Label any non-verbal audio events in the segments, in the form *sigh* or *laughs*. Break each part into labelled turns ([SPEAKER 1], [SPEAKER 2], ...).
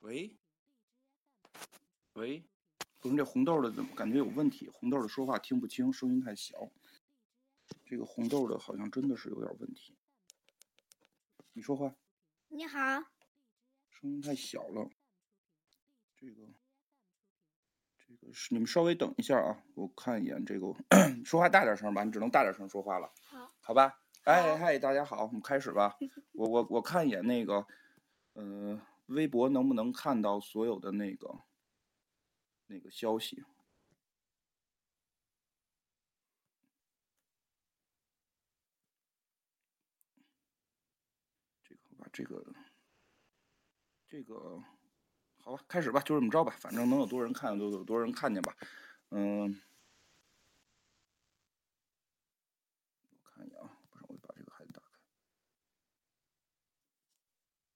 [SPEAKER 1] 喂，喂，我们这红豆的怎么感觉有问题？红豆的说话听不清，声音太小。这个红豆的好像真的是有点问题。你说话，
[SPEAKER 2] 你好，
[SPEAKER 1] 声音太小了。这个，这个是你们稍微等一下啊，我看一眼这个， *clears throat* 说话大点声吧，你只能大点声说话了，
[SPEAKER 2] 好，
[SPEAKER 1] 好吧？哎
[SPEAKER 2] 好
[SPEAKER 1] 嗨，大家好，我们开始
[SPEAKER 2] *laughs*
[SPEAKER 1] 吧。我我我看一眼那个，呃，微博能不能看到所有的那个那个消息？这个好吧，这个这个好吧，开始吧，就这么着吧，反正能有多人看就有多人看见吧。嗯，我看一眼啊，不是，我把这个还得打开。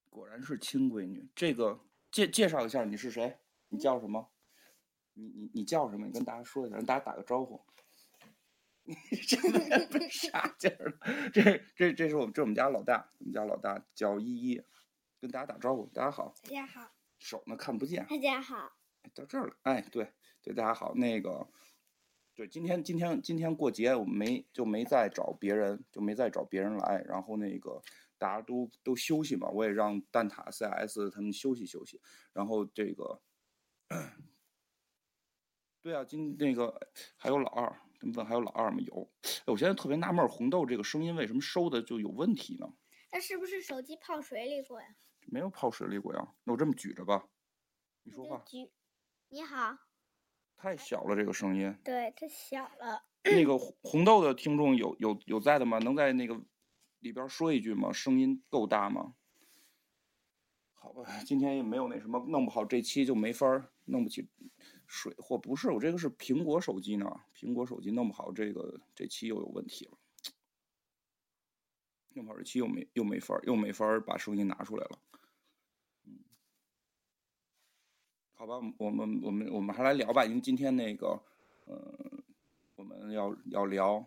[SPEAKER 1] 果然是亲闺女，这个介介绍一下你是谁，你叫什么？你你你叫什么？你跟大家说一下，让大家打个招呼。 *laughs* 你真的没啥劲儿了，这这这是我们这是我们家老大，我们家老大叫依依，跟大家打招呼，大家好，
[SPEAKER 2] 大家好，
[SPEAKER 1] 手呢看不见，
[SPEAKER 2] 大家好，
[SPEAKER 1] 哎到这儿了，哎，对对，大家好，那个，对，今天今天今天过节，我们没就没再找别人，就没再找别人来，然后那个大家都都休息嘛，我也让蛋挞 CS 他们休息休息，然后这个，对啊，今那个还有老二，他们问还有老二吗？有，哎，我现在特别纳闷儿，红豆这个声音为什么收的就有问题呢？
[SPEAKER 2] 那是不是手机泡水里过呀？
[SPEAKER 1] 没有泡水里过呀？那我这么举着吧，你
[SPEAKER 2] 你
[SPEAKER 1] 说
[SPEAKER 2] 的
[SPEAKER 1] 话
[SPEAKER 2] 举你好，
[SPEAKER 1] 太小了，这个声音。
[SPEAKER 2] 对，它小了，
[SPEAKER 1] 那个红红豆的听众有有有在的吗？能在那个里边儿说一句吗？声音够大吗？好吧，今天也没有那什么，弄不好这期就没法儿弄不起水货。不是，我这个是苹果手机呢，苹果手机弄不好这个这期又有问题了，弄不好这期又没又没法儿又没法儿把声音拿出来了。嗯，好吧，我们我们我们还来聊吧，因为今天那个呃我们要要聊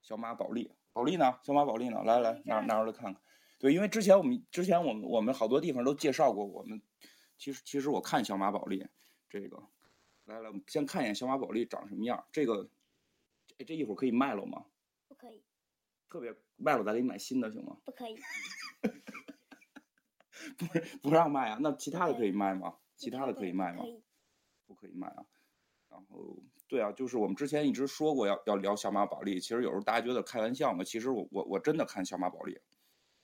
[SPEAKER 1] 小马宝莉，宝莉呢？小马宝莉呢？来来，拿拿出来看看。对，因为之前我们之前我们我们好多地方都介绍过，我们其实其实我看小马宝莉这个，来来，我们先看一眼小马宝莉长什么样儿。这个哎这这一会儿可以卖了吗？
[SPEAKER 2] 不可以，
[SPEAKER 1] 特别卖了咱得买新的行吗？
[SPEAKER 2] 不可以，
[SPEAKER 1] 不让卖啊？那其他的
[SPEAKER 2] 对
[SPEAKER 1] 可以卖吗？其
[SPEAKER 2] 你
[SPEAKER 1] 他的
[SPEAKER 2] 看
[SPEAKER 1] 可以
[SPEAKER 2] 不
[SPEAKER 1] 卖吗
[SPEAKER 2] 可？以，
[SPEAKER 1] 不可以卖啊。然后，对啊，就是我们之前一直说过要要聊小马宝莉，其实有时候大家觉得开玩笑嘛，其实我我我真的看小马宝莉，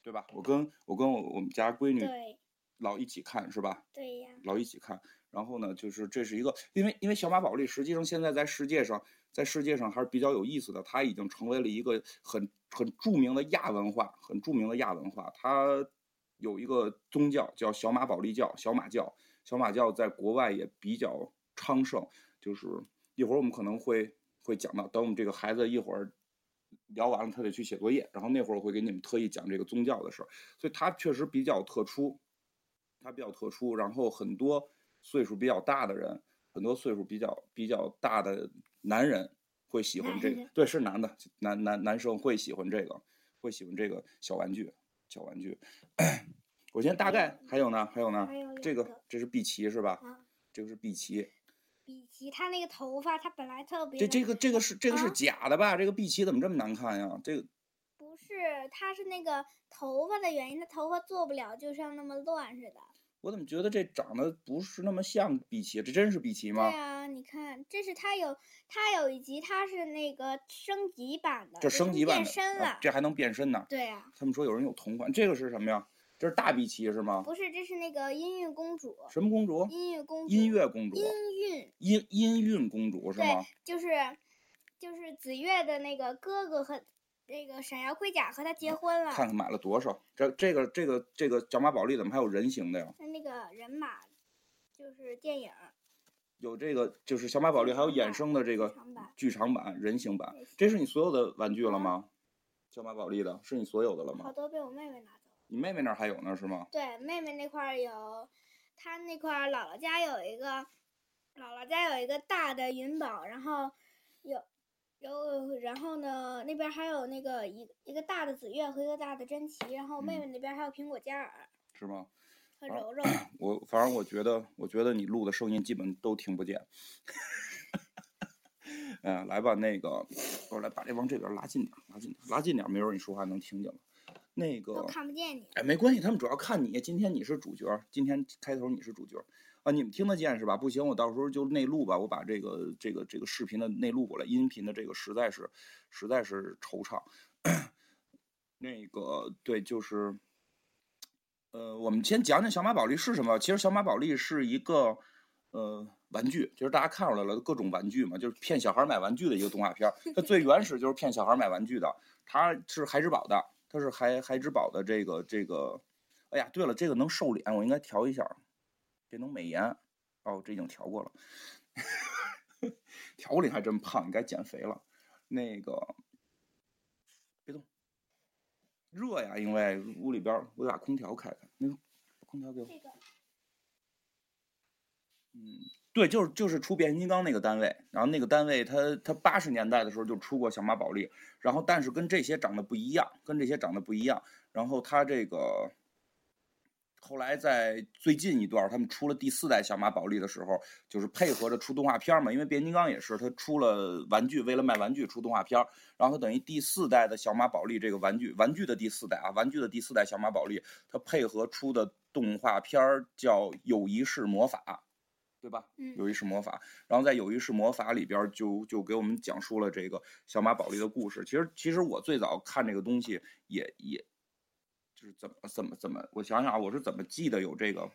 [SPEAKER 1] 对吧？我跟我跟我我们家闺女
[SPEAKER 2] 对
[SPEAKER 1] 老一起看是吧？
[SPEAKER 2] 对呀，
[SPEAKER 1] 老一起看。然后呢，就是这是一个，因为因为小马宝莉实际上现在在世界上，在世界上还是比较有意思的，它已经成为了一个很很著名的亚文化，很著名的亚文化。它有一个宗教叫小马宝莉教，小马教，小马教在国外也比较昌盛。就是一会儿我们可能会会讲到，等我们这个孩子一会儿聊完了，他得去写作业，然后那会儿我会给你们特意讲这个宗教的事儿，所以它确实比较特殊。它比较特殊，然后很多岁数比较大的人，很多岁数比较比较大的男人会喜欢这
[SPEAKER 2] 男
[SPEAKER 1] 个
[SPEAKER 2] 人，
[SPEAKER 1] 对，是男的，男男男生会喜欢这个，会喜欢这个小玩具，小玩具。 *coughs* 我先大概还有呢，还有呢
[SPEAKER 2] 还有，
[SPEAKER 1] 啊这
[SPEAKER 2] 两
[SPEAKER 1] 个
[SPEAKER 2] 个
[SPEAKER 1] 这是碧琪是吧？
[SPEAKER 2] 啊，
[SPEAKER 1] 这个是碧琪，
[SPEAKER 2] 比奇他那个头发，他本来特别
[SPEAKER 1] 这
[SPEAKER 2] 的
[SPEAKER 1] 这个这个是这个是
[SPEAKER 2] 啊
[SPEAKER 1] 假的吧？这个碧琪怎么这么难看呀？这个
[SPEAKER 2] 不是，他是那个头发的原因，他头发做不了，就像那么乱似的。
[SPEAKER 1] 我怎么觉得这长得不是那么像碧琪？这真是碧琪
[SPEAKER 2] 对
[SPEAKER 1] 吗？
[SPEAKER 2] 啊，你看，这是他有他有一集，他是那个升级版的，
[SPEAKER 1] 这
[SPEAKER 2] 已
[SPEAKER 1] 升
[SPEAKER 2] 经
[SPEAKER 1] 级版
[SPEAKER 2] 变身
[SPEAKER 1] 的，啊
[SPEAKER 2] 了。
[SPEAKER 1] 这还能变身呢？
[SPEAKER 2] 对啊，
[SPEAKER 1] 他们说有人有同款，这个是什么呀？这是大碧琪是吗？
[SPEAKER 2] 不是，这是那个音乐公主，
[SPEAKER 1] 什么公主？
[SPEAKER 2] 音乐公主，
[SPEAKER 1] 音乐公主，
[SPEAKER 2] 音韵，
[SPEAKER 1] 音音韵公主是
[SPEAKER 2] 对
[SPEAKER 1] 吗？
[SPEAKER 2] 就是就是紫月的那个哥哥和那个闪耀盔甲和他结婚了，
[SPEAKER 1] 看看买了多少？这这个这个这个小马宝莉怎么还有人形的呀？
[SPEAKER 2] 那那个人马就是电影儿
[SPEAKER 1] 有这个就是小马宝莉还有衍生的这个
[SPEAKER 2] 剧场版
[SPEAKER 1] 剧场版、人形版
[SPEAKER 2] 对，
[SPEAKER 1] 这是你所有的玩具了吗？小马宝莉的是你所有的了
[SPEAKER 2] 好
[SPEAKER 1] 吗？
[SPEAKER 2] 多被我妹妹拿走了。
[SPEAKER 1] 你妹妹那儿还有呢是吗？
[SPEAKER 2] 对，妹妹那块儿有，她那块儿姥姥家有一个，姥姥家有一个大的云宝，然后有。有，然后呢，那边还有那个一一个大的紫月和一个大的珍奇，然后妹
[SPEAKER 1] 嗯
[SPEAKER 2] 妹那边还有苹果嘉尔，
[SPEAKER 1] 是吗？
[SPEAKER 2] 和柔柔。
[SPEAKER 1] 我反正我觉得，我觉得你录的声音基本都听不见。 *laughs* 嗯，来吧，那个，我来把这往这边拉近点儿，拉近点儿，拉近点儿，没准儿你说话能听见了。那
[SPEAKER 2] 都
[SPEAKER 1] 个，
[SPEAKER 2] 看不见你，
[SPEAKER 1] 哎，没关系，他们主要看你。今天你是主角儿，今天开头你是主角儿啊，你们听得见是吧？不行，我到时候就内录吧，我把这个这个这个视频的内录过来，音频的这个实在是实在是惆怅。 *coughs* 那个对，就是，呃，我们先讲讲小马宝莉是什么。其实小马宝莉是一个呃玩具，就是大家看出来了各种玩具嘛，就是骗小孩买玩具的一个动画片儿。它最原始就是骗小孩买玩具的，它是孩之宝的，它是孩孩之宝的这个这个。哎呀，对了，这个能瘦脸，我应该调一下儿，这能美颜。哦，这已经调过了， *laughs* 调过了你还真胖，你该减肥了。那个，别动，热呀，因为屋里边儿我得把空调开开。那个空调给我。
[SPEAKER 2] 这个
[SPEAKER 1] 嗯，对，就是就是出变形金刚那个单位，然后那个单位它它八十年代的时候就出过小马宝莉，然后但是跟这些长得不一样，跟这些长得不一样，然后它这个后来在最近一段儿他们出了第四代小马宝莉的时候，就是配合着出动画片儿嘛，因为变形金刚也是它出了玩具，为了卖玩具出动画片儿，然后它等于第四代的小马宝莉这个玩具，玩具的第四代啊，玩具的第四代小马宝莉，它配合出的动画片儿叫《友谊是魔法》。对吧？
[SPEAKER 2] 嗯，
[SPEAKER 1] 有一是魔法，然后在有一是魔法里边儿就就给我们讲述了这个小马宝莉的故事。其实其实我最早看这个东西也也，就是怎么怎么怎么，我想想啊，我是怎么记得有这个，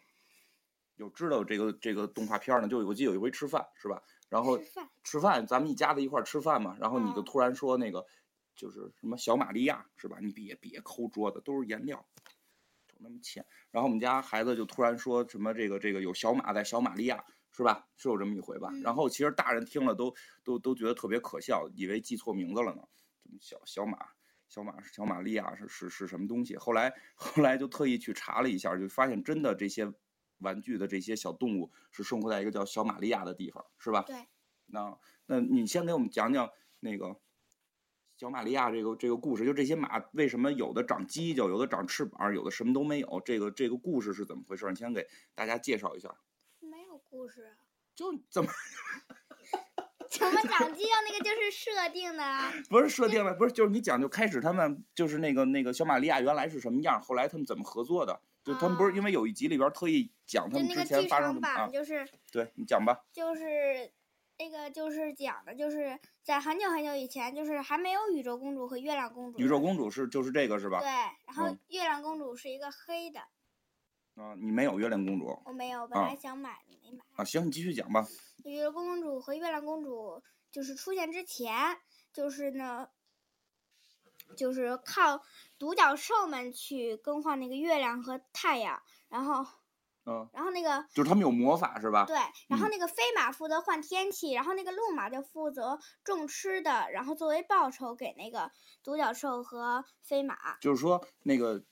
[SPEAKER 1] 有知道有这个这个动画片儿呢？就我记得有一回吃饭是吧？然后
[SPEAKER 2] 吃饭
[SPEAKER 1] 吃饭，咱们一家子一块儿吃饭嘛，然后你就
[SPEAKER 2] 嗯
[SPEAKER 1] 突然说那个就是什么小玛利亚是吧？你别别抠桌子，都是颜料，瞅那么浅。然后我们家孩子就突然说什么这个这个有小马在小玛利亚是吧？是有这么一回吧？然
[SPEAKER 2] 嗯
[SPEAKER 1] 后其实大人听了都都都觉得特别可笑，以为记错名字了呢。什么小小马。小马小玛利亚是是是什么东西？后来后来就特意去查了一下，就发现真的这些玩具的这些小动物是生活在一个叫小玛利亚的地方，是吧？
[SPEAKER 2] 对。
[SPEAKER 1] 那那你先给我们讲讲那个小玛利亚这个这个故事，就这些马为什么有的长犄角，有的长翅膀，有的什么都没有？这个这个故事是怎么回事？你先给大家介绍一下。
[SPEAKER 2] 没有故事 *laughs* 啊。
[SPEAKER 1] 就怎么 *laughs*
[SPEAKER 2] 怎么长肌肉那个就是设定的啊？
[SPEAKER 1] 不是设定了，不是就是你讲就开始他们就是那个那个小玛利亚原来是什么样，后来他们怎么合作的？就他们不是因为有一集里边特意讲他
[SPEAKER 2] 啊就
[SPEAKER 1] 们嗯之
[SPEAKER 2] 那个
[SPEAKER 1] 前
[SPEAKER 2] 寄
[SPEAKER 1] 发生
[SPEAKER 2] 生
[SPEAKER 1] 什么啊
[SPEAKER 2] 榜，？就是
[SPEAKER 1] 对你讲吧。
[SPEAKER 2] 就是那个就是讲的就是在很久很久以前，就是还没有宇宙公主和月亮公主。
[SPEAKER 1] 宇宙公主是就是这个是吧
[SPEAKER 2] 嗯对？，然后
[SPEAKER 1] 嗯
[SPEAKER 2] 月亮公主是一个黑的，
[SPEAKER 1] 啊，你没有月亮公主
[SPEAKER 2] 我没有，本
[SPEAKER 1] 啊
[SPEAKER 2] 来想买的没买。
[SPEAKER 1] 啊？行，你继续讲吧。
[SPEAKER 2] 宇宙公主和月亮公主就是出现之前，就是呢，就是靠独角兽们去更换那个月亮和太阳，然后，
[SPEAKER 1] 嗯、
[SPEAKER 2] 然后那个
[SPEAKER 1] 就是他们有魔法是吧？
[SPEAKER 2] 对，然后
[SPEAKER 1] 嗯
[SPEAKER 2] 那个飞马负责换天气，然后那个鹿马就负责种吃的，然后作为报酬给那个独角兽和飞马。
[SPEAKER 1] 就是说那个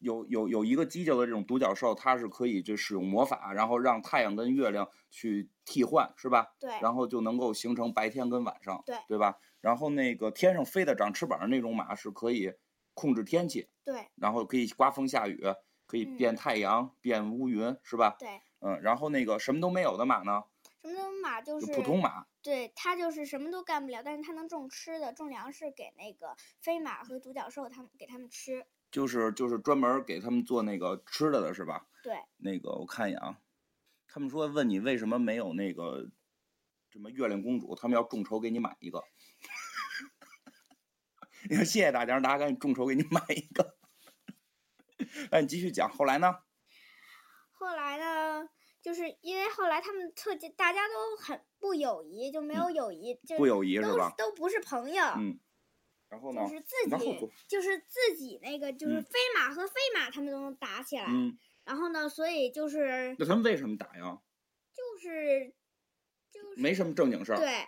[SPEAKER 1] 有有有一个犄角的这种独角兽，它是可以就使用魔法，然后让太阳跟月亮去替换，是吧？
[SPEAKER 2] 对，
[SPEAKER 1] 然后就能够形成白天跟晚上，
[SPEAKER 2] 对
[SPEAKER 1] 对吧？然后那个天上飞的长翅膀的那种马是可以控制天气，
[SPEAKER 2] 对，
[SPEAKER 1] 然后可以刮风下雨，可以变
[SPEAKER 2] 嗯
[SPEAKER 1] 太阳、变乌云，是吧？
[SPEAKER 2] 对，
[SPEAKER 1] 嗯，然后那个什么都没有的马呢，
[SPEAKER 2] 什么都马就
[SPEAKER 1] 就是普通马，
[SPEAKER 2] 对，它就是什么都干不了，但是它能种吃的，种粮食给那个飞马和独角兽他们给他们吃。
[SPEAKER 1] 就是就是专门给他们做那个吃的的是吧？
[SPEAKER 2] 对，
[SPEAKER 1] 那个我看一眼啊，他们说问你为什么没有那个什么月亮公主，他们要众筹给你买一个。 *laughs* 你看，谢谢大家，让大家赶紧众筹给你买一个。哎，你继续讲，后来呢？
[SPEAKER 2] 后来呢，就是因为后来他们特级大家都很不友谊，就没有友谊，就
[SPEAKER 1] 嗯不友谊
[SPEAKER 2] 都
[SPEAKER 1] 是吧？
[SPEAKER 2] 都不是朋友。
[SPEAKER 1] 嗯然后呢
[SPEAKER 2] 就？是自
[SPEAKER 1] 然后
[SPEAKER 2] 己
[SPEAKER 1] 就，
[SPEAKER 2] 就是自己那个，就是
[SPEAKER 1] 嗯
[SPEAKER 2] 飞马和飞马他们都能打起来。
[SPEAKER 1] 嗯，
[SPEAKER 2] 然后呢，所以就是
[SPEAKER 1] 那他们为什么打呀？
[SPEAKER 2] 就是就是
[SPEAKER 1] 没什么正经事儿，
[SPEAKER 2] 对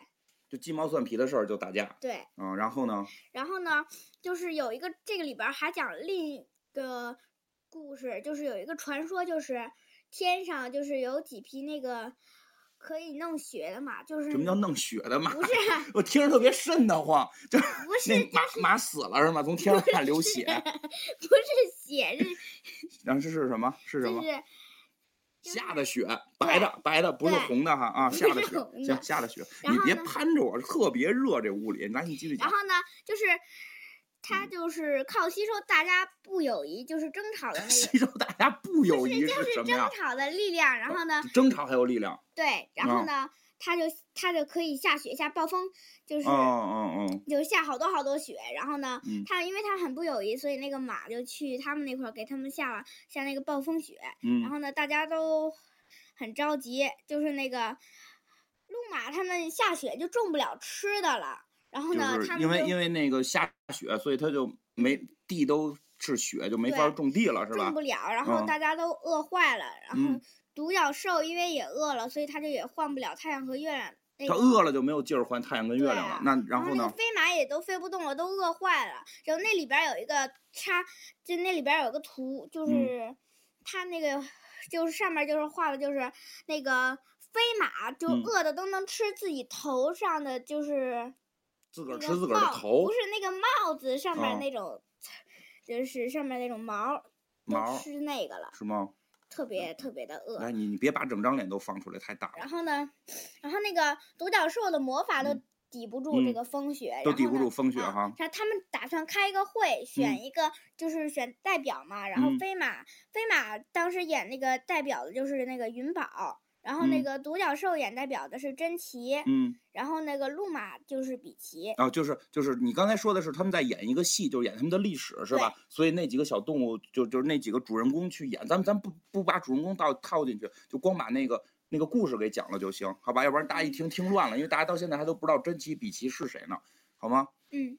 [SPEAKER 1] 就鸡毛蒜皮的事儿就打架
[SPEAKER 2] 对。
[SPEAKER 1] 啊、然后呢？
[SPEAKER 2] 然后呢，就是有一个这个里边儿还讲另一个故事，就是有一个传说，就是天上就是有几匹那个可以弄雪的马，就是
[SPEAKER 1] 什么叫弄血的马？
[SPEAKER 2] 不是
[SPEAKER 1] 我听着特别瘆得慌，就是
[SPEAKER 2] 不是
[SPEAKER 1] *laughs* 那马马死了是吗？从
[SPEAKER 2] *laughs*
[SPEAKER 1] 天上下流血，
[SPEAKER 2] 不是血，是
[SPEAKER 1] 然后这是什么？是什
[SPEAKER 2] 就
[SPEAKER 1] 么？
[SPEAKER 2] 是
[SPEAKER 1] 下的雪，白的白的，不是
[SPEAKER 2] 对
[SPEAKER 1] 红的哈啊，
[SPEAKER 2] 不
[SPEAKER 1] 下的
[SPEAKER 2] 是
[SPEAKER 1] 雪，
[SPEAKER 2] 红
[SPEAKER 1] 行
[SPEAKER 2] 的
[SPEAKER 1] 下的雪，
[SPEAKER 2] 然
[SPEAKER 1] 你
[SPEAKER 2] 后
[SPEAKER 1] 别
[SPEAKER 2] 呢
[SPEAKER 1] 攀着我，特别热这屋里，来你继续
[SPEAKER 2] 然
[SPEAKER 1] 讲
[SPEAKER 2] 后呢，就是他
[SPEAKER 1] 嗯
[SPEAKER 2] 就是靠吸收大家不友谊，就是争吵
[SPEAKER 1] *laughs*
[SPEAKER 2] 的那个，
[SPEAKER 1] 吸收大家不友谊
[SPEAKER 2] 就是
[SPEAKER 1] 什
[SPEAKER 2] 是
[SPEAKER 1] 么
[SPEAKER 2] 争
[SPEAKER 1] 呀？
[SPEAKER 2] 吵的力量。然后呢，
[SPEAKER 1] 争吵还有力量，
[SPEAKER 2] 对，然后
[SPEAKER 1] 嗯
[SPEAKER 2] 呢，他就他就可以下雪下暴风，就
[SPEAKER 1] 嗯
[SPEAKER 2] 是。
[SPEAKER 1] 嗯嗯，
[SPEAKER 2] 就下好多好多雪，然后呢
[SPEAKER 1] 嗯，
[SPEAKER 2] 他因为他很不友谊，所以那个马就去他们那块儿给他们下了下那个暴风雪，
[SPEAKER 1] 嗯，
[SPEAKER 2] 然后呢，大家都很着急，就是那个路马他们下雪就种不了吃的了，然后呢，
[SPEAKER 1] 就是
[SPEAKER 2] 他们
[SPEAKER 1] 因为
[SPEAKER 2] 就
[SPEAKER 1] 因为那个下雪，所以他就没地都是雪，就没法
[SPEAKER 2] 对
[SPEAKER 1] 种地了，是吧
[SPEAKER 2] 种不？了，然后
[SPEAKER 1] 嗯
[SPEAKER 2] 大家都饿坏了，然
[SPEAKER 1] 嗯
[SPEAKER 2] 后独角兽因为也饿了，所以它就也换不了太阳和月亮。那
[SPEAKER 1] 他
[SPEAKER 2] 个
[SPEAKER 1] 饿了就没有劲儿还太阳跟月
[SPEAKER 2] 对
[SPEAKER 1] 亮了
[SPEAKER 2] 啊。
[SPEAKER 1] 那
[SPEAKER 2] 然
[SPEAKER 1] 然后
[SPEAKER 2] 那个
[SPEAKER 1] 呢？
[SPEAKER 2] 飞马也都飞不动了，都饿坏了。然后那里边儿有一个插，就那里边儿有个图，就
[SPEAKER 1] 嗯
[SPEAKER 2] 是它那个就是上面就是画的，就是那个飞马就
[SPEAKER 1] 嗯
[SPEAKER 2] 饿的都能吃自己头上的，就是
[SPEAKER 1] 自个
[SPEAKER 2] 那
[SPEAKER 1] 儿
[SPEAKER 2] 个
[SPEAKER 1] 吃自个儿的
[SPEAKER 2] 帽
[SPEAKER 1] 头
[SPEAKER 2] 不是那个帽子上
[SPEAKER 1] 啊
[SPEAKER 2] 面那种，就是上面那种毛儿都
[SPEAKER 1] 毛儿
[SPEAKER 2] 吃那个了，
[SPEAKER 1] 是吗？
[SPEAKER 2] 特别特别的饿。
[SPEAKER 1] 哎来，你你别把整张脸都放出来，太大了，
[SPEAKER 2] 然后呢，然后那个独角兽的魔法都
[SPEAKER 1] 嗯
[SPEAKER 2] 抵不住
[SPEAKER 1] 嗯
[SPEAKER 2] 这个风雪，
[SPEAKER 1] 都
[SPEAKER 2] 然
[SPEAKER 1] 抵
[SPEAKER 2] 后
[SPEAKER 1] 不
[SPEAKER 2] 呢
[SPEAKER 1] 住风雪
[SPEAKER 2] 啊
[SPEAKER 1] 哈
[SPEAKER 2] 然后他们打算开一个会，选
[SPEAKER 1] 嗯
[SPEAKER 2] 一个就是选代表嘛。然后
[SPEAKER 1] 嗯
[SPEAKER 2] 飞马，飞马当时演那个代表的就是那个云宝，然后那
[SPEAKER 1] 嗯
[SPEAKER 2] 个独角兽演代表的是珍奇，
[SPEAKER 1] 嗯。
[SPEAKER 2] 然后那个路马就是比奇。
[SPEAKER 1] 啊，就是就是你刚才说的是他们在演一个戏，就是演他们的历史，是吧？所以那几个小动物就就是那几个主人公去演，咱们咱不不把主人公到套进去，就光把那个那个故事给讲了就行，好吧？要不然大家一听听乱了，因为大家到现在还都不知道珍奇比奇是谁呢，好吗？
[SPEAKER 2] 嗯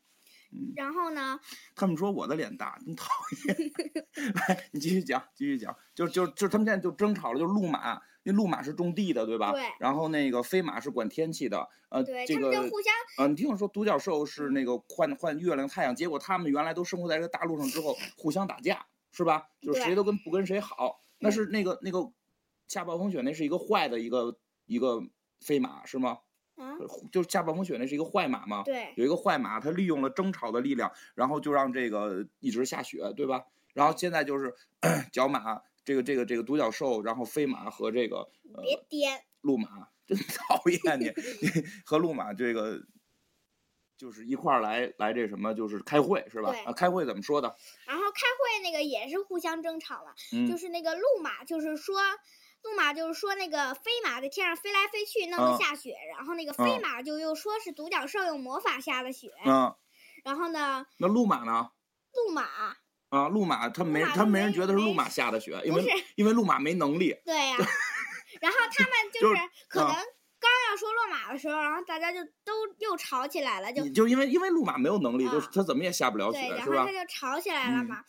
[SPEAKER 1] 嗯，
[SPEAKER 2] 然后呢，
[SPEAKER 1] 他们说我的脸大，真讨
[SPEAKER 2] *laughs*
[SPEAKER 1] 厌。来，你继续讲，继续讲，就就就他们现在就争吵了，就是路马，因为路马是种地的，对吧？
[SPEAKER 2] 对
[SPEAKER 1] 然后那个飞马是管天气的，呃，
[SPEAKER 2] 对、
[SPEAKER 1] 啊这
[SPEAKER 2] 他
[SPEAKER 1] 个
[SPEAKER 2] 们就互相
[SPEAKER 1] 啊，你听我说，独角兽是那个换换月亮、太阳，结果他们原来都生活在这个大陆上之后，互相打架，是吧？就是
[SPEAKER 2] 对
[SPEAKER 1] 谁都跟不跟谁好，那
[SPEAKER 2] 嗯
[SPEAKER 1] 是那个那个下暴风雪，那是一个坏的一个一个飞马是吗？
[SPEAKER 2] 啊，
[SPEAKER 1] 就是下暴风雪那是一个坏马吗？
[SPEAKER 2] 对
[SPEAKER 1] 有一个坏马，它利用了争吵的力量，然后就让这个一直下雪，对吧？然后现在就是 *coughs* 角马，这个这个这个独角兽，然后飞马和这个呃
[SPEAKER 2] 别颠，
[SPEAKER 1] 路马，
[SPEAKER 2] *laughs*
[SPEAKER 1] 真讨厌你！你和路马这个就是一块儿来来这什么，就是开会是吧
[SPEAKER 2] 对？
[SPEAKER 1] 啊，开会怎么说的？
[SPEAKER 2] 然后开会那个也是互相争吵嘛，就
[SPEAKER 1] 嗯
[SPEAKER 2] 是那个路马，就是说路马就是说那个飞马在天上飞来飞去，弄
[SPEAKER 1] 啊
[SPEAKER 2] 得下雪，然后那个飞
[SPEAKER 1] 啊
[SPEAKER 2] 马就又说是独角兽用魔法下的雪，
[SPEAKER 1] 嗯，
[SPEAKER 2] 然后呢，
[SPEAKER 1] 那路马呢？
[SPEAKER 2] 路马
[SPEAKER 1] 啊，路马他没
[SPEAKER 2] 马
[SPEAKER 1] 他
[SPEAKER 2] 就
[SPEAKER 1] 没人
[SPEAKER 2] 没
[SPEAKER 1] 觉得是路
[SPEAKER 2] 没
[SPEAKER 1] 马下的雪，因
[SPEAKER 2] 不
[SPEAKER 1] 为
[SPEAKER 2] 是
[SPEAKER 1] 因为路马没能力。
[SPEAKER 2] 对
[SPEAKER 1] *laughs*
[SPEAKER 2] 呀、然后他们
[SPEAKER 1] 就
[SPEAKER 2] 就是是可
[SPEAKER 1] 啊
[SPEAKER 2] 能刚要说落马的时候，然后大家就都又吵起来了，就
[SPEAKER 1] 你就因为因为路马没有能力，就是
[SPEAKER 2] 啊
[SPEAKER 1] 他怎么也下不了雪
[SPEAKER 2] 对，，然
[SPEAKER 1] 是
[SPEAKER 2] 后
[SPEAKER 1] 吧
[SPEAKER 2] 他？就吵起来了
[SPEAKER 1] 嗯
[SPEAKER 2] 嘛，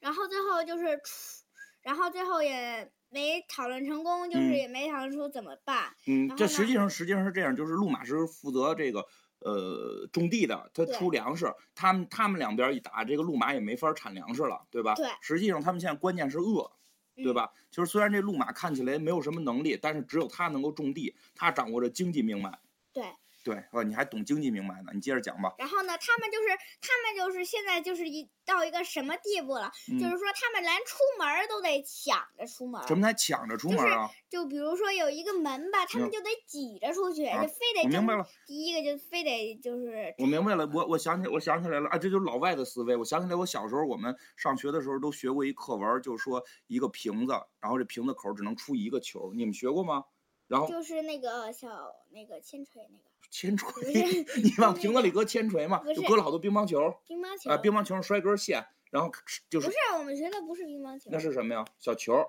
[SPEAKER 2] 然后最后就是出，然后最后也没讨论成功，就是
[SPEAKER 1] 嗯
[SPEAKER 2] 也没讨论出怎么办，
[SPEAKER 1] 嗯，
[SPEAKER 2] 然
[SPEAKER 1] 这
[SPEAKER 2] 后
[SPEAKER 1] 实
[SPEAKER 2] 呢
[SPEAKER 1] 际上实际上是这样，就是路马是负责这个呃种地的，他
[SPEAKER 2] 对
[SPEAKER 1] 出粮食，他们他们两边一打，这个路马也没法产粮食了，对吧？
[SPEAKER 2] 对
[SPEAKER 1] 实际上他们现在关键是饿，对
[SPEAKER 2] 嗯
[SPEAKER 1] 吧？就是虽然这路马看起来没有什么能力，但是只有他能够种地，他掌握着经济命脉。
[SPEAKER 2] 对。
[SPEAKER 1] 对，哦，你还懂经济命脉呢，你接着讲吧。
[SPEAKER 2] 然后呢，他们就是他们就是现在就是一到一个什么地步了，
[SPEAKER 1] 嗯
[SPEAKER 2] 就是说他们连出门儿都得抢着出门儿。
[SPEAKER 1] 什么才抢着出门啊？
[SPEAKER 2] 就比如说有一个门吧，他们就得挤着出去，
[SPEAKER 1] 啊
[SPEAKER 2] 就非得
[SPEAKER 1] 我明
[SPEAKER 2] 争
[SPEAKER 1] 白了。
[SPEAKER 2] 第一个就非得就是
[SPEAKER 1] 我明白了，我我想起我想起来了啊，这就是老外的思维。我想起来，我小时候我们上学的时候都学过一课文儿，就说一个瓶子，然后这瓶子口儿只能出一个球儿，你们学过吗？然后
[SPEAKER 2] 就是那个小那个铅锤那个
[SPEAKER 1] 铅锤
[SPEAKER 2] 不是，
[SPEAKER 1] 你往
[SPEAKER 2] 那
[SPEAKER 1] 瓶子里
[SPEAKER 2] 个
[SPEAKER 1] 搁铅锤嘛
[SPEAKER 2] 不，
[SPEAKER 1] 就是搁了好多乒乓球儿
[SPEAKER 2] 乒乓球。
[SPEAKER 1] 啊，乒乓球上摔根儿线，然后就
[SPEAKER 2] 不
[SPEAKER 1] 是
[SPEAKER 2] 是啊我们学的不是乒乓球，
[SPEAKER 1] 那是什么呀？小球儿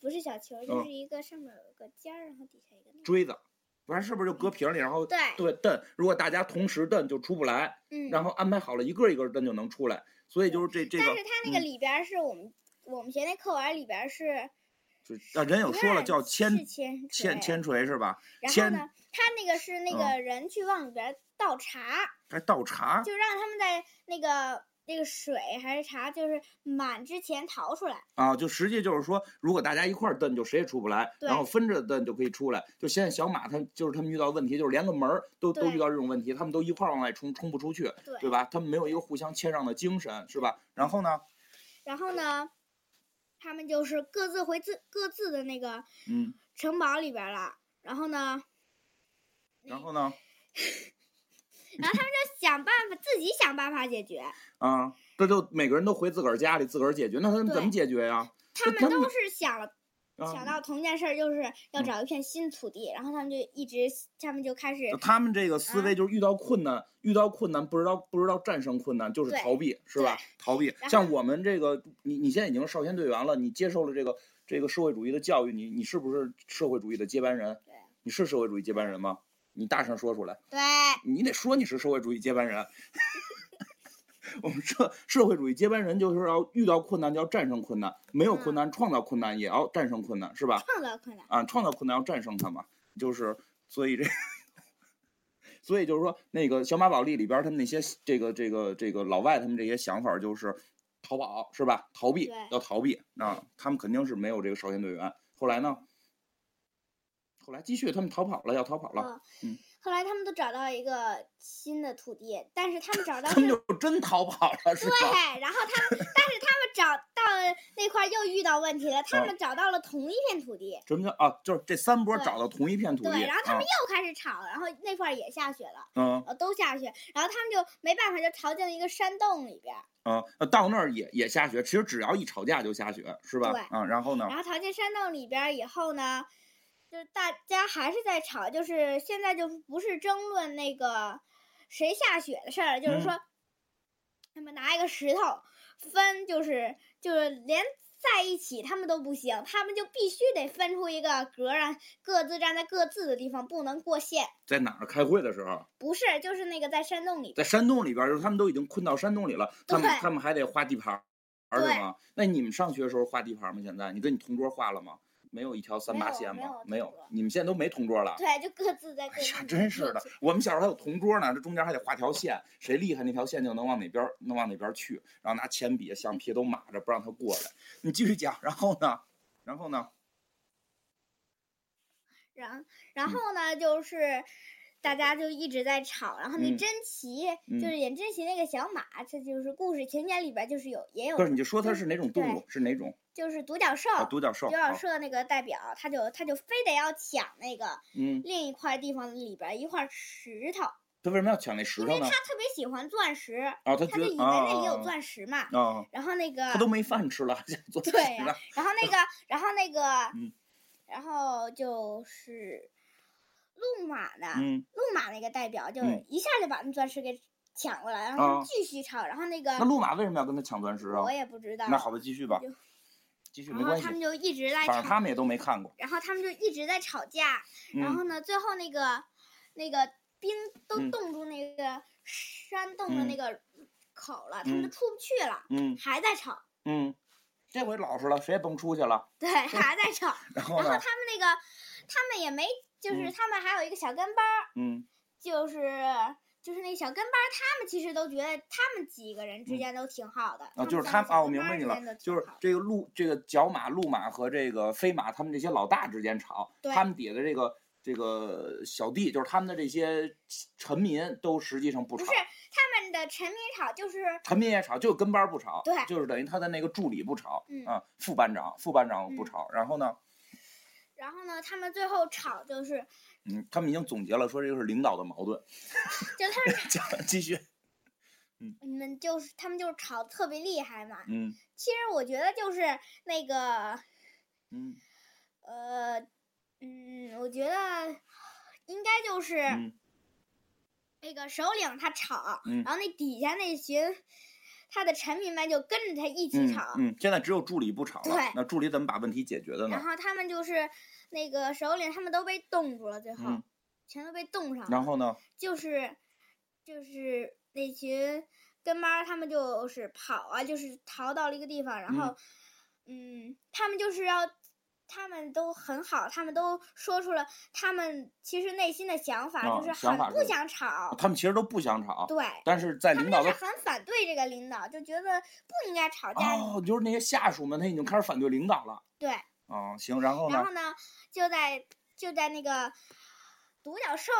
[SPEAKER 2] 不是小球，就
[SPEAKER 1] 嗯
[SPEAKER 2] 是一个上面有个尖儿，然后底下一个那个。
[SPEAKER 1] 锥子，完是不是就搁瓶儿里，然后
[SPEAKER 2] 对
[SPEAKER 1] 对蹬？如果大家同时蹬就出不来，
[SPEAKER 2] 嗯，
[SPEAKER 1] 然后安排好了一个一个蹬就能出来，所以就是这这个
[SPEAKER 2] 但是它那个
[SPEAKER 1] 嗯
[SPEAKER 2] 里边儿是我们我们学那课文儿里边儿是
[SPEAKER 1] 就是啊，人有
[SPEAKER 2] 不
[SPEAKER 1] 说了
[SPEAKER 2] 是
[SPEAKER 1] 叫
[SPEAKER 2] 是
[SPEAKER 1] 铅
[SPEAKER 2] 铅
[SPEAKER 1] 铅
[SPEAKER 2] 锤
[SPEAKER 1] 铅锤是吧？
[SPEAKER 2] 然后
[SPEAKER 1] 先
[SPEAKER 2] 呢，他那个是那
[SPEAKER 1] 嗯
[SPEAKER 2] 个人去往里边儿倒茶，
[SPEAKER 1] 还倒茶
[SPEAKER 2] 就让他们在那个那个水还是茶，就是满之前逃出来。
[SPEAKER 1] 啊，就实际就是说，如果大家一块儿蹬，就谁也出不来，然
[SPEAKER 2] 对
[SPEAKER 1] 后分着蹬就可以出来。就现在小马他就是他们遇到问题，就是连个门儿都都遇
[SPEAKER 2] 对
[SPEAKER 1] 到这种问题，他们都一块儿往外冲，冲不出去，
[SPEAKER 2] 对，
[SPEAKER 1] 对吧？他们没有一个互相谦让的精神，是吧？然后呢，
[SPEAKER 2] 然后呢，他们就是各自回自各自的那个
[SPEAKER 1] 嗯，
[SPEAKER 2] 城堡里边儿了。然后呢，
[SPEAKER 1] 然后呢？
[SPEAKER 2] 然后他们就想办法自己想办法解决。
[SPEAKER 1] 啊，这就每个人都回自个儿家里自个儿解决，那他们怎么
[SPEAKER 2] 对
[SPEAKER 1] 解决呀？
[SPEAKER 2] 他
[SPEAKER 1] 那
[SPEAKER 2] 们
[SPEAKER 1] 他们
[SPEAKER 2] 都是想了
[SPEAKER 1] 啊
[SPEAKER 2] 想到同一件事儿，就是要
[SPEAKER 1] 嗯
[SPEAKER 2] 找一片新土地，然后他们就一直，他们就开始
[SPEAKER 1] 就他们这个思
[SPEAKER 2] 啊
[SPEAKER 1] 维就是遇到困难，遇到困难不知道不知道战胜困难，就是
[SPEAKER 2] 对
[SPEAKER 1] 逃避，是吧？逃避。
[SPEAKER 2] 然
[SPEAKER 1] 像我们这个，你你现在已经少先队员了，你接受了这个这个社会主义的教育，你你是不是社会主义的接班人
[SPEAKER 2] 对？
[SPEAKER 1] 你是社会主义接班人吗？你大声说出来，
[SPEAKER 2] 对
[SPEAKER 1] 你得说你是社会主义接班人。 *laughs* 我们社社会主义接班人就是要遇到困难就要战胜困难，没有困
[SPEAKER 2] 嗯
[SPEAKER 1] 难创造困难也要战胜困难，是吧？
[SPEAKER 2] 创造困难。
[SPEAKER 1] 啊，创造困难要战胜它嘛，就是所以这， *laughs* 所以就是说那个《小马宝莉》里边儿他们那些这个这个这个老外他们这些想法儿就是逃跑是吧？逃避
[SPEAKER 2] 对
[SPEAKER 1] 要逃避啊，他们肯定是没有这个少先队员。后来呢？后来继续他们逃跑了，要逃跑了，
[SPEAKER 2] 嗯
[SPEAKER 1] 嗯
[SPEAKER 2] 后来他们都找到一个新的土地，但是他们找到
[SPEAKER 1] 他们
[SPEAKER 2] 是
[SPEAKER 1] 就真逃跑了是吧？
[SPEAKER 2] 对，然后他们，但是他们找到了那块儿又遇到问题了，他
[SPEAKER 1] 啊
[SPEAKER 2] 们找到了同一片土地，
[SPEAKER 1] 什么叫啊？就是这三波
[SPEAKER 2] 对
[SPEAKER 1] 找到同一片土地，
[SPEAKER 2] 对，然后他
[SPEAKER 1] 啊
[SPEAKER 2] 们又开始吵，然后那块儿也下雪了，
[SPEAKER 1] 嗯
[SPEAKER 2] 呃，都下雪，然后他们就没办法，就逃进了一个山洞里边儿，
[SPEAKER 1] 嗯，呃到那儿也也下雪，其实只要一吵架就下雪是吧
[SPEAKER 2] 对？
[SPEAKER 1] 啊，然后呢？
[SPEAKER 2] 然后逃进山洞里边儿以后呢，就是大家还是在吵，就是现在就不是争论那个谁下雪的事儿了，就是
[SPEAKER 1] 嗯
[SPEAKER 2] 说，他们拿一个石头分，就是就是连在一起他们都不行，他们就必须得分出一个格儿，让各自站在各自的地方，不能过线。
[SPEAKER 1] 在哪儿开会的时候？
[SPEAKER 2] 不是，就是那个在山洞里边
[SPEAKER 1] 在山洞里边儿，就是他们都已经困到山洞里了，他们
[SPEAKER 2] 对
[SPEAKER 1] 他们还得画地盘儿，是
[SPEAKER 2] 对
[SPEAKER 1] 吗？那你们上学的时候画地盘儿吗？现在你跟你同桌画了吗？没有一条三
[SPEAKER 2] 没
[SPEAKER 1] 八
[SPEAKER 2] 有
[SPEAKER 1] 线
[SPEAKER 2] 没
[SPEAKER 1] 吗
[SPEAKER 2] 有？
[SPEAKER 1] 没有
[SPEAKER 2] 同桌，
[SPEAKER 1] 你们现在都没同桌了。
[SPEAKER 2] 对，就各自在各
[SPEAKER 1] 哎
[SPEAKER 2] 自
[SPEAKER 1] 呀，
[SPEAKER 2] 的
[SPEAKER 1] 真是
[SPEAKER 2] 位
[SPEAKER 1] 的
[SPEAKER 2] 置，
[SPEAKER 1] 我们小时候还有同桌呢，这中间还得画条线，谁厉害那条线就能往哪边儿能往哪边儿去，然后拿铅笔、橡皮都码着，不让他过来。你继续讲，然后呢？然后呢？
[SPEAKER 2] 然然
[SPEAKER 1] 嗯
[SPEAKER 2] 后呢，就是大家就一直在吵，然后那
[SPEAKER 1] 嗯
[SPEAKER 2] 珍奇、
[SPEAKER 1] 嗯
[SPEAKER 2] 就是演珍奇那个小马，它就是故事情节里边就是有也有
[SPEAKER 1] 不，是，你就说它
[SPEAKER 2] 嗯
[SPEAKER 1] 是哪种动物，是哪种
[SPEAKER 2] 就是独角兽，
[SPEAKER 1] 啊？独角兽。
[SPEAKER 2] 独角
[SPEAKER 1] 好
[SPEAKER 2] 兽那个代表，他就他就非得要抢那个
[SPEAKER 1] 嗯，
[SPEAKER 2] 另一块地方里边一块石头，
[SPEAKER 1] 它为什么要抢那石
[SPEAKER 2] 因为
[SPEAKER 1] 头
[SPEAKER 2] 他
[SPEAKER 1] 呢？
[SPEAKER 2] 特别喜欢钻石，
[SPEAKER 1] 啊，它
[SPEAKER 2] 他
[SPEAKER 1] 觉
[SPEAKER 2] 就
[SPEAKER 1] 得
[SPEAKER 2] 以为
[SPEAKER 1] 啊
[SPEAKER 2] 那里有
[SPEAKER 1] 啊
[SPEAKER 2] 钻石嘛，
[SPEAKER 1] 啊啊
[SPEAKER 2] 然后那个
[SPEAKER 1] 他都没饭吃了， *laughs* 还想做
[SPEAKER 2] 对呀
[SPEAKER 1] 了。
[SPEAKER 2] 然后
[SPEAKER 1] *laughs*
[SPEAKER 2] 那个，然后那个，
[SPEAKER 1] 嗯
[SPEAKER 2] 然后就是路马呢，
[SPEAKER 1] 嗯，
[SPEAKER 2] 路马那个代表就
[SPEAKER 1] 嗯
[SPEAKER 2] 一下就把那钻石给抢过来，然后他
[SPEAKER 1] 啊
[SPEAKER 2] 们继续吵，然后那个
[SPEAKER 1] 那路马为什么要跟他抢钻石啊
[SPEAKER 2] 我？也不知道，
[SPEAKER 1] 那好吧，继续吧
[SPEAKER 2] 就，
[SPEAKER 1] 继续
[SPEAKER 2] 然
[SPEAKER 1] 没
[SPEAKER 2] 后
[SPEAKER 1] 关
[SPEAKER 2] 他
[SPEAKER 1] 系，
[SPEAKER 2] 们就一直在
[SPEAKER 1] 反正
[SPEAKER 2] 吵，
[SPEAKER 1] 他们也都没看过。
[SPEAKER 2] 然后他们就一直在吵架，然
[SPEAKER 1] 嗯
[SPEAKER 2] 后呢，最后那个那个冰都
[SPEAKER 1] 嗯
[SPEAKER 2] 冻住那个山洞的
[SPEAKER 1] 嗯
[SPEAKER 2] 那个口了，他们就
[SPEAKER 1] 嗯
[SPEAKER 2] 出不去了，
[SPEAKER 1] 嗯
[SPEAKER 2] 还在吵，
[SPEAKER 1] 嗯，这回老实了，谁也甭出去了。
[SPEAKER 2] 对，还在吵，
[SPEAKER 1] 然
[SPEAKER 2] 然
[SPEAKER 1] 后
[SPEAKER 2] 后他
[SPEAKER 1] 呢
[SPEAKER 2] 们，那个他们也没，就是
[SPEAKER 1] 嗯
[SPEAKER 2] 他们还有一个小跟班儿。
[SPEAKER 1] 嗯
[SPEAKER 2] 就是就是那小跟班儿，他们其实都觉得他们几个人之
[SPEAKER 1] 嗯
[SPEAKER 2] 间都挺好的。
[SPEAKER 1] 啊，
[SPEAKER 2] 们
[SPEAKER 1] 就是
[SPEAKER 2] 三
[SPEAKER 1] 他
[SPEAKER 2] 个
[SPEAKER 1] 啊，
[SPEAKER 2] 小
[SPEAKER 1] 我
[SPEAKER 2] 跟
[SPEAKER 1] 明
[SPEAKER 2] 班儿
[SPEAKER 1] 白你
[SPEAKER 2] 之
[SPEAKER 1] 了
[SPEAKER 2] 间都，挺
[SPEAKER 1] 就是
[SPEAKER 2] 好的
[SPEAKER 1] 这个路这个角马、路马和这个飞马，他们这些老大之间吵，
[SPEAKER 2] 对
[SPEAKER 1] 他们底下的这个这个小弟，就是他们的这些臣民，都实际上不
[SPEAKER 2] 不
[SPEAKER 1] 吵
[SPEAKER 2] 是，他们的臣民吵，就是
[SPEAKER 1] 臣民也吵，就跟班儿不吵，
[SPEAKER 2] 对
[SPEAKER 1] 就是等于他的那个助理不吵，
[SPEAKER 2] 嗯
[SPEAKER 1] 啊，副班长副班长不
[SPEAKER 2] 嗯
[SPEAKER 1] 吵，然后呢，
[SPEAKER 2] 然后呢，他们最后吵就是
[SPEAKER 1] 嗯，他们已经总结了，说这个是领导的矛盾。
[SPEAKER 2] 就他们
[SPEAKER 1] 讲继
[SPEAKER 2] *laughs*
[SPEAKER 1] 续，
[SPEAKER 2] 你们就是他们就是吵得特别厉害嘛。
[SPEAKER 1] 嗯
[SPEAKER 2] 其实我觉得就是那个
[SPEAKER 1] 嗯
[SPEAKER 2] 呃嗯，我觉得应该就是啊
[SPEAKER 1] 嗯
[SPEAKER 2] 那个首领他吵，
[SPEAKER 1] 嗯
[SPEAKER 2] 然后那底下那群他的臣民们就跟着他一起
[SPEAKER 1] 嗯
[SPEAKER 2] 吵。
[SPEAKER 1] 嗯，现在只有助理不吵了
[SPEAKER 2] 对，
[SPEAKER 1] 那助理怎么把问题解决的呢
[SPEAKER 2] 然？后他们就是那个首领，他们都被冻住了，最后、
[SPEAKER 1] 嗯
[SPEAKER 2] 全都被冻上了。
[SPEAKER 1] 然后呢？
[SPEAKER 2] 就是就是那群跟班儿，他们就是跑啊，就是逃到了一个地方，然
[SPEAKER 1] 嗯
[SPEAKER 2] 后嗯他们就是要。他们都很好，他们都说出了他们其实内心的想法，
[SPEAKER 1] 啊
[SPEAKER 2] 就是
[SPEAKER 1] 想
[SPEAKER 2] 很
[SPEAKER 1] 法
[SPEAKER 2] 不
[SPEAKER 1] 是啊
[SPEAKER 2] 想吵。
[SPEAKER 1] 他们其实都不想吵，
[SPEAKER 2] 哦对，
[SPEAKER 1] 但是在
[SPEAKER 2] 他
[SPEAKER 1] 领
[SPEAKER 2] 们
[SPEAKER 1] 导
[SPEAKER 2] 就是
[SPEAKER 1] 的
[SPEAKER 2] 很反对这个领导，就觉得不应该吵架。
[SPEAKER 1] 哦，就是那些下属们，他已经开始反对领导了。
[SPEAKER 2] 对，
[SPEAKER 1] 哦，行，然后
[SPEAKER 2] 然
[SPEAKER 1] 呢
[SPEAKER 2] 后？呢，就在就在那个独角兽，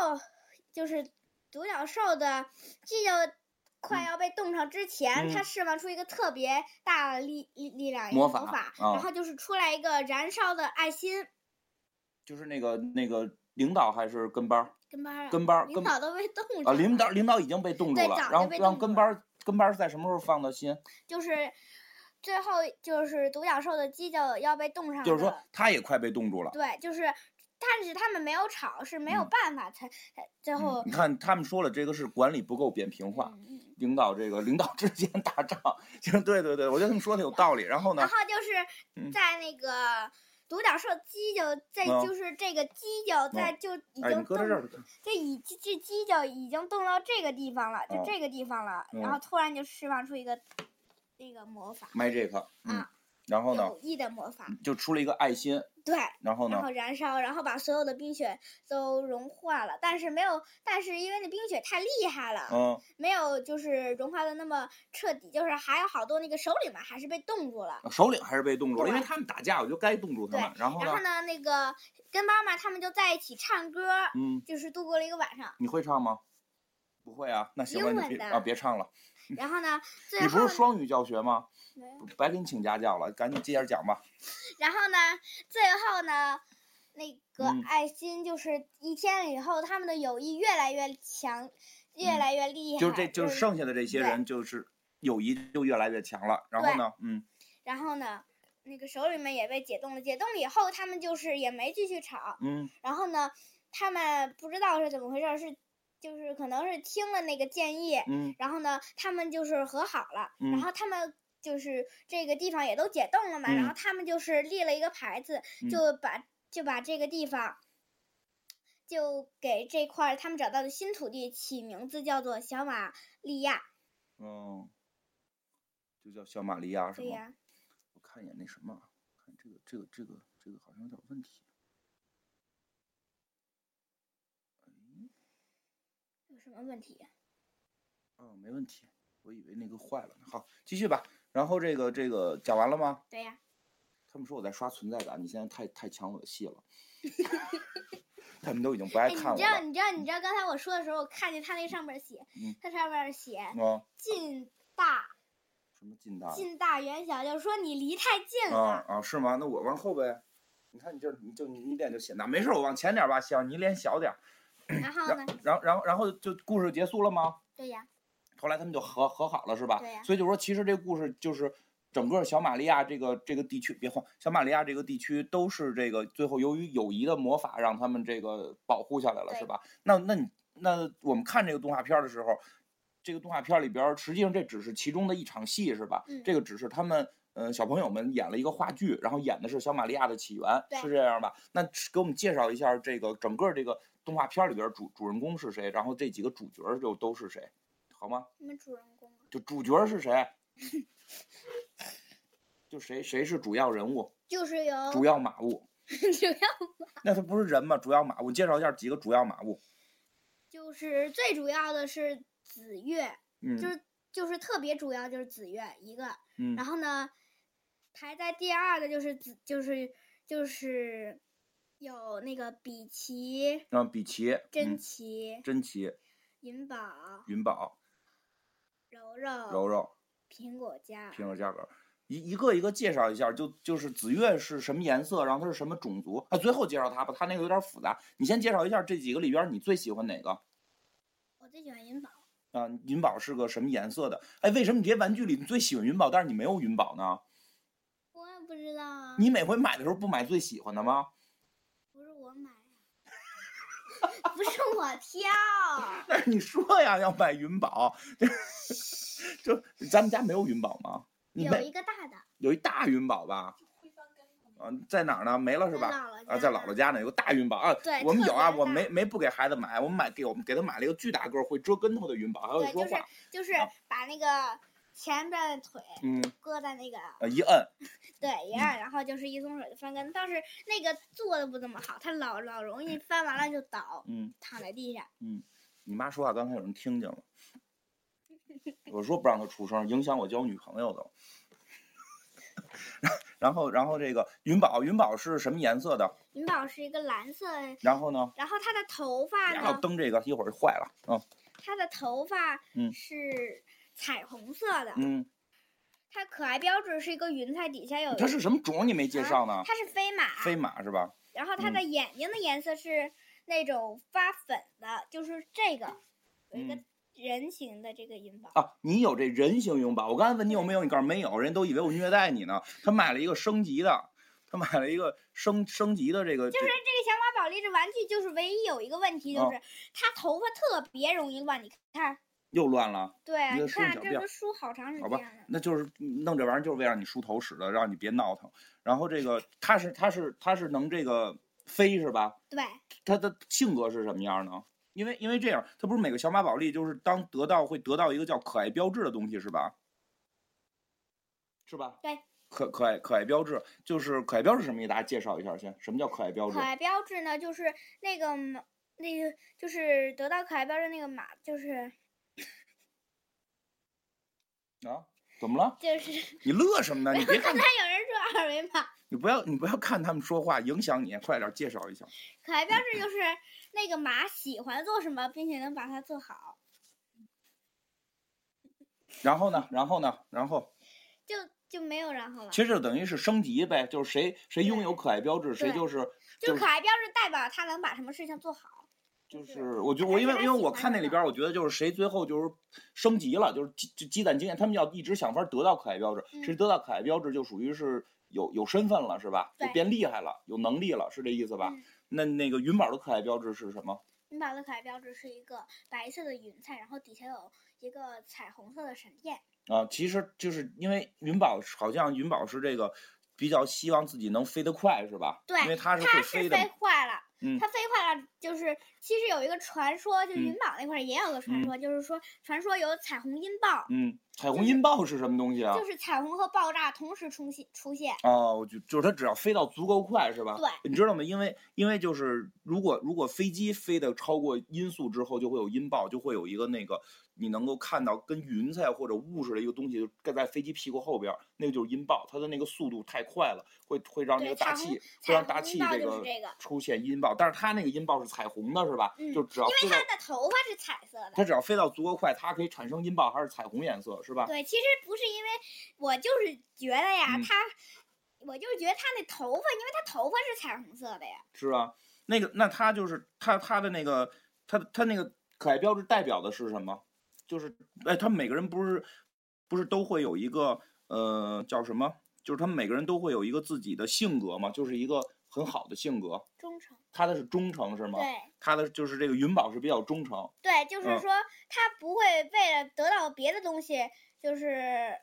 [SPEAKER 2] 就是独角兽的这就快要被冻上之前，
[SPEAKER 1] 嗯
[SPEAKER 2] 他释放出一个特别大的力力力量，一个
[SPEAKER 1] 魔
[SPEAKER 2] 法，
[SPEAKER 1] 法
[SPEAKER 2] 然
[SPEAKER 1] 啊
[SPEAKER 2] 后就是出来一个燃烧的爱心
[SPEAKER 1] 就是那个那个领导还是跟班儿
[SPEAKER 2] 跟班儿啊，
[SPEAKER 1] 跟班儿
[SPEAKER 2] 领
[SPEAKER 1] 跟
[SPEAKER 2] 导都被冻住
[SPEAKER 1] 啊，
[SPEAKER 2] 了，
[SPEAKER 1] 领导领导已经被冻住
[SPEAKER 2] 对
[SPEAKER 1] 了
[SPEAKER 2] 早就，
[SPEAKER 1] 然后
[SPEAKER 2] 被
[SPEAKER 1] 让
[SPEAKER 2] 冻
[SPEAKER 1] 跟
[SPEAKER 2] 住
[SPEAKER 1] 班儿跟班儿在什么时候放的心？
[SPEAKER 2] 就是最后就是独角兽的犄角要被冻上的，
[SPEAKER 1] 就是说他也快被冻住了。
[SPEAKER 2] 对，就是但是他们没有吵，是没有
[SPEAKER 1] 嗯
[SPEAKER 2] 办法才、才最
[SPEAKER 1] 嗯、
[SPEAKER 2] 后
[SPEAKER 1] 你看他们说了，这个是管理不够扁平化，
[SPEAKER 2] 嗯嗯
[SPEAKER 1] 领导这个领导之间打仗，就是对对对，我觉得他们说的有道理。然后
[SPEAKER 2] 然
[SPEAKER 1] 呢，
[SPEAKER 2] 后就是
[SPEAKER 1] 嗯
[SPEAKER 2] 在那个独角兽犄角，在
[SPEAKER 1] 嗯
[SPEAKER 2] 就是这个犄角在就已
[SPEAKER 1] 哎，你
[SPEAKER 2] 经
[SPEAKER 1] 搁在
[SPEAKER 2] 冻
[SPEAKER 1] 这儿，
[SPEAKER 2] 这已这这犄角已经冻到这个地方了，就
[SPEAKER 1] 哦
[SPEAKER 2] 这个地方了，然
[SPEAKER 1] 嗯
[SPEAKER 2] 后突然就释放出一个那个魔法，
[SPEAKER 1] 麦这
[SPEAKER 2] 啊
[SPEAKER 1] 个，嗯，然后呢
[SPEAKER 2] 有益的魔法，
[SPEAKER 1] 就出了一个爱心，
[SPEAKER 2] 对，
[SPEAKER 1] 然后
[SPEAKER 2] 然
[SPEAKER 1] 呢
[SPEAKER 2] 后燃烧，然后把所有的冰雪都融化了，但是没有，但是因为那冰雪太厉害了，
[SPEAKER 1] 嗯，
[SPEAKER 2] 没有就是融化的那么彻底，就是还有好多那个首领们还是被冻住了。
[SPEAKER 1] 嗯首领还是被冻住了，因为
[SPEAKER 2] 对
[SPEAKER 1] 他们打架，我就该冻住他
[SPEAKER 2] 对
[SPEAKER 1] 们。然后
[SPEAKER 2] 然
[SPEAKER 1] 呢
[SPEAKER 2] 后，呢，那个跟妈妈他们就在一起唱歌，
[SPEAKER 1] 嗯，
[SPEAKER 2] 就是度过了一个晚上。
[SPEAKER 1] 你会唱吗？不会啊，那行了，
[SPEAKER 2] 英
[SPEAKER 1] 你
[SPEAKER 2] 文
[SPEAKER 1] 别
[SPEAKER 2] 的
[SPEAKER 1] 啊，别唱了。
[SPEAKER 2] 然后呢，最
[SPEAKER 1] 你
[SPEAKER 2] 后
[SPEAKER 1] 不
[SPEAKER 2] 呢
[SPEAKER 1] 是双语教学吗？
[SPEAKER 2] 没有
[SPEAKER 1] 白给你请家教了，赶紧接着讲吧。
[SPEAKER 2] 然后呢，最后呢，那个
[SPEAKER 1] 嗯
[SPEAKER 2] 爱心就是一天以后，他们的友谊越来越强，越
[SPEAKER 1] 嗯
[SPEAKER 2] 来越厉害。
[SPEAKER 1] 就是这，就是是剩下的这些
[SPEAKER 2] 对
[SPEAKER 1] 人，就是友谊就越来越强了。然后
[SPEAKER 2] 对
[SPEAKER 1] 呢，嗯，
[SPEAKER 2] 然后呢，那个首领们也被解冻了。解冻了以后，他们就是也没继续吵。
[SPEAKER 1] 嗯，
[SPEAKER 2] 然后呢，他们不知道是怎么回事儿，是就是可能是听了那个建议，
[SPEAKER 1] 嗯，
[SPEAKER 2] 然后呢，他们就是和好了。然
[SPEAKER 1] 嗯
[SPEAKER 2] 后他们就是这个地方也都解冻了嘛，然
[SPEAKER 1] 嗯
[SPEAKER 2] 后他们就是立了一个牌子，
[SPEAKER 1] 嗯
[SPEAKER 2] 就把就把这个地方。就给这块儿他们找到的新土地起名字叫做小玛利亚，
[SPEAKER 1] 哦，就叫小玛利亚是
[SPEAKER 2] 对
[SPEAKER 1] 吗？
[SPEAKER 2] 呀、
[SPEAKER 1] 我看一眼那什么啊，看这个这个这个这个好像有点问题。
[SPEAKER 2] 有什么问题？
[SPEAKER 1] 哦，没问题，我以为那个坏了呢。好，继续吧。然后这个这个讲完了吗？
[SPEAKER 2] 对呀、
[SPEAKER 1] 他们说我在刷存在感，你现在太太抢我的戏了。 *laughs* 他们都已经不爱
[SPEAKER 2] 哎，你
[SPEAKER 1] 看我
[SPEAKER 2] 知道，
[SPEAKER 1] 了。
[SPEAKER 2] 你知道，你知道，刚才我说的时候，我看见他那上面写，
[SPEAKER 1] 嗯
[SPEAKER 2] 他上面写
[SPEAKER 1] 啊，
[SPEAKER 2] 近大
[SPEAKER 1] 什么近大了？
[SPEAKER 2] 近大远小，就是说你离太
[SPEAKER 1] 啊
[SPEAKER 2] 近了。
[SPEAKER 1] 啊，是吗？那我往后呗。你看你这你就你你脸就显大，没事儿，我往前点儿吧，行，你脸小点儿。
[SPEAKER 2] 然后呢
[SPEAKER 1] 然？然后然后然后就故事结束了吗？
[SPEAKER 2] 对呀，
[SPEAKER 1] 后来他们就和和好了，是吧？
[SPEAKER 2] 对呀
[SPEAKER 1] 所以就说，其实这故事就是整个小玛利亚这个这个地区，别慌，小玛利亚这个地区都是这个最后由于友谊的魔法让他们这个保护下来了，
[SPEAKER 2] 对
[SPEAKER 1] 是吧？那那你那我们看这个动画片儿的时候，这个动画片儿里边儿实际上这只是其中的一场戏，是吧？
[SPEAKER 2] 嗯
[SPEAKER 1] 这个只是他们。嗯，小朋友们演了一个话剧，然后演的是小玛利亚的起源，
[SPEAKER 2] 对
[SPEAKER 1] 是这样吧？那给我们介绍一下这个整个这个动画片儿里边儿主主人公是谁，然后这几个主角儿又都是谁，好吗？
[SPEAKER 2] 你们主人公啊，
[SPEAKER 1] 就主角是谁？就谁谁是主要人物、
[SPEAKER 2] 就是有
[SPEAKER 1] 主要马物？
[SPEAKER 2] *laughs* 主要
[SPEAKER 1] 那他不是人吗？主要马物，介绍一下几个主要马物。
[SPEAKER 2] 就是最主要的是紫月，
[SPEAKER 1] 嗯
[SPEAKER 2] 就是就是特别主要就是紫月一个，
[SPEAKER 1] 嗯
[SPEAKER 2] 然后呢，排在第二的就是紫就是就是有那个比奇、
[SPEAKER 1] 嗯，比奇、
[SPEAKER 2] 珍
[SPEAKER 1] 嗯
[SPEAKER 2] 奇、
[SPEAKER 1] 珍奇、
[SPEAKER 2] 银宝、
[SPEAKER 1] 云宝、
[SPEAKER 2] 柔柔、
[SPEAKER 1] 柔柔、
[SPEAKER 2] 苹果家，
[SPEAKER 1] 平手价格，一一个一个介绍一下。就就是紫月是什么颜色，然后它是什么种族啊？最后介绍它吧，它那个有点复杂。你先介绍一下这几个里边你最喜欢哪个？
[SPEAKER 2] 我最喜欢银宝，
[SPEAKER 1] 啊，云宝是个什么颜色的？哎，为什么你这些玩具里你最喜欢云宝，但是你没有云宝呢？
[SPEAKER 2] 我也不知道啊，
[SPEAKER 1] 你每回买的时候不买最喜欢的吗？
[SPEAKER 2] 不是我买啊 *laughs* 不是我挑，
[SPEAKER 1] 但是你说呀，要买云宝， *laughs* 就咱们家没有云宝吗？ *laughs* 你
[SPEAKER 2] 有
[SPEAKER 1] 没
[SPEAKER 2] 一个大的，
[SPEAKER 1] 有一大云宝吧？啊，在哪儿呢？没了是
[SPEAKER 2] 在
[SPEAKER 1] 吧？
[SPEAKER 2] 姥姥
[SPEAKER 1] 啊，
[SPEAKER 2] 家
[SPEAKER 1] 在姥姥家呢，有个大云宝啊。
[SPEAKER 2] 对
[SPEAKER 1] 我们
[SPEAKER 2] 特
[SPEAKER 1] 有啊，
[SPEAKER 2] 别
[SPEAKER 1] 我们
[SPEAKER 2] 大
[SPEAKER 1] 没没不给孩子买，我们买给我们给他买了一个巨大个儿会折跟头的云宝，还会
[SPEAKER 2] 对，
[SPEAKER 1] 说
[SPEAKER 2] 就
[SPEAKER 1] 话
[SPEAKER 2] 是。就是
[SPEAKER 1] 啊
[SPEAKER 2] 把那个前边的腿
[SPEAKER 1] 嗯，
[SPEAKER 2] 搁在那个
[SPEAKER 1] 啊，一摁，
[SPEAKER 2] 对一
[SPEAKER 1] 嗯
[SPEAKER 2] 样，然后就是一松手就翻跟头，但是那个做的不怎么好，它老老容易翻完了就倒，
[SPEAKER 1] 嗯，
[SPEAKER 2] 躺在地上。
[SPEAKER 1] 你妈说话刚才有人听
[SPEAKER 2] *laughs*
[SPEAKER 1] 见了，我说不让她出声，影响我交女朋友都。 *laughs* 然后，然后这个云宝，云宝是什么颜色的？
[SPEAKER 2] 银宝是一个蓝色，
[SPEAKER 1] 然后呢？
[SPEAKER 2] 然后它的头发
[SPEAKER 1] 然后
[SPEAKER 2] 呢，
[SPEAKER 1] 灯这个一会儿就坏了，嗯。
[SPEAKER 2] 它的头发
[SPEAKER 1] 嗯
[SPEAKER 2] 是彩虹色的，
[SPEAKER 1] 嗯，
[SPEAKER 2] 它可爱标志是一个云彩底下有一
[SPEAKER 1] 它是什么种？你没介绍
[SPEAKER 2] 啊
[SPEAKER 1] 呢？
[SPEAKER 2] 呃它是飞马，
[SPEAKER 1] 飞嗯马是吧？
[SPEAKER 2] 然后它的眼睛的颜色是那种发粉的，就是这个有一个
[SPEAKER 1] 嗯
[SPEAKER 2] 人形的这个银宝，
[SPEAKER 1] 啊，你有这人形拥抱？我刚才问你有没有，你告诉没有，人都以为我虐待你呢。他买了一个升级的，他买了一个升升级的这个，
[SPEAKER 2] 就是这个小马宝莉这玩具，就是唯一有一个问题，就
[SPEAKER 1] 哦
[SPEAKER 2] 是它头发特别容易乱。你看，
[SPEAKER 1] 又乱了。
[SPEAKER 2] 对啊，
[SPEAKER 1] 你再
[SPEAKER 2] 你
[SPEAKER 1] 梳一
[SPEAKER 2] 看
[SPEAKER 1] 小
[SPEAKER 2] 这
[SPEAKER 1] 辫儿
[SPEAKER 2] 都梳好长时
[SPEAKER 1] 好
[SPEAKER 2] 间
[SPEAKER 1] 吧
[SPEAKER 2] 了。
[SPEAKER 1] 那就是弄这玩意儿就是为了让你梳头使的，让你别闹腾。然后这个它是它是它是能这个飞是吧？
[SPEAKER 2] 对，
[SPEAKER 1] 它的性格是什么样呢？因为因为这样，它不是每个小马宝莉就是当得到会得到一个叫可爱标志的东西是吧？是吧？
[SPEAKER 2] 对。
[SPEAKER 1] 可可爱可爱标志就是可爱标志是什么意思？给大家介绍一下先，什么叫可爱标志
[SPEAKER 2] 可？爱标志呢，就是那个马，那个就是得到可爱标志那个马，就是
[SPEAKER 1] 啊？怎么了？
[SPEAKER 2] 就是， *laughs*
[SPEAKER 1] 你乐什么呢？你别看
[SPEAKER 2] 刚才有人说二维码，
[SPEAKER 1] 你不要你不要看他们说话影响你，快点介绍一下。
[SPEAKER 2] 可爱标志就是那个马喜欢做什么，并且能把它做好。
[SPEAKER 1] 然后呢？然后呢？然后。
[SPEAKER 2] 就就没有然后了，
[SPEAKER 1] 其实就等于是升级呗，就是谁谁拥有
[SPEAKER 2] 对
[SPEAKER 1] 可爱标志，谁
[SPEAKER 2] 对
[SPEAKER 1] 就是
[SPEAKER 2] 就
[SPEAKER 1] 就是
[SPEAKER 2] 可爱标志代表它能把什么事情做好。
[SPEAKER 1] 就
[SPEAKER 2] 就是
[SPEAKER 1] 是，我觉得
[SPEAKER 2] 还
[SPEAKER 1] 我
[SPEAKER 2] 是
[SPEAKER 1] 因为
[SPEAKER 2] 他
[SPEAKER 1] 因为
[SPEAKER 2] 喜
[SPEAKER 1] 我
[SPEAKER 2] 欢
[SPEAKER 1] 看
[SPEAKER 2] 的
[SPEAKER 1] 那里
[SPEAKER 2] 嘛
[SPEAKER 1] 边儿，我觉得就是谁最后就是升级了，就是积积积攒经验，他们要一直想法得到可爱标志，谁
[SPEAKER 2] 嗯
[SPEAKER 1] 得到可爱标志就属于是有有身份了，是吧？就
[SPEAKER 2] 对
[SPEAKER 1] 变厉害了，有能力了，是这意思吧？
[SPEAKER 2] 嗯
[SPEAKER 1] 那那个云宝的可爱标志是什么？
[SPEAKER 2] 云宝的可爱标志是一个白色的云彩，然后底下有一个彩虹色的闪电。
[SPEAKER 1] 啊，其实就是因为云宝是好像云宝是这个比较希望自己能飞得快，是吧？
[SPEAKER 2] 对，
[SPEAKER 1] 因为它是
[SPEAKER 2] 它
[SPEAKER 1] 会
[SPEAKER 2] 是
[SPEAKER 1] 飞
[SPEAKER 2] 飞
[SPEAKER 1] 的嘛。
[SPEAKER 2] 快了，
[SPEAKER 1] 嗯
[SPEAKER 2] 它飞快了，就是其实有一个传说，就
[SPEAKER 1] 嗯
[SPEAKER 2] 云宝那块儿也有个传说，就是说传说有彩虹音爆，
[SPEAKER 1] 嗯，彩
[SPEAKER 2] 就
[SPEAKER 1] 虹
[SPEAKER 2] 是
[SPEAKER 1] 音爆是什么东西啊？
[SPEAKER 2] 就是彩虹和爆炸同时出现出现。
[SPEAKER 1] 哦，就就是它只要飞到足够快，是吧？
[SPEAKER 2] 对，
[SPEAKER 1] 你知道吗？因为因为就是如果如果飞机飞得超过音速之后，就会有音爆，就会有一个那个你能够看到跟云彩或者雾似的一个东西就盖在飞机屁股后边儿，那个就是音爆，它的那个速度太快了，会会让这
[SPEAKER 2] 对
[SPEAKER 1] 个大
[SPEAKER 2] 彩虹
[SPEAKER 1] 气会
[SPEAKER 2] 彩
[SPEAKER 1] 让大
[SPEAKER 2] 虹
[SPEAKER 1] 气
[SPEAKER 2] 音爆
[SPEAKER 1] 这
[SPEAKER 2] 就是
[SPEAKER 1] 个
[SPEAKER 2] 这个
[SPEAKER 1] 出现音爆，但是它那个音爆是彩虹的，是吧？
[SPEAKER 2] 嗯
[SPEAKER 1] 就只要
[SPEAKER 2] 因
[SPEAKER 1] 飞
[SPEAKER 2] 为
[SPEAKER 1] 到
[SPEAKER 2] 它的头发是彩色的。
[SPEAKER 1] 它只要飞到足够快，它可以产生音爆还是彩虹颜色，是吧？
[SPEAKER 2] 对，其实不是因为我就是觉得呀，
[SPEAKER 1] 嗯
[SPEAKER 2] 它，我就是觉得它那头发，因为它头发是彩虹色的呀。
[SPEAKER 1] 是吧？那个，那他就是他他的那个他他那个可爱标志代表的是什么？就是哎，他们每个人不是不是都会有一个呃叫什么？就是他们每个人都会有一个自己的性格嘛，就是一个很好的性格。
[SPEAKER 2] 忠诚。
[SPEAKER 1] 他的是忠诚是吗？
[SPEAKER 2] 对
[SPEAKER 1] 他的就是这个云宝是比较忠诚，
[SPEAKER 2] 对，就是
[SPEAKER 1] 嗯
[SPEAKER 2] 说它不会为了得到别的东西，就是，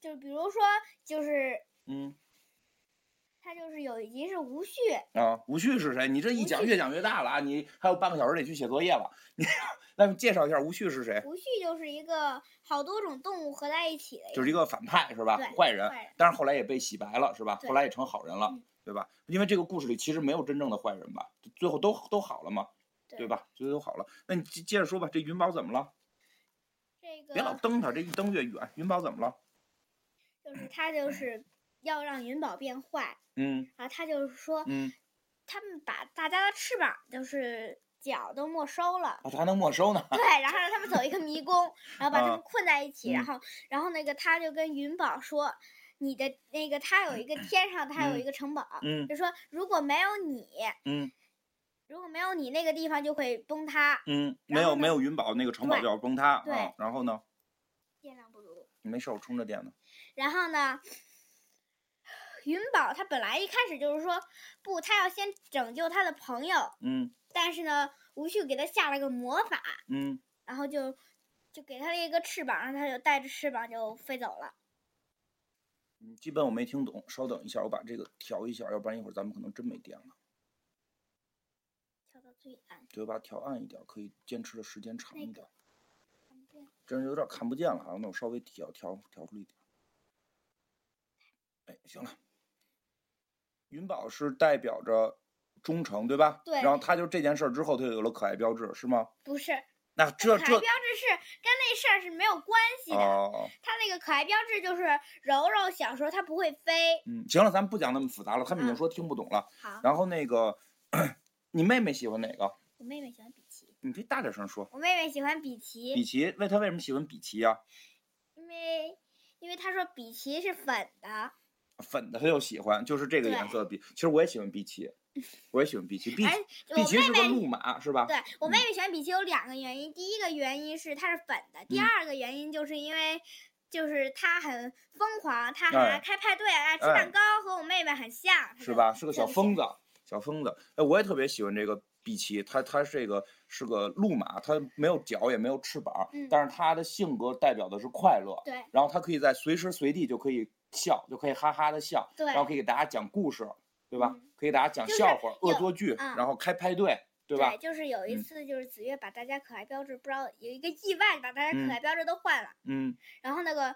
[SPEAKER 2] 就比如说，就是
[SPEAKER 1] 嗯
[SPEAKER 2] 它就是有一集是无序，
[SPEAKER 1] 啊，吴旭是谁？你这一
[SPEAKER 2] 吴
[SPEAKER 1] 讲
[SPEAKER 2] 旭
[SPEAKER 1] 越讲越大了啊！你还有半个小时得去写作业了。你 *laughs* 那么介绍一下吴旭是谁？
[SPEAKER 2] 无序就是一个好多种动物合在一起的一
[SPEAKER 1] 就
[SPEAKER 2] 个，
[SPEAKER 1] 是一个反派是吧？
[SPEAKER 2] 对
[SPEAKER 1] 坏人
[SPEAKER 2] 坏人，
[SPEAKER 1] 但是后来也被洗白了是吧？
[SPEAKER 2] 对
[SPEAKER 1] 后来也成好人了
[SPEAKER 2] 嗯，
[SPEAKER 1] 对吧？因为这个故事里其实没有真正的坏人吧，最后都都好了嘛，对？吧？最后都好了。那你接接着说吧，这云宝怎么了？
[SPEAKER 2] 这
[SPEAKER 1] 别老
[SPEAKER 2] 个
[SPEAKER 1] 蹬他，这一蹬越远。云宝怎么了？
[SPEAKER 2] 就是它就是要让云宝变坏，
[SPEAKER 1] 嗯
[SPEAKER 2] 然后它就是说，
[SPEAKER 1] 嗯，
[SPEAKER 2] 他们把大家的翅膀就是脚都没收了。
[SPEAKER 1] 啊，他还能没收呢。
[SPEAKER 2] *laughs* 对，然后让他们走一个迷宫，然后把他们
[SPEAKER 1] 啊
[SPEAKER 2] 困在一起，然
[SPEAKER 1] 嗯
[SPEAKER 2] 后，然后那个他就跟云宝说，你的那个他有一个天上他有
[SPEAKER 1] 嗯
[SPEAKER 2] 一个城堡，
[SPEAKER 1] 嗯
[SPEAKER 2] 就说如果没有你，
[SPEAKER 1] 嗯
[SPEAKER 2] 如果没有你那个地方就会崩塌，
[SPEAKER 1] 嗯，没
[SPEAKER 2] 然后
[SPEAKER 1] 有
[SPEAKER 2] 呢
[SPEAKER 1] 没有云宝，那个城堡
[SPEAKER 2] 对
[SPEAKER 1] 就要崩塌
[SPEAKER 2] 对
[SPEAKER 1] 啊。然后呢？
[SPEAKER 2] 电量不足。
[SPEAKER 1] 没事，我充着电呢。
[SPEAKER 2] 然后呢，云宝他本来一开始就是说不，他要先拯救他的朋友，
[SPEAKER 1] 嗯
[SPEAKER 2] 但是呢，无序给他下了个魔法，
[SPEAKER 1] 嗯，
[SPEAKER 2] 然后就就给他了一个翅膀，让他就带着翅膀就飞走了。
[SPEAKER 1] 嗯基本我没听懂，稍等一下，我把这个调一下，要不然一会儿咱们可能真没电了。
[SPEAKER 2] 跳到最暗，
[SPEAKER 1] 对，把它调暗一点，可以坚持的时间长
[SPEAKER 2] 那
[SPEAKER 1] 一
[SPEAKER 2] 个
[SPEAKER 1] 点。
[SPEAKER 2] 看不见
[SPEAKER 1] 这样有点看不见了啊，那我稍微调调调出一点。哎，行了。云宝是代表着忠诚，对吧？
[SPEAKER 2] 对
[SPEAKER 1] 然后他就这件事儿之后，他就有了可爱标志，是吗？
[SPEAKER 2] 不是，
[SPEAKER 1] 那
[SPEAKER 2] 它
[SPEAKER 1] 这
[SPEAKER 2] 可
[SPEAKER 1] 这
[SPEAKER 2] 爱标志是跟那事儿是没有关系的。
[SPEAKER 1] 哦，
[SPEAKER 2] 它那个可爱标志就是柔柔小时候它不会飞，
[SPEAKER 1] 嗯，行了，咱们不讲那么复杂了，他们已经
[SPEAKER 2] 嗯
[SPEAKER 1] 说听不懂了。
[SPEAKER 2] 好，
[SPEAKER 1] 然后那个，你妹妹喜欢哪个？
[SPEAKER 2] 我妹妹喜欢比奇，
[SPEAKER 1] 你可以大点声说。
[SPEAKER 2] 我妹妹喜欢比奇，
[SPEAKER 1] 比奇，为他为什么喜欢比奇呀、啊
[SPEAKER 2] 为因为他说比奇是粉的，
[SPEAKER 1] 粉的他就喜欢，就是这个颜色比。其实我也喜欢碧
[SPEAKER 2] *laughs*
[SPEAKER 1] 琪，我也喜欢碧琪。碧
[SPEAKER 2] 而
[SPEAKER 1] 碧
[SPEAKER 2] 哎我
[SPEAKER 1] 琪是个
[SPEAKER 2] 妹妹
[SPEAKER 1] 木马是吧？
[SPEAKER 2] 对我
[SPEAKER 1] 嗯
[SPEAKER 2] 妹妹喜欢比奇有两个原因，第一个原因是她是粉的，第
[SPEAKER 1] 嗯
[SPEAKER 2] 二个原因就是因为就是她很疯狂，她很
[SPEAKER 1] 哎
[SPEAKER 2] 爱开派对，爱吃
[SPEAKER 1] 哎
[SPEAKER 2] 蛋糕，和我妹妹很像，她
[SPEAKER 1] 是
[SPEAKER 2] 就
[SPEAKER 1] 吧？是个
[SPEAKER 2] 这
[SPEAKER 1] 小
[SPEAKER 2] 么
[SPEAKER 1] 疯
[SPEAKER 2] 写
[SPEAKER 1] 子，小疯子。哎，我也特别喜欢这个碧琪，它它这个是个路马，它没有脚也没有翅膀，
[SPEAKER 2] 嗯
[SPEAKER 1] 但是它的性格代表的是快乐，
[SPEAKER 2] 对
[SPEAKER 1] 然后它可以在随时随地就可以笑，就可以哈哈的笑，
[SPEAKER 2] 对
[SPEAKER 1] 然后可以给大家讲故事，对吧？
[SPEAKER 2] 嗯
[SPEAKER 1] 可以给大家讲
[SPEAKER 2] 就是
[SPEAKER 1] 笑话、恶
[SPEAKER 2] 有
[SPEAKER 1] 作剧，
[SPEAKER 2] 嗯
[SPEAKER 1] 然后开派对，对吧？
[SPEAKER 2] 就是有一
[SPEAKER 1] 嗯
[SPEAKER 2] 次，就是子越把大家可爱标志，不知道有一个意外，把大家
[SPEAKER 1] 嗯
[SPEAKER 2] 可爱标志都换了，
[SPEAKER 1] 嗯
[SPEAKER 2] 然后那个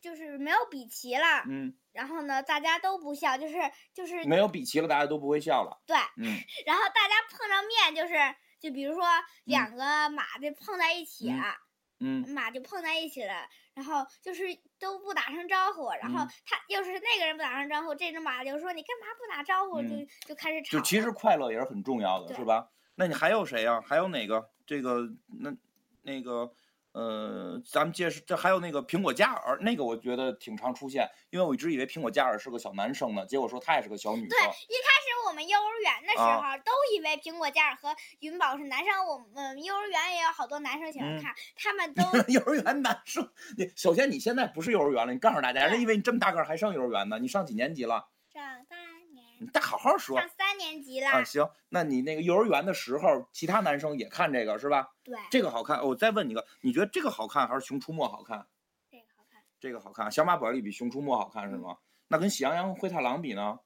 [SPEAKER 2] 就是没有比奇了，
[SPEAKER 1] 嗯，
[SPEAKER 2] 然后呢，大家都不笑，就是就是
[SPEAKER 1] 没有比奇了，大家都不会笑了。
[SPEAKER 2] 对，
[SPEAKER 1] 嗯，
[SPEAKER 2] 然后大家碰上面就是。就比如说两个马就碰在一起
[SPEAKER 1] 嗯
[SPEAKER 2] 了，
[SPEAKER 1] 嗯，
[SPEAKER 2] 马就碰在一起了，然后就是都不打声招呼，然后
[SPEAKER 1] 嗯
[SPEAKER 2] 他要是那个人不打声招呼，这只马就说你干嘛不打招呼，
[SPEAKER 1] 嗯
[SPEAKER 2] 就就开始吵
[SPEAKER 1] 就
[SPEAKER 2] 了。
[SPEAKER 1] 其实快乐也是很重要的，
[SPEAKER 2] 对
[SPEAKER 1] 是吧？那你还有谁呀、还有哪个？这个那那个呃，咱们介绍这还有那个苹果嘉尔，那个我觉得挺常出现，因为我一直以为苹果嘉尔是个小男生呢，结果说他也是个小女
[SPEAKER 2] 对，
[SPEAKER 1] 生。
[SPEAKER 2] 一开始我们幼儿园的时候、
[SPEAKER 1] 啊
[SPEAKER 2] 都以为苹果嘉尔和云宝是男生，我们幼儿园也有好多男生喜欢
[SPEAKER 1] 嗯
[SPEAKER 2] 看，他
[SPEAKER 1] *laughs*
[SPEAKER 2] 们都
[SPEAKER 1] *laughs* 幼儿园男生，你首先你现在不是幼儿园了，你告诉大家，
[SPEAKER 2] 对
[SPEAKER 1] 因为你这么大个儿还上幼儿园呢，你上几年级了？
[SPEAKER 2] 上三年
[SPEAKER 1] 你再好好说
[SPEAKER 2] 上三年级啦，
[SPEAKER 1] 啊，行，那你那个幼儿园的时候，其他男生也看这个是吧？
[SPEAKER 2] 对，
[SPEAKER 1] 这个好看，我再问你一个，你觉得这个好看还是《熊出没》好看？
[SPEAKER 2] 这个好看，
[SPEAKER 1] 这个好看，小马宝莉比《熊出没》好看是
[SPEAKER 2] 嗯
[SPEAKER 1] 吗？那跟《喜羊羊灰太狼》比呢，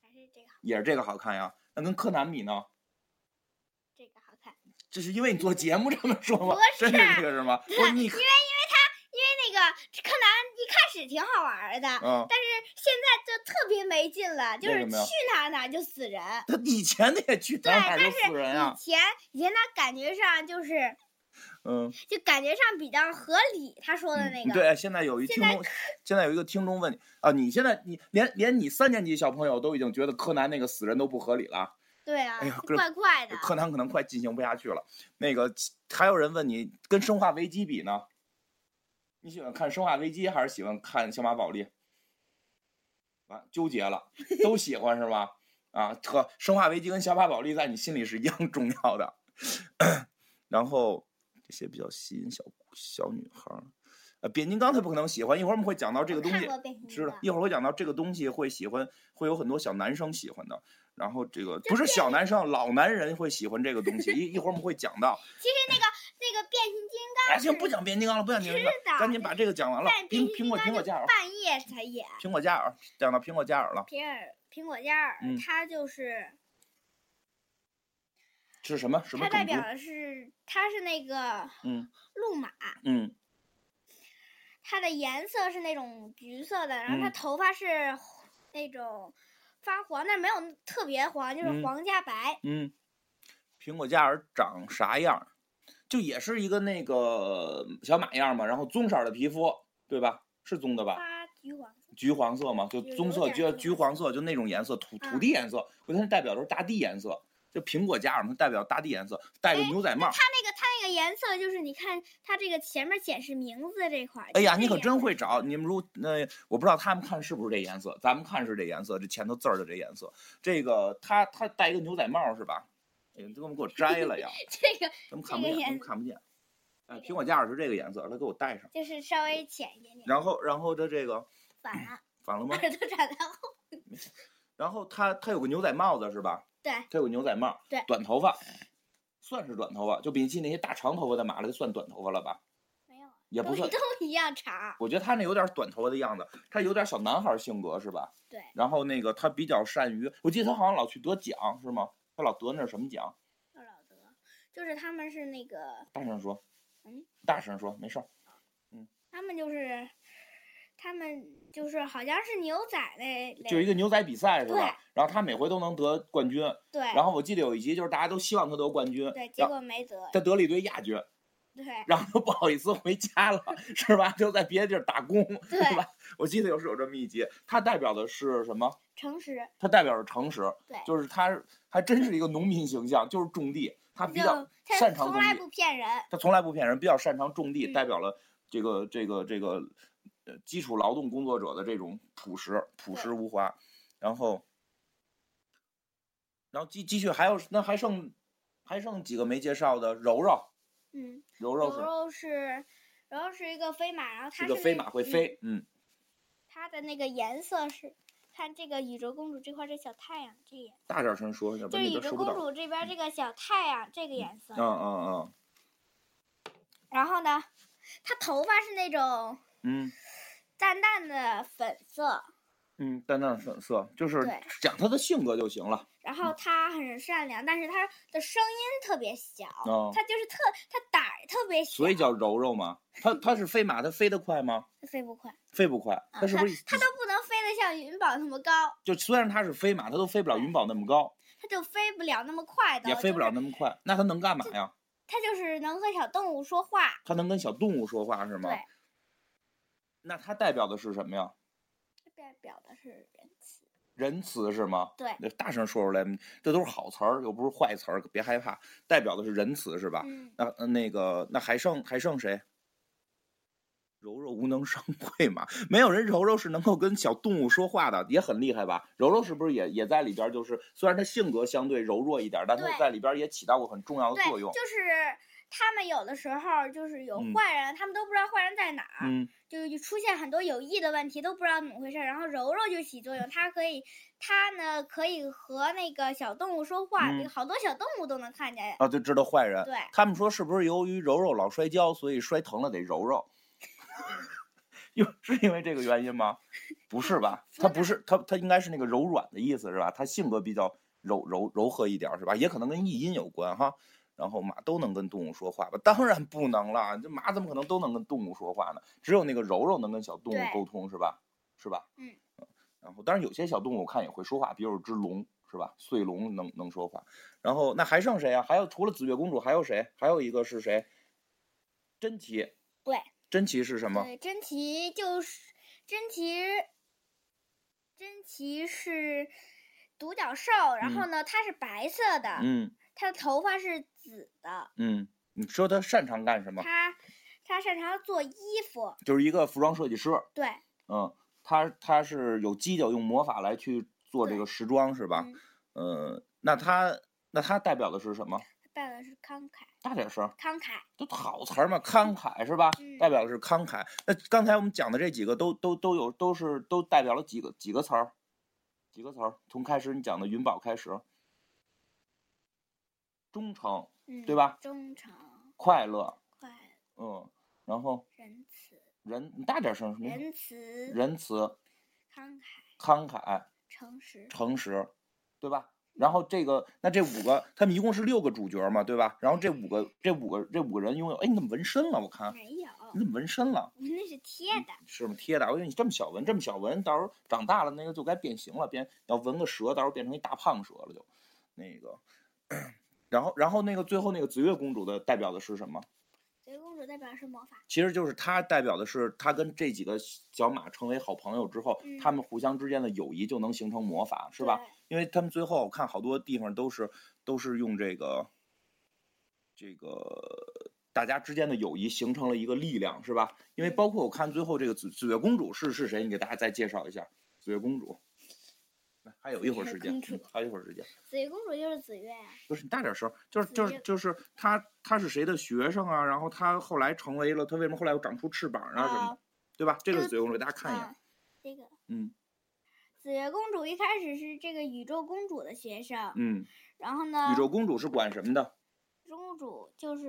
[SPEAKER 2] 还是这个好，
[SPEAKER 1] 也是这个好看呀。那跟柯南比呢？
[SPEAKER 2] 这个好看。
[SPEAKER 1] 这是因为你做节目这么说吗
[SPEAKER 2] 不？
[SPEAKER 1] 真
[SPEAKER 2] 是
[SPEAKER 1] 是这个是吗？不是你看，
[SPEAKER 2] 因为那个柯南一开始挺好玩儿的，
[SPEAKER 1] 嗯，
[SPEAKER 2] 但是现在就特别没劲了，就
[SPEAKER 1] 为
[SPEAKER 2] 是
[SPEAKER 1] 什
[SPEAKER 2] 去
[SPEAKER 1] 么呀哎
[SPEAKER 2] 哪儿哪儿就死人。
[SPEAKER 1] 他以前的也去
[SPEAKER 2] 对，
[SPEAKER 1] 哪儿哪
[SPEAKER 2] 但
[SPEAKER 1] 儿
[SPEAKER 2] 是
[SPEAKER 1] 就死人
[SPEAKER 2] 以
[SPEAKER 1] 啊，
[SPEAKER 2] 前以前他感觉上就是
[SPEAKER 1] 嗯，
[SPEAKER 2] 就感觉上比较合理，他说的
[SPEAKER 1] 嗯
[SPEAKER 2] 那个。
[SPEAKER 1] 对，现在有一听众，现在有一个听众问你啊，你现在你连连你三年级小朋友都已经觉得柯南那个死人都不合理了，
[SPEAKER 2] 对啊，
[SPEAKER 1] 哎呀
[SPEAKER 2] 就
[SPEAKER 1] 哥
[SPEAKER 2] 怪怪的。
[SPEAKER 1] 柯南可能快进行不下去了。那个还有人问你跟《生化危机》比呢？你喜欢看《生化危机》还是喜欢看《小马宝莉》？啊，纠结了，都喜欢是吧？啊，特《生化危机》跟《小马宝莉》在你心里是一样重要的。然后这些比较吸引小小女孩儿，呃，变形金刚她不可能喜欢。一会儿我们会讲到这
[SPEAKER 2] 我
[SPEAKER 1] 个东
[SPEAKER 2] 看
[SPEAKER 1] 西，
[SPEAKER 2] 过变形金
[SPEAKER 1] 知道
[SPEAKER 2] 刚，
[SPEAKER 1] 一会儿会讲到这个东西会喜欢，会有很多小男生喜欢的。然后这个
[SPEAKER 2] 就
[SPEAKER 1] 不是小男生，老男人会喜欢这个东西。一一会儿我们会讲
[SPEAKER 2] *laughs*
[SPEAKER 1] 到。
[SPEAKER 2] 其实那个那个变形金
[SPEAKER 1] 哎，行，
[SPEAKER 2] 是
[SPEAKER 1] 不讲变形金刚了，不讲变形金
[SPEAKER 2] 是的
[SPEAKER 1] 刚，赶紧把这个讲完
[SPEAKER 2] 刚，
[SPEAKER 1] 了。
[SPEAKER 2] 但变
[SPEAKER 1] 苹
[SPEAKER 2] 形
[SPEAKER 1] 苹
[SPEAKER 2] 金
[SPEAKER 1] 果
[SPEAKER 2] 刚
[SPEAKER 1] 苹果
[SPEAKER 2] 就
[SPEAKER 1] 嘉尔，
[SPEAKER 2] 半夜才演。
[SPEAKER 1] 苹果嘉尔讲到苹果嘉尔了，
[SPEAKER 2] 皮尔苹果嘉尔
[SPEAKER 1] 嗯，
[SPEAKER 2] 他就是
[SPEAKER 1] 是什么什么
[SPEAKER 2] 他代
[SPEAKER 1] 种族
[SPEAKER 2] 表？的是他是那个
[SPEAKER 1] 嗯
[SPEAKER 2] 路马，
[SPEAKER 1] 嗯
[SPEAKER 2] 它的颜色是那种橘色的，然后它
[SPEAKER 1] 嗯
[SPEAKER 2] 头发是那种发黄，但没有特别黄，就是
[SPEAKER 1] 嗯
[SPEAKER 2] 黄加白。
[SPEAKER 1] 嗯，苹果嘉尔长啥样？就也是一个那个小马样嘛，然后棕色儿的皮肤，对吧？是棕的吧？
[SPEAKER 2] 发橘黄色，
[SPEAKER 1] 橘黄色嘛，就
[SPEAKER 2] 有
[SPEAKER 1] 棕
[SPEAKER 2] 有
[SPEAKER 1] 色，
[SPEAKER 2] 点
[SPEAKER 1] 就
[SPEAKER 2] 棕
[SPEAKER 1] 橘黄色，就那种颜色，土土
[SPEAKER 2] 嗯
[SPEAKER 1] 地颜色，我它代表都是大地颜色。就苹果嘉尔嘛，它代表大地颜色，戴个牛仔帽。
[SPEAKER 2] 它哎那个它那个颜色就是你看它这个前面显示名字这块儿。
[SPEAKER 1] 哎呀，
[SPEAKER 2] 就是
[SPEAKER 1] 你可
[SPEAKER 2] 这
[SPEAKER 1] 真
[SPEAKER 2] 颜
[SPEAKER 1] 会
[SPEAKER 2] 色。
[SPEAKER 1] 找！你们如那、我不知道他们看是不是这颜色，咱们看是这颜色，这前头字儿的这颜色。这个他他戴一个牛仔帽是吧？哎，你怎么给我摘了呀？
[SPEAKER 2] *laughs* *laughs* 这个
[SPEAKER 1] 咱们看
[SPEAKER 2] 这
[SPEAKER 1] 不见，
[SPEAKER 2] 个颜
[SPEAKER 1] 咱们看不见。哎，苹果嘉尔是这个颜色，他给我戴上。
[SPEAKER 2] 就是稍微浅一点点，
[SPEAKER 1] 然后然后他这个
[SPEAKER 2] 反了，
[SPEAKER 1] 反
[SPEAKER 2] *laughs*
[SPEAKER 1] 了吗？
[SPEAKER 2] 耳朵长到后。
[SPEAKER 1] 然后他他有个牛仔帽子是吧？
[SPEAKER 2] 对
[SPEAKER 1] 他有个牛仔帽，
[SPEAKER 2] 对
[SPEAKER 1] 短头发，算是短头发，就比起那些大长头发的马来就算短头发了吧？
[SPEAKER 2] 没有，
[SPEAKER 1] 也不
[SPEAKER 2] 都
[SPEAKER 1] 算，
[SPEAKER 2] 都一样长。
[SPEAKER 1] 我觉得他那有点短头发的样子，他有点小男孩性格是吧？
[SPEAKER 2] 对，
[SPEAKER 1] 然后那个他比较善于，我记得他好像老去得奖是吗？他老得那什么奖？
[SPEAKER 2] 要老德，就是他们是那个，
[SPEAKER 1] 大声说，
[SPEAKER 2] 嗯，
[SPEAKER 1] 大声说，没事儿。
[SPEAKER 2] 他们就是，他们就是好像是牛仔那类
[SPEAKER 1] 就一个牛仔比赛是
[SPEAKER 2] 对
[SPEAKER 1] 吧？然后他每回都能得冠军，
[SPEAKER 2] 对，
[SPEAKER 1] 然后我记得有一集就是大家都希望他得冠军，
[SPEAKER 2] 对，结
[SPEAKER 1] 然后
[SPEAKER 2] 果没得，
[SPEAKER 1] 他得了一堆亚军，
[SPEAKER 2] 对，
[SPEAKER 1] *laughs* 然后都不好意思回家了，是吧？就在别的地儿打工，
[SPEAKER 2] 对
[SPEAKER 1] *laughs* 吧？我记得有是有这么一集，它代表的是什么？
[SPEAKER 2] 诚实，
[SPEAKER 1] 它代表着诚实，
[SPEAKER 2] 对，
[SPEAKER 1] 就是它还真是一个农民形象，就是种地，他比较
[SPEAKER 2] 就他
[SPEAKER 1] 擅长
[SPEAKER 2] 从
[SPEAKER 1] 种
[SPEAKER 2] 来
[SPEAKER 1] 地
[SPEAKER 2] 不骗人，
[SPEAKER 1] 他从来不骗人，比较擅长种地，
[SPEAKER 2] 嗯
[SPEAKER 1] 代表了这个这个这个呃基础劳动工作者的这种朴实朴实
[SPEAKER 2] 对
[SPEAKER 1] 无华，然后然后继继续还有那还剩还剩几个没介绍的柔柔
[SPEAKER 2] 嗯，
[SPEAKER 1] 柔
[SPEAKER 2] 柔
[SPEAKER 1] 柔是
[SPEAKER 2] 柔是柔柔是一个飞马，然后它
[SPEAKER 1] 是个
[SPEAKER 2] 那
[SPEAKER 1] 飞马会
[SPEAKER 2] 嗯
[SPEAKER 1] 飞，嗯
[SPEAKER 2] 它的那个颜色是，看这个宇宙公主这块是小太阳，这颜
[SPEAKER 1] 大点声说，要不
[SPEAKER 2] 就
[SPEAKER 1] 然
[SPEAKER 2] 是
[SPEAKER 1] 你
[SPEAKER 2] 宇
[SPEAKER 1] 都
[SPEAKER 2] 宙
[SPEAKER 1] 收不
[SPEAKER 2] 公
[SPEAKER 1] 到。
[SPEAKER 2] 主这边这个小太阳这个颜色。
[SPEAKER 1] 嗯嗯嗯
[SPEAKER 2] 然后呢，她头发是那种
[SPEAKER 1] 嗯
[SPEAKER 2] 淡淡的粉色，
[SPEAKER 1] 嗯，淡淡粉色，就是
[SPEAKER 2] 对
[SPEAKER 1] 讲他的性格就行了。
[SPEAKER 2] 然后她很善良，但是她的声音特别小，
[SPEAKER 1] 哦
[SPEAKER 2] 她就是特她胆儿特别小，
[SPEAKER 1] 所以叫柔柔嘛。它
[SPEAKER 2] 嗯
[SPEAKER 1] 它是飞马，它飞得快吗？
[SPEAKER 2] 飞不快。
[SPEAKER 1] 飞不快，
[SPEAKER 2] 啊
[SPEAKER 1] 它是不是？
[SPEAKER 2] 它都不能飞得像云宝那么高，
[SPEAKER 1] 就虽然它是飞马，它都飞不了云宝那么高，
[SPEAKER 2] 它就飞不了那么快的，
[SPEAKER 1] 也飞不了那么快。那它能干嘛呀？
[SPEAKER 2] 它就是能和小动物说话，
[SPEAKER 1] 它能跟小动物说话是吗
[SPEAKER 2] 对？，
[SPEAKER 1] 那它代表的是什么呀？
[SPEAKER 2] 代表的是仁慈，
[SPEAKER 1] 仁慈是吗？
[SPEAKER 2] 对，
[SPEAKER 1] 那大声说出来，这都是好词儿，又不是坏词儿，别害怕。代表的是仁慈是吧？
[SPEAKER 2] 嗯，
[SPEAKER 1] 那呃那个那还剩还剩谁？柔柔无能生慧嘛，没有人柔柔是能够跟小动物说话的，也很厉害吧？柔柔是不是也也在里边？就是虽然她性格相对柔弱一点，但她
[SPEAKER 2] 对
[SPEAKER 1] 在里边也起到过很重要的
[SPEAKER 2] 对，
[SPEAKER 1] 作用。
[SPEAKER 2] 就是他们有的时候就是有
[SPEAKER 1] 嗯
[SPEAKER 2] 坏人，他们都不知道坏人在哪儿，
[SPEAKER 1] 嗯，
[SPEAKER 2] 就是出现很多有意的问题，都不知道怎么回事儿。然后柔柔就起作用，它可以，它呢可以和那个小动物说话，
[SPEAKER 1] 嗯
[SPEAKER 2] 好多小动物都能看见。
[SPEAKER 1] 啊，就知道坏人。
[SPEAKER 2] 对，
[SPEAKER 1] 他们说是不是由于柔柔老摔跤，所以摔疼了得柔柔？ *laughs* 因为是因为这个原因吗？不是吧？他不是，他他应该是那个柔软的意思是吧？他性格比较柔柔柔和一点儿是吧？也可能跟译音有关哈。然后马都能跟动物说话吧？当然不能了，这马怎么可能都能跟动物说话呢？只有那个柔柔能跟小动物
[SPEAKER 2] 对
[SPEAKER 1] 沟通是吧？是吧？
[SPEAKER 2] 嗯。
[SPEAKER 1] 然后，当然有些小动物我看也会说话，比如有只龙是吧？碎龙能能说话。然后那还剩谁啊？还有除了紫月公主还有谁？还有一个是谁？珍奇。
[SPEAKER 2] 对。
[SPEAKER 1] 珍奇是什么？
[SPEAKER 2] 对，珍奇就是珍奇，珍奇是独角兽，然后呢它是白色的，
[SPEAKER 1] 嗯
[SPEAKER 2] 它的头发是紫的，
[SPEAKER 1] 嗯，你说他擅长干什么？
[SPEAKER 2] 它它擅长做衣服，
[SPEAKER 1] 就是一个服装设计师。
[SPEAKER 2] 对，
[SPEAKER 1] 嗯，他他是有犄角，用魔法来去做这
[SPEAKER 2] 对
[SPEAKER 1] 个时装是吧？
[SPEAKER 2] 嗯
[SPEAKER 1] 呃，那他那他代表的是什么？
[SPEAKER 2] 代表的是慷慨，
[SPEAKER 1] 大点声儿。
[SPEAKER 2] 慷慨，
[SPEAKER 1] 都好词儿嘛，慷慨是吧？
[SPEAKER 2] 嗯
[SPEAKER 1] 代表的是慷慨。那刚才我们讲的这几个都都都有都是都代表了几个几个词儿，几个词儿。从开始你讲的云宝开始，忠诚、
[SPEAKER 2] 嗯，
[SPEAKER 1] 对吧？
[SPEAKER 2] 忠诚、
[SPEAKER 1] 快乐，
[SPEAKER 2] 快乐、
[SPEAKER 1] 嗯，然后
[SPEAKER 2] 仁慈、
[SPEAKER 1] 仁，你大点声，没事
[SPEAKER 2] 仁慈、
[SPEAKER 1] 嗯仁慈、慷
[SPEAKER 2] 慷慨、
[SPEAKER 1] 慨、
[SPEAKER 2] 诚实，
[SPEAKER 1] 诚实，对吧？然后这个，那这五个，他们一共是六个主角嘛，对吧？然后这五个，这五个，这五个人拥有，哎，你怎么纹身了？我看
[SPEAKER 2] 没有，
[SPEAKER 1] 你怎么纹身了？
[SPEAKER 2] 那是贴的。
[SPEAKER 1] 是吗？贴的，我以为你这么小纹，这么小纹，到时候长大了那个就该变形了，变要纹个蛇，到时候变成一大胖蛇了就，那个，然后然后那个最后那个紫月公主的代表的是什么？
[SPEAKER 2] 紫公主代表是魔法，
[SPEAKER 1] 其实就是她代表的是她跟这几个小马成为好朋友之后，
[SPEAKER 2] 嗯
[SPEAKER 1] 他们互相之间的友谊就能形成魔法，是吧？
[SPEAKER 2] 对？
[SPEAKER 1] 因为他们最后我看好多地方都是都是用这个这个大家之间的友谊形成了一个力量，是吧？因为包括我看最后这个紫紫月公主是是谁，你给大家再介绍一下紫月公主。来还有一会儿时间，
[SPEAKER 2] 紫
[SPEAKER 1] 嗯
[SPEAKER 2] 月公主
[SPEAKER 1] 还有一会儿时间，
[SPEAKER 2] 紫月公主就是紫月呀、
[SPEAKER 1] 不是你大点声儿，就是
[SPEAKER 2] 紫
[SPEAKER 1] 就是
[SPEAKER 2] 月
[SPEAKER 1] 就是她她是谁的学生啊？然后她后来成为了她为什么后来又长出翅膀啊什么的，
[SPEAKER 2] 啊
[SPEAKER 1] 对吧？这个是
[SPEAKER 2] 这个
[SPEAKER 1] 紫月公主，给大家看一眼
[SPEAKER 2] 啊，，这个
[SPEAKER 1] 嗯
[SPEAKER 2] 紫月公主一开始是这个宇宙公主的学生，
[SPEAKER 1] 嗯，
[SPEAKER 2] 然后呢，
[SPEAKER 1] 宇宙公主是管什么的？
[SPEAKER 2] 宇宙公主就是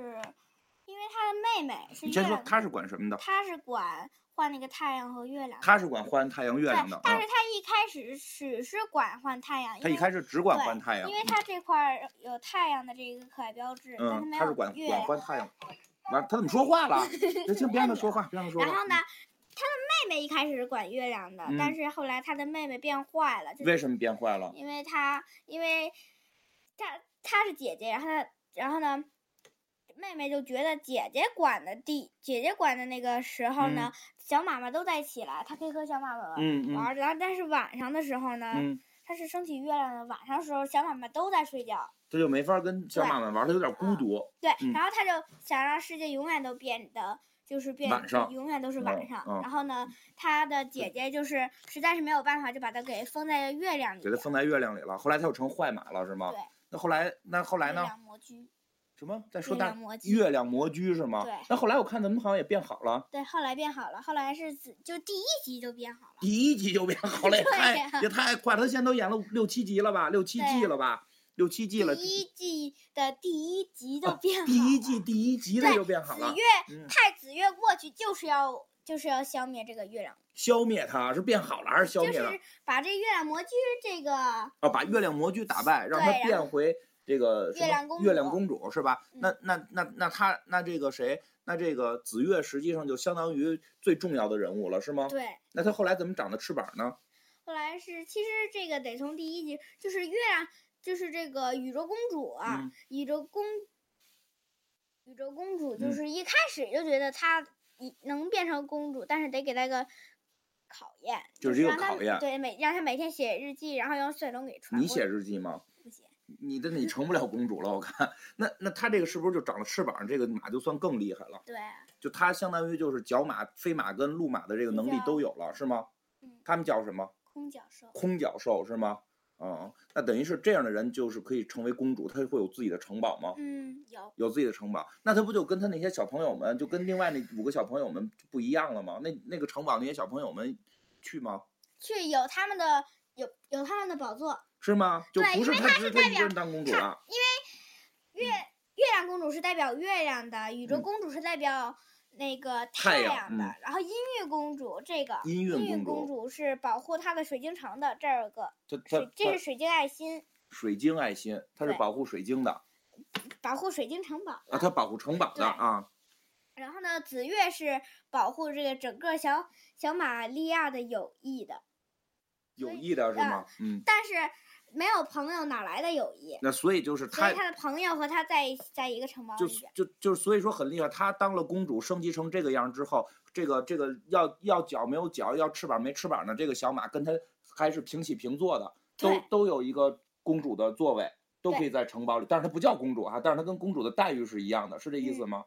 [SPEAKER 2] 因为她的妹妹是
[SPEAKER 1] 你
[SPEAKER 2] 月
[SPEAKER 1] 先说
[SPEAKER 2] 亮公主，
[SPEAKER 1] 她是管什么的？
[SPEAKER 2] 她是管换那个太阳和月亮的，
[SPEAKER 1] 他是管换太阳月亮的
[SPEAKER 2] 对，但
[SPEAKER 1] 啊
[SPEAKER 2] 是，她一开始只是管换太阳，
[SPEAKER 1] 他
[SPEAKER 2] 因
[SPEAKER 1] 一
[SPEAKER 2] 为
[SPEAKER 1] 开始只管
[SPEAKER 2] 对
[SPEAKER 1] 换太阳，
[SPEAKER 2] 因为她这块儿有太阳的这个可爱标志，但
[SPEAKER 1] 嗯，
[SPEAKER 2] 没
[SPEAKER 1] 他是
[SPEAKER 2] 有
[SPEAKER 1] 管
[SPEAKER 2] 月
[SPEAKER 1] 管
[SPEAKER 2] 亮。
[SPEAKER 1] 换太阳。完，他怎么说话
[SPEAKER 2] *laughs*
[SPEAKER 1] 了？行行，别让他说话，别让他说话。
[SPEAKER 2] 然后呢，她的妹妹一开始是管月亮的，但
[SPEAKER 1] 嗯
[SPEAKER 2] 是后来她的妹妹变坏了，
[SPEAKER 1] 嗯？
[SPEAKER 2] 就是
[SPEAKER 1] 为什么变坏了？
[SPEAKER 2] 因为她因为她她是姐姐，然后她然后呢，妹妹就觉得姐姐管的地，姐姐管的那个时候呢，小马马都在一起了，她可以和小马马玩
[SPEAKER 1] 嗯
[SPEAKER 2] 玩
[SPEAKER 1] 嗯
[SPEAKER 2] 儿，然后但是晚上的时候呢，
[SPEAKER 1] 嗯，
[SPEAKER 2] 她是升起月亮的，晚上的时候小马马都在睡觉，
[SPEAKER 1] 他就没法跟小
[SPEAKER 2] 对
[SPEAKER 1] 马们玩，他有点孤
[SPEAKER 2] 嗯
[SPEAKER 1] 独。
[SPEAKER 2] 对，
[SPEAKER 1] 嗯
[SPEAKER 2] 然后她就想让世界永远都变得。就是变
[SPEAKER 1] 晚上
[SPEAKER 2] 永远都是晚上。
[SPEAKER 1] 嗯嗯
[SPEAKER 2] 然后呢，他的姐姐就是实在是没有办法，就把他给封在月亮里
[SPEAKER 1] 给它
[SPEAKER 2] 边，
[SPEAKER 1] 封在月亮里了。后来它又成坏马了，是吗
[SPEAKER 2] 对？
[SPEAKER 1] 那后来那后来
[SPEAKER 2] 月
[SPEAKER 1] 呢？
[SPEAKER 2] 亮魔居。
[SPEAKER 1] 什么？再说
[SPEAKER 2] 月
[SPEAKER 1] 大
[SPEAKER 2] 亮魔居
[SPEAKER 1] 月亮魔居是吗
[SPEAKER 2] 对？
[SPEAKER 1] 那后来我看咱们好像也变好了，
[SPEAKER 2] 对，后来变好了，后来是子就第一集就变好了。
[SPEAKER 1] 第一集就变好
[SPEAKER 2] *laughs*
[SPEAKER 1] 了，也
[SPEAKER 2] 对
[SPEAKER 1] 太
[SPEAKER 2] 呀
[SPEAKER 1] 也太快了。他现在都演了五六七集了吧？六七
[SPEAKER 2] 对
[SPEAKER 1] 季
[SPEAKER 2] 呀
[SPEAKER 1] 了吧？六七季了。
[SPEAKER 2] 第一季的第一集就
[SPEAKER 1] 啊
[SPEAKER 2] 变好了。
[SPEAKER 1] 第一季第一集它
[SPEAKER 2] 对
[SPEAKER 1] 就变好
[SPEAKER 2] 子
[SPEAKER 1] 了，
[SPEAKER 2] 月
[SPEAKER 1] 嗯
[SPEAKER 2] 派子月过去就是要就是要消灭这个月亮，
[SPEAKER 1] 消灭它是变好了还是消
[SPEAKER 2] 就
[SPEAKER 1] 灭了？
[SPEAKER 2] 是把这月亮魔居这个
[SPEAKER 1] 啊，把月亮魔居打败，让她
[SPEAKER 2] 对然
[SPEAKER 1] 变
[SPEAKER 2] 后
[SPEAKER 1] 回这个什
[SPEAKER 2] 月
[SPEAKER 1] 么
[SPEAKER 2] 亮公
[SPEAKER 1] 月亮
[SPEAKER 2] 主嗯
[SPEAKER 1] 公主是吧？那那那那她那这个谁？那这个子月实际上就相当于最重要的人物了，是吗？
[SPEAKER 2] 对。
[SPEAKER 1] 那她后来怎么长的翅膀呢？
[SPEAKER 2] 后来是其实这个得从第一集，就是月亮就是这个宇宙公主啊，
[SPEAKER 1] 嗯
[SPEAKER 2] 宇宙公宇宙公主就
[SPEAKER 1] 嗯
[SPEAKER 2] 是一开始就觉得她一能变成公主，但是得给她一个。考验
[SPEAKER 1] 就是一个
[SPEAKER 2] 是让她
[SPEAKER 1] 考验
[SPEAKER 2] 对每让她每天写日记，然后用水龙给传。
[SPEAKER 1] 你写日记吗？
[SPEAKER 2] 不写？
[SPEAKER 1] 你的你成不了公主了，我看。那那她这个是不是就长了翅膀？这个马就算更厉害了，
[SPEAKER 2] 对，啊
[SPEAKER 1] 就她相当于就是角马、飞马跟陆马的这个
[SPEAKER 2] 比
[SPEAKER 1] 能力
[SPEAKER 2] 较
[SPEAKER 1] 都有了，是吗
[SPEAKER 2] 嗯？
[SPEAKER 1] 他们叫什么？
[SPEAKER 2] 空角兽。
[SPEAKER 1] 空角兽是吗？嗯，那等于是这样的人就是可以成为公主，她会有自己的城堡吗？
[SPEAKER 2] 嗯，有。
[SPEAKER 1] 有自己的城堡，那她不就跟她那些小朋友们，就跟另外那五个小朋友们就不一样了吗？那那个城堡那些小朋友们去吗？
[SPEAKER 2] 去有他们的有有他们的宝座。
[SPEAKER 1] 是吗？就
[SPEAKER 2] 对
[SPEAKER 1] 不
[SPEAKER 2] 因
[SPEAKER 1] 是
[SPEAKER 2] 为
[SPEAKER 1] 她
[SPEAKER 2] 她
[SPEAKER 1] 只
[SPEAKER 2] 是
[SPEAKER 1] 她
[SPEAKER 2] 代
[SPEAKER 1] 一个人
[SPEAKER 2] 表
[SPEAKER 1] 当公主
[SPEAKER 2] 她
[SPEAKER 1] 了。
[SPEAKER 2] 月月亮公主是代表月亮的，宇宙
[SPEAKER 1] 嗯
[SPEAKER 2] 公主是代表那个
[SPEAKER 1] 太阳嗯
[SPEAKER 2] 阳的，然后音乐公主这个
[SPEAKER 1] 音乐
[SPEAKER 2] 乐
[SPEAKER 1] 公主
[SPEAKER 2] 公主是保护她的水晶城的，这儿有个
[SPEAKER 1] 她
[SPEAKER 2] 水
[SPEAKER 1] 她，
[SPEAKER 2] 这
[SPEAKER 1] 她
[SPEAKER 2] 是水晶爱心，
[SPEAKER 1] 水晶爱心，她是
[SPEAKER 2] 对
[SPEAKER 1] 保护水晶的
[SPEAKER 2] 保护水晶城堡
[SPEAKER 1] 啊，
[SPEAKER 2] 的。
[SPEAKER 1] 她保护城堡的
[SPEAKER 2] 对
[SPEAKER 1] 啊。
[SPEAKER 2] 然后呢，紫月是保护这个整个小小玛利亚的友谊的，
[SPEAKER 1] 有
[SPEAKER 2] 所以
[SPEAKER 1] 意的是
[SPEAKER 2] 呃
[SPEAKER 1] 吗？嗯，
[SPEAKER 2] 但是没有朋友哪来的友谊？
[SPEAKER 1] 那所以就是
[SPEAKER 2] 所
[SPEAKER 1] 她
[SPEAKER 2] 以她的朋友和她在一起，在一个城堡
[SPEAKER 1] 就
[SPEAKER 2] 里边。
[SPEAKER 1] 就就是，所以说很厉害。她当了公主，升级成这个样儿之后，这个这个要要脚没有脚，要翅膀没翅膀的这个小马，跟她还是平起平坐的，都
[SPEAKER 2] 对
[SPEAKER 1] 都有一个公主的座位，都可
[SPEAKER 2] 对
[SPEAKER 1] 以在城堡里。但是她不叫公主啊，但是她跟公主的待遇是一样的，是这意思
[SPEAKER 2] 嗯
[SPEAKER 1] 吗？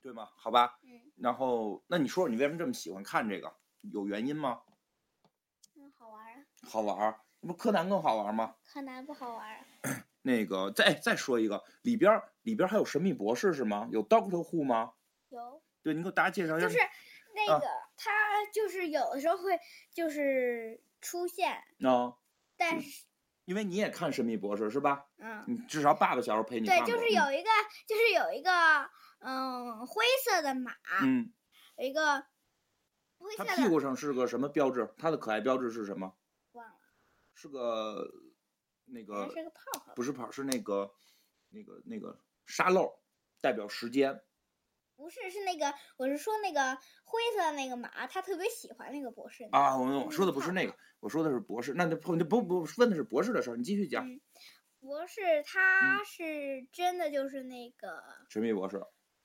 [SPEAKER 1] 对吗？好吧。
[SPEAKER 2] 嗯。
[SPEAKER 1] 然后，那你说说你为什么这么喜欢看这个？有原因吗？
[SPEAKER 2] 嗯，好玩啊！
[SPEAKER 1] 好玩儿，那不柯南更好玩儿吗？
[SPEAKER 2] 柯南不好玩啊？
[SPEAKER 1] 那个再哎再说一个，里边儿里边儿还有神秘博士是吗？有 Doctor Who 吗？
[SPEAKER 2] 有，
[SPEAKER 1] 对，你给我大家介绍一下。
[SPEAKER 2] 就是那
[SPEAKER 1] 啊
[SPEAKER 2] 个、他就是有的时候会就是出现，
[SPEAKER 1] 啊、
[SPEAKER 2] 但是
[SPEAKER 1] 因为你也看《神秘博士》是吧？
[SPEAKER 2] 嗯，
[SPEAKER 1] 你至少爸爸小时候陪你看
[SPEAKER 2] 对，
[SPEAKER 1] 过。
[SPEAKER 2] 就是有一个就是有一个嗯灰色的马，
[SPEAKER 1] 嗯。嗯，
[SPEAKER 2] 有一个灰
[SPEAKER 1] 他
[SPEAKER 2] 色
[SPEAKER 1] 屁
[SPEAKER 2] 的
[SPEAKER 1] 股上是个什么标志？他的可爱标志是什么？
[SPEAKER 2] 忘了，
[SPEAKER 1] 是个那
[SPEAKER 2] 好
[SPEAKER 1] 个
[SPEAKER 2] 像是个泡泡，
[SPEAKER 1] 呃不是跑，是那个那个那个沙漏，代表时间。
[SPEAKER 2] 不是是那个我是说那个灰色的那个马，他特别喜欢那个博士呢
[SPEAKER 1] 啊，我我说的不是那个，我说的是博士。那那不不不问的是博士的事儿，你继续讲。
[SPEAKER 2] 嗯博
[SPEAKER 1] 嗯
[SPEAKER 2] 士他是真的就是那个
[SPEAKER 1] 神秘博士，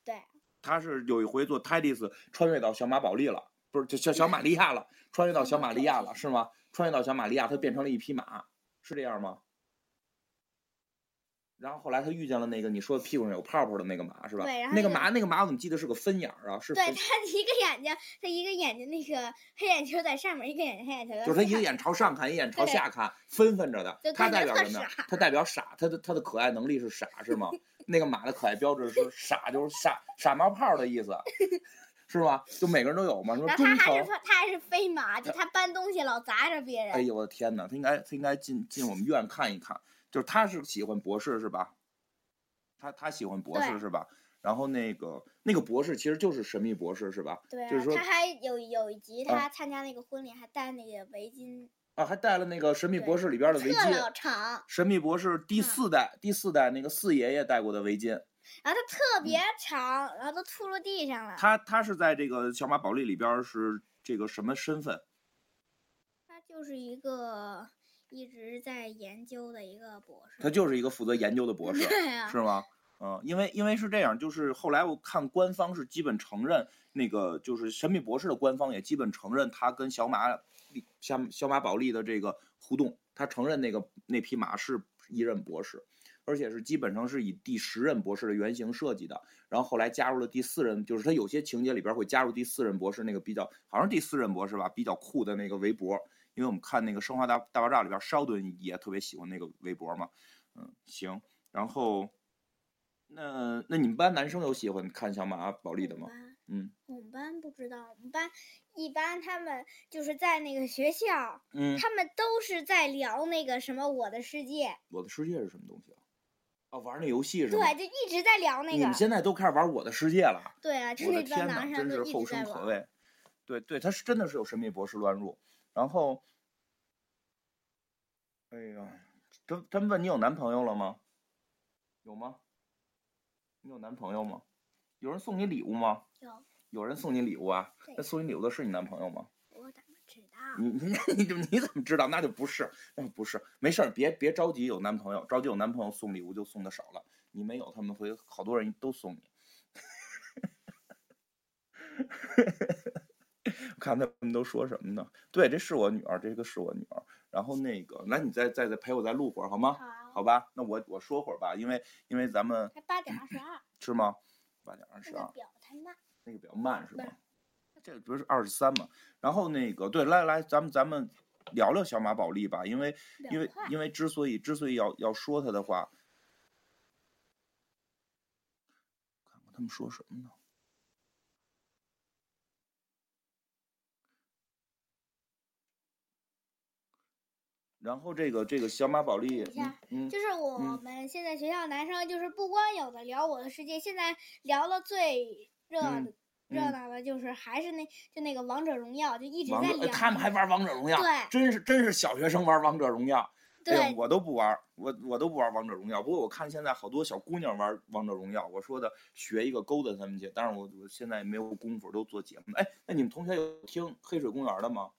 [SPEAKER 2] 对，
[SPEAKER 1] 他是有一回坐泰迪斯穿越到小马宝莉了，不是就小小玛利亚了，穿越到小玛利亚了是吗？穿越到小玛利亚，他变成了一匹马，是这样吗？然后后来他遇见了那个你说屁股上有泡泡的那个马是吧？
[SPEAKER 2] 对然后
[SPEAKER 1] 那
[SPEAKER 2] 那
[SPEAKER 1] 个
[SPEAKER 2] 个
[SPEAKER 1] 马那个马我怎么记得是个分眼儿啊？是
[SPEAKER 2] 对
[SPEAKER 1] 分
[SPEAKER 2] 他一个眼睛，他一个眼睛那个黑眼球在上面，一个眼睛黑眼球在
[SPEAKER 1] 就是他一个
[SPEAKER 2] 下
[SPEAKER 1] 眼朝上看，一眼朝
[SPEAKER 2] 呃对
[SPEAKER 1] 下看，分分着的
[SPEAKER 2] 就。
[SPEAKER 1] 他
[SPEAKER 2] 看着
[SPEAKER 1] 代表
[SPEAKER 2] 特
[SPEAKER 1] 什么呀
[SPEAKER 2] 傻？
[SPEAKER 1] 他代表傻，他的他的可爱能力是傻是
[SPEAKER 2] *laughs*
[SPEAKER 1] 吗？那个马的可爱标志是傻，就是傻傻冒泡的意
[SPEAKER 2] *laughs*
[SPEAKER 1] 思，是吗？就每个人都有嘛，什么
[SPEAKER 2] 然后
[SPEAKER 1] 忠
[SPEAKER 2] 他还
[SPEAKER 1] 诚
[SPEAKER 2] 是。他还是飞马，就他搬东西老砸着别人。
[SPEAKER 1] 哎哎呦我的天哪，他应该他应该进进我们院看一看。就是他是喜欢博士是吧？他他喜欢博士
[SPEAKER 2] 对
[SPEAKER 1] 是吧？然后那个那个博士其实就是神秘博士是吧？
[SPEAKER 2] 对啊，
[SPEAKER 1] 就是说
[SPEAKER 2] 他还有有一集
[SPEAKER 1] 啊
[SPEAKER 2] 他参加那个婚礼，还戴那个围巾，
[SPEAKER 1] 啊，还带了那个神秘
[SPEAKER 2] 对
[SPEAKER 1] 博士里边的围
[SPEAKER 2] 特老
[SPEAKER 1] 巾。
[SPEAKER 2] 长，
[SPEAKER 1] 神秘博士第
[SPEAKER 2] 嗯
[SPEAKER 1] 四代、第四代那个四爷爷戴过的围巾，
[SPEAKER 2] 然后他特别长，然后都秃噜地上了。
[SPEAKER 1] 嗯他他是在这个小马宝莉里边儿是这个什么身份？
[SPEAKER 2] 他就是一个一直在研究的一个博士。
[SPEAKER 1] 他就是一个负责研究的博士，
[SPEAKER 2] 对啊，
[SPEAKER 1] 是吗？嗯，因为因为是这样，就是后来我看官方是基本承认那个就是神秘博士的官方也基本承认他跟小马小小马宝莉的这个互动，他承认那个那匹马是一任博士，而且是基本上是以第十任博士的原型设计的，然后后来加入了第四任，就是他有些情节里边会加入第四任博士那个比较，好像是第四任博士吧，比较酷的那个围脖，因为我们看那个《生化大大爆炸》里边，烧顿也特别喜欢那个围脖嘛，嗯，行，然后。那那你们班男生有喜欢看小马宝莉的吗
[SPEAKER 2] 我？们班
[SPEAKER 1] 嗯
[SPEAKER 2] 我们班不知道，我们班一般他们就是在那个学校，
[SPEAKER 1] 嗯，
[SPEAKER 2] 他们都是在聊那个什么《我的世界》，
[SPEAKER 1] 我的世界是什么东西啊？啊，玩那游戏是吗？
[SPEAKER 2] 对，就一直在聊那
[SPEAKER 1] 你
[SPEAKER 2] 个
[SPEAKER 1] 们。现在都开始玩我的世界了。
[SPEAKER 2] 对啊，就
[SPEAKER 1] 我的
[SPEAKER 2] 那
[SPEAKER 1] 天
[SPEAKER 2] 帮男生
[SPEAKER 1] 真
[SPEAKER 2] 都
[SPEAKER 1] 是
[SPEAKER 2] 一
[SPEAKER 1] 后
[SPEAKER 2] 直
[SPEAKER 1] 生
[SPEAKER 2] 在
[SPEAKER 1] 可
[SPEAKER 2] 玩。
[SPEAKER 1] 畏。对对，他是真的是有神秘博士乱入，然后，哎呀，他他们问你有男朋友了吗？有吗？你有男朋友吗？有人送你礼物吗？
[SPEAKER 2] 有，
[SPEAKER 1] 有人送你礼物啊？
[SPEAKER 2] 对
[SPEAKER 1] 那送你礼物的是你男朋友吗？
[SPEAKER 2] 我怎么知道？
[SPEAKER 1] *laughs* 你你你怎么你怎么知道？那就不是，那就不是，没事儿，别别着急有男朋友，着急有男朋友送礼物就送的少了，你没有他们会好多人都送你。 *laughs* 看他们都说什么呢？对，这是我女儿，这个是我女儿。然后那个，那你再再再陪我再录会儿好吗？
[SPEAKER 2] 好，
[SPEAKER 1] 好吧，那我我说会儿吧，因为因为咱们
[SPEAKER 2] 还八点二十二，
[SPEAKER 1] 是吗？八点二
[SPEAKER 2] 这
[SPEAKER 1] 十
[SPEAKER 2] 个
[SPEAKER 1] 二，
[SPEAKER 2] 表太慢。
[SPEAKER 1] 那个比较慢是
[SPEAKER 2] 不
[SPEAKER 1] 吧
[SPEAKER 2] 是？
[SPEAKER 1] 这不是二十三嘛？然后那个对，来来，咱们咱们聊聊小马宝莉吧，因为因为
[SPEAKER 2] 两块
[SPEAKER 1] 因为之所以之所以要要说他的话，看看他们说什么呢？然后这个这个小马宝莉
[SPEAKER 2] 等一下，
[SPEAKER 1] 嗯，嗯
[SPEAKER 2] 就是我
[SPEAKER 1] 嗯
[SPEAKER 2] 们现在学校男生，就是不光有的聊《我的世界》，现在聊的最热
[SPEAKER 1] 嗯
[SPEAKER 2] 热
[SPEAKER 1] 嗯
[SPEAKER 2] 闹的就是还是那就那个《王者荣耀》，就一直
[SPEAKER 1] 王
[SPEAKER 2] 在
[SPEAKER 1] 者、呃
[SPEAKER 2] 聊。
[SPEAKER 1] 他们还玩王者荣耀，
[SPEAKER 2] 对
[SPEAKER 1] 真是真是小学生玩王者荣耀。哎呀
[SPEAKER 2] 对，
[SPEAKER 1] 我都不玩儿，我我都不玩儿王者荣耀。不过我看现在好多小姑娘玩儿王者荣耀，我说的学一个勾搭他们去，但是我我现在没有功夫，都做节目。哎，那你们同学有听黑水公园的吗？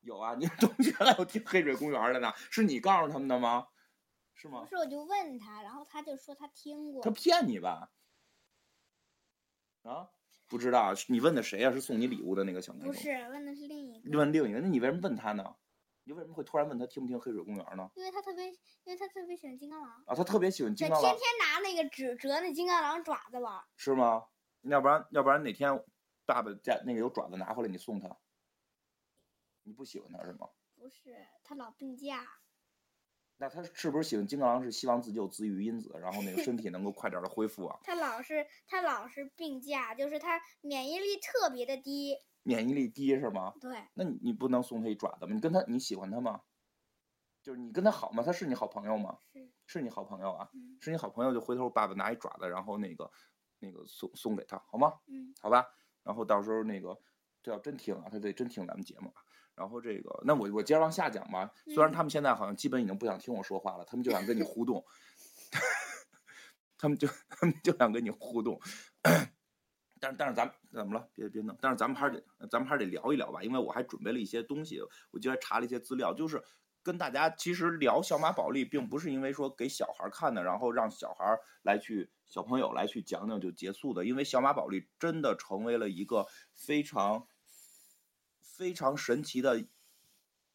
[SPEAKER 1] 有啊，你们同学还有听黑水公园的呢？是你告诉他们的吗？是
[SPEAKER 2] 不
[SPEAKER 1] 吗？
[SPEAKER 2] 是我就问他，然后他就说他听过
[SPEAKER 1] 他，骗你吧？啊，不知道，是你问的谁呀、是送你礼物的那个小男
[SPEAKER 2] 不
[SPEAKER 1] 生？
[SPEAKER 2] 是问的是另一个，
[SPEAKER 1] 问另一个，那你为什么问他呢？你为什么会突然问他听不听黑水公园呢？
[SPEAKER 2] 因为他特别，因为他特别喜欢金刚狼，
[SPEAKER 1] 啊，他特别喜欢
[SPEAKER 2] 对，
[SPEAKER 1] 金
[SPEAKER 2] 天
[SPEAKER 1] 刚狼
[SPEAKER 2] 天。拿那个纸折那金刚狼爪子玩儿。
[SPEAKER 1] 是吗？要不然要不然哪天爸爸家那个有爪子拿回来，你送他。你不喜欢他是吗？
[SPEAKER 2] 不是，他老病假。，
[SPEAKER 1] 那他是不是喜欢金刚狼？是希望自己有自愈因子，然后那个身体能够快点的恢复啊
[SPEAKER 2] 他老是他老是病假，就是他免疫力特别的低。
[SPEAKER 1] 免疫力低是吗？
[SPEAKER 2] 对，
[SPEAKER 1] 那你你不能送他一爪子吗？你跟他你喜欢他吗？就是你跟他好吗？他是你好朋友吗？
[SPEAKER 2] 是，
[SPEAKER 1] 是你好朋友啊，
[SPEAKER 2] 嗯
[SPEAKER 1] 是你好朋友就回头爸爸拿一爪子，然后那个那个送送给他好吗？
[SPEAKER 2] 嗯，
[SPEAKER 1] 好吧？然后到时候那个，这要真听啊，他得真听咱们节目啊。然后这个，那我我接着往下讲吧。虽然
[SPEAKER 2] 嗯
[SPEAKER 1] 他们现在好像基本已经不想听我说话了，他们就想跟你互动， *laughs* 他们就他们就想跟你互动。但是但是咱们怎么了？别别弄！但是咱们还是得咱们还是得聊一聊吧，因为我还准备了一些东西，我今天查了一些资料，就是跟大家其实聊小马宝莉，并不是因为说给小孩儿看的，然后让小孩儿来去小朋友来去讲讲就结束的，因为小马宝莉真的成为了一个非常非常神奇的，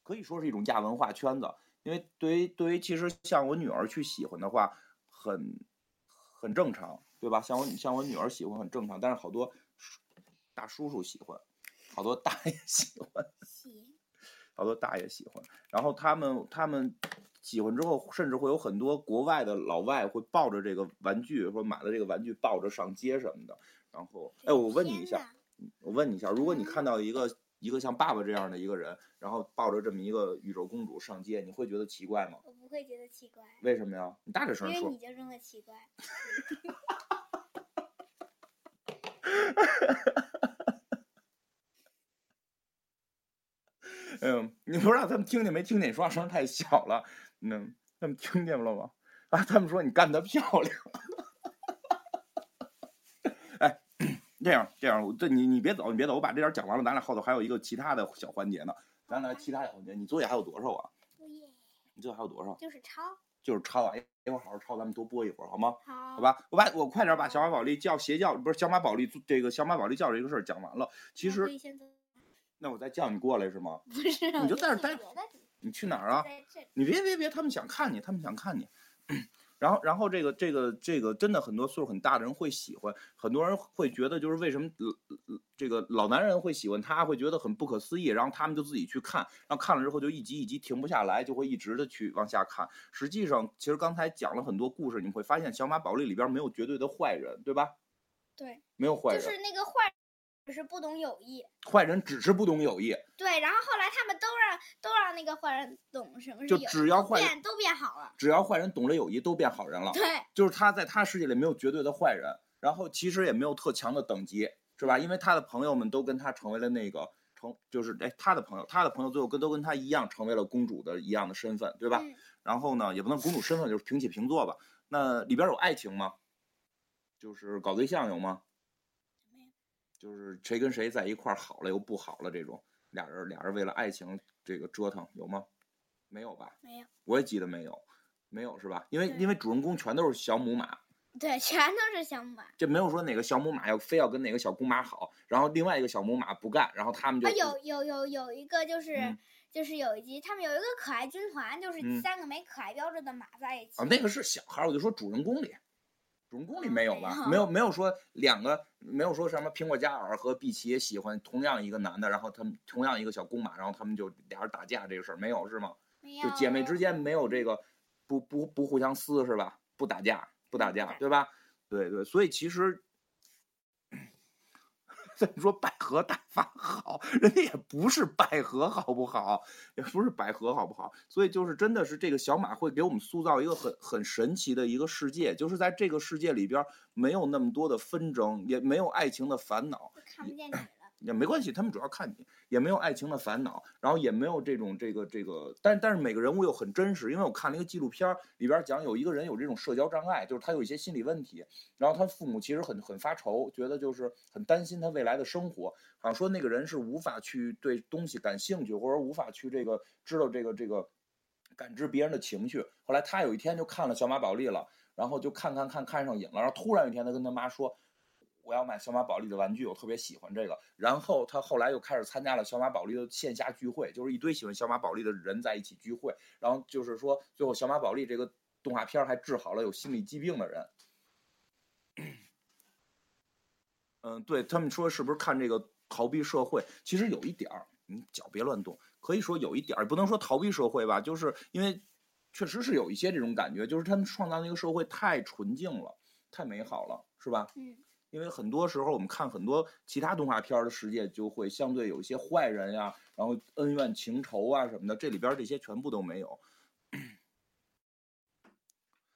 [SPEAKER 1] 可以说是一种亚文化圈子。因为对于对于其实像我女儿去喜欢的话，很很正常，对吧？像我像我女儿喜欢很正常，但是好多叔大叔叔喜欢，好多大爷喜欢。
[SPEAKER 2] 行，
[SPEAKER 1] 好多大爷喜欢。然后他们他们喜欢之后，甚至会有很多国外的老外会抱着这个玩具，说买了这个玩具抱着上街什么的。然后，哎，我问你一
[SPEAKER 2] 天
[SPEAKER 1] 下
[SPEAKER 2] 呐，，
[SPEAKER 1] 我问你一下，如果你
[SPEAKER 2] 嗯
[SPEAKER 1] 看到一个一个像爸爸这样的一个人，然后抱着这么一个宇宙公主上街，你会觉得奇怪吗？
[SPEAKER 2] 我不会觉得奇怪，
[SPEAKER 1] 为什么呀？你大点
[SPEAKER 2] 因
[SPEAKER 1] 声
[SPEAKER 2] 为
[SPEAKER 1] 说
[SPEAKER 2] 你。就认为奇怪。
[SPEAKER 1] 嗯，你不知道他们听见没听见？你说话声太小了。嗯，他们听见了吗？啊，他们说你干得漂亮。哎，这样这样，我这你你别走，你别走，我把这点儿讲完了，咱俩后头还有一个其他的小环节呢。咱俩其他小环节，你作业还有多少啊？
[SPEAKER 2] 作业
[SPEAKER 1] 你作业还有多少？
[SPEAKER 2] 就是抄，
[SPEAKER 1] 就是抄啊，一会儿好好抄，咱们多播一会儿好吗？
[SPEAKER 2] 好，
[SPEAKER 1] 好，吧，我把我快点把小马宝莉叫邪教，不是小马宝莉这个小马宝莉教这个事儿讲完了。其
[SPEAKER 2] 我可
[SPEAKER 1] 实，
[SPEAKER 2] 以先走，
[SPEAKER 1] 那我再叫你过来是吗？
[SPEAKER 2] 嗯不是，啊
[SPEAKER 1] 你
[SPEAKER 2] 我
[SPEAKER 1] 就在这儿
[SPEAKER 2] 记
[SPEAKER 1] 待
[SPEAKER 2] 别的地
[SPEAKER 1] 你去哪儿啊？
[SPEAKER 2] 在这里
[SPEAKER 1] 你别别别，他们想看你，他们想看你。 *clears throat* 然后，然后这个这个这个真的很多岁数很大的人会喜欢，很多人会觉得就是为什么、呃呃这个老男人会喜欢他，会觉得很不可思议，然后他们就自己去看，然后看了之后就一集一集停不下来，就会一直的去往下看。实际上，其实刚才讲了很多故事，你会发现《小马宝莉》里边没有绝对的坏人，对吧？
[SPEAKER 2] 对，
[SPEAKER 1] 没有坏
[SPEAKER 2] 就
[SPEAKER 1] 人，
[SPEAKER 2] 是那个坏人只是不懂友谊。
[SPEAKER 1] 坏人只是不懂友谊，
[SPEAKER 2] 对，然后后来他们都让都让那个坏人懂什么是
[SPEAKER 1] 就
[SPEAKER 2] 友谊，
[SPEAKER 1] 只要坏人
[SPEAKER 2] 变都变好了。
[SPEAKER 1] 只要坏人懂了友谊，都变好人了。
[SPEAKER 2] 对，
[SPEAKER 1] 就是他在他世界里没有绝对的坏人，然后其实也没有特强的等级，是吧？因为他的朋友们都跟他成为了那个成，就是哎，他的朋友，他的朋友最后跟都跟他一样，成为了公主的一样的身份，对吧？
[SPEAKER 2] 嗯，
[SPEAKER 1] 然后呢，也不能公主身份，就是平起平坐吧。那里边有爱情吗？就是搞对象有吗？就是谁跟谁在一块儿好了又不好了这种，俩人俩人为了爱情这个折腾有吗？没有吧？
[SPEAKER 2] 没有，
[SPEAKER 1] 我也记得没有，没有是吧？因为
[SPEAKER 2] 对
[SPEAKER 1] 因为主人公全都是小母马，
[SPEAKER 2] 对，全都是小马。
[SPEAKER 1] 这没有说哪个小母马要非要跟哪个小公马好，然后另外一个小母马不干，然后他们就、
[SPEAKER 2] 啊，有有有有一个就是、
[SPEAKER 1] 嗯
[SPEAKER 2] 就是有一集，他们有一个可爱军团，就是
[SPEAKER 1] 嗯
[SPEAKER 2] 三个没可爱标志的马在一起。
[SPEAKER 1] 啊，那个是小孩儿，我就说主人公里，主人公里
[SPEAKER 2] 哦
[SPEAKER 1] 没有
[SPEAKER 2] 没
[SPEAKER 1] 吧？
[SPEAKER 2] 有
[SPEAKER 1] 没有没有说两个没有说什么苹果嘉尔和碧琪喜欢同样一个男的，然后他们同样一个小公马，然后他们就俩人打架这个事儿没有是吗？
[SPEAKER 2] 没
[SPEAKER 1] 就
[SPEAKER 2] 有
[SPEAKER 1] 姐妹之间没有这个不不不互相撕是吧？不打架，不打架，对吧？对对，所以其实 *laughs* 再说百合大法好，人家也不是百合好不好，也不是百合好不好，所以就是真的是这个小马会给我们塑造一个很很神奇的一个世界，就是在这个世界里边儿没有那么多的纷争，也没有爱情的烦恼，
[SPEAKER 2] 就看不见你了。
[SPEAKER 1] 也没关系，他们主要看你，也没有爱情的烦恼，然后也没有这种这个这个，但但是每个人物又很真实，因为我看了一个纪录片儿，里边儿讲有一个人有这种社交障碍，就是他有一些心理问题，然后他父母其实很很发愁，觉得就是很担心他未来的生活，好像说那个人是无法去对东西感兴趣，或者无法去这个知道这个这个感知别人的情绪。后来他有一天就看了小马宝莉了，然后就看看看看上瘾了，然后突然有一天他跟他妈说。我要买小马宝莉的玩具，我特别喜欢这个。然后他后来又开始参加了小马宝莉的线下聚会，就是一堆喜欢小马宝莉的人在一起聚会。然后就是说，最后小马宝莉这个动画片儿还治好了有心理疾病的人。嗯，对他们说是不是看这个逃避社会？其实有一点儿，你脚别乱动，可以说有一点儿，不能说逃避社会吧，就是因为确实是有一些这种感觉，就是他们创造那个社会太纯净了，太美好了，是吧？
[SPEAKER 2] 嗯，
[SPEAKER 1] 因为很多时候我们看很多其他动画片儿的世界，就会相对有一些坏人呀、然后恩怨情仇啊什么的，这里边儿这些全部都没有。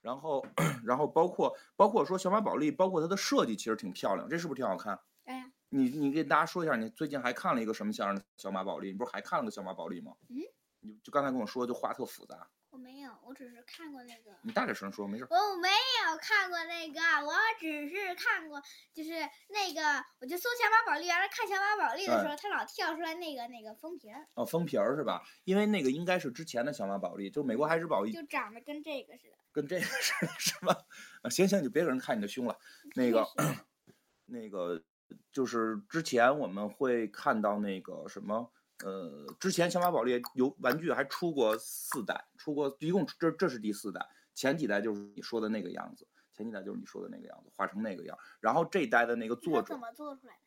[SPEAKER 1] 然后，然后包括包括说小马宝莉，包括它的设计其实挺漂亮，这是不是挺好看？
[SPEAKER 2] 哎呀，
[SPEAKER 1] 你你给大家说一下，你最近还看了一个什么像样的小马宝莉？你不是还看了个小马宝莉吗？
[SPEAKER 2] 嗯，
[SPEAKER 1] 你就刚才跟我说就画特复杂，
[SPEAKER 2] 我没有，我只是看过那个。
[SPEAKER 1] 你大点声说，没事儿。
[SPEAKER 2] 我没有看过那个，啊我只是看过，就是那个，我就搜小马宝莉。原来看小马宝莉
[SPEAKER 1] 哎
[SPEAKER 2] 的时候，它老跳出来那个那个封皮儿，
[SPEAKER 1] 哦，封皮儿是吧？因为那个应该是之前的小马宝莉，就是美国孩之宝一
[SPEAKER 2] 就长得跟这个似的。
[SPEAKER 1] 跟这个是是吧？啊行行，你别给人看你的胸了。那个
[SPEAKER 2] 确实
[SPEAKER 1] 那个就是之前我们会看到那个什么，呃，之前小马宝莉有玩具还出过四代，出过一共这这是第四代，前几代就是你说的那个样子，前几代就是你说的那个样子，画成那个样儿。然后这一代的那个
[SPEAKER 2] 它
[SPEAKER 1] 作者
[SPEAKER 2] 怎么做出来的？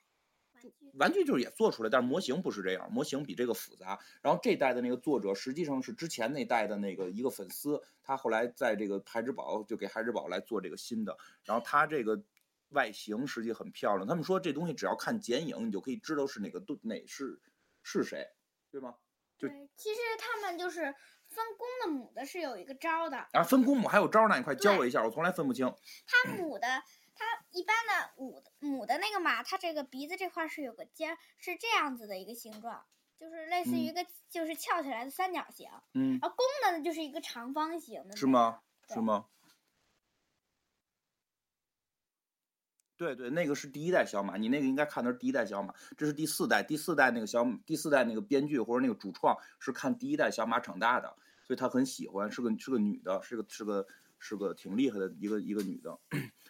[SPEAKER 2] 玩具
[SPEAKER 1] 玩具就是也做出来，但是模型不是这样，模型比这个复杂。然后这代的那个作者实际上是之前那代的那个一个粉丝，他后来在这个孩之宝就给孩之宝来做这个新的，然后他这个外形实际很漂亮。他们说这东西只要看剪影，你就可以知道是哪个对哪是是谁，对吗？就
[SPEAKER 2] 对，其实他们就是分公的母的是有一个招的，
[SPEAKER 1] 啊，分公母还有招儿呢，你快教
[SPEAKER 2] 对
[SPEAKER 1] 我一下，我从来分不清。
[SPEAKER 2] 它母的，它一般的母的母的那个马，它这个鼻子这块儿是有个尖儿，是这样子的一个形状，就是类似于一个就是翘起来的三角形，
[SPEAKER 1] 嗯，
[SPEAKER 2] 而公的呢就是一个长方形的，
[SPEAKER 1] 是吗？？是
[SPEAKER 2] 对
[SPEAKER 1] 吗？对对，那个是第一代小马，你那个应该看的是第一代小马，这是第四代，第四代那个小第四代那个编剧或者那个主创是看第一代小马长大的，所以他很喜欢，是个是个女的，是个是个是个挺厉害的 *coughs* 一个一个女的，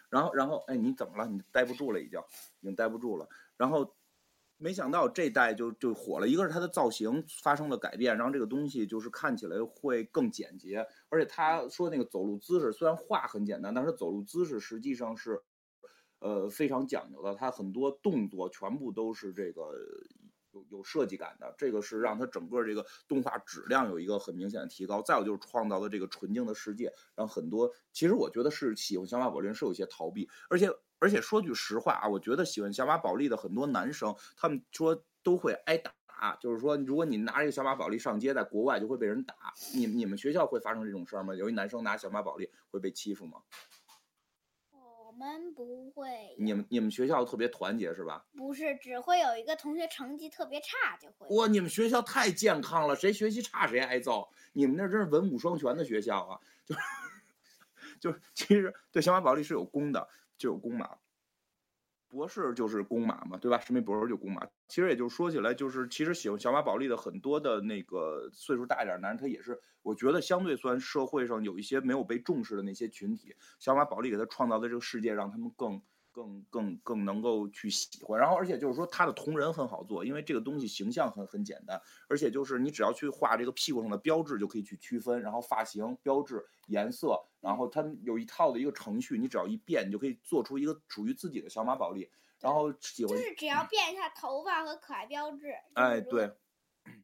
[SPEAKER 1] 然后然后哎，你怎么了？你待不住了，已经已经待不住了，然后没想到这代就就火了，一个是它的造型发生了改变，然后这个东西就是看起来会更简洁，而且他说那个走路姿势虽然画很简单，但是走路姿势实际上是，呃，非常讲究的，他很多动作全部都是这个有有设计感的，这个是让它整个这个动画质量有一个很明显的提高。再有就是创造的这个纯净的世界，让很多其实我觉得是喜欢小马宝莉人是有一些逃避，而且而且说句实话啊，我觉得喜欢小马宝莉的很多男生，他们说都会挨打，就是说如果你拿一个小马宝莉上街，在国外就会被人打。你你们学校会发生这种事儿吗？有一男生拿小马宝莉会被欺负吗？
[SPEAKER 2] 我们不会，
[SPEAKER 1] 你们你们学校特别团结是吧？
[SPEAKER 2] 不是只会有一个同学成绩特别差就会。
[SPEAKER 1] 哇，你们学校太健康了，谁学习差谁挨揍。你们那真是文武双全的学校啊！就是就是，其实对小马宝莉是有功的，就有公马。博士就是公马嘛，对吧？史密博士就公马。其实也就是说起来，就是其实喜欢小马宝莉的很多的那个岁数大一点儿男人，他也是，我觉得相对算社会上有一些没有被重视的那些群体，小马宝莉给他创造的这个世界，让他们更更更更能够去喜欢。然后，而且就是说他的同人很好做，因为这个东西形象很很简单，而且就是你只要去画这个屁股上的标志就可以去区分，然后发型、标志、颜色，然后他们有一套的一个程序，你只要一变，你就可以做出一个属于自己的小马宝莉。然后喜欢
[SPEAKER 2] 就是只要变一下头发和可爱标志。
[SPEAKER 1] 哎，对，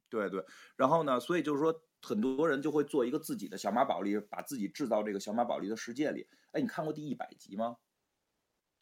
[SPEAKER 1] 对对，然后呢，所以就是说，很多人就会做一个自己的小马宝莉，把自己制到这个小马宝莉的世界里。哎，你看过第一百集吗？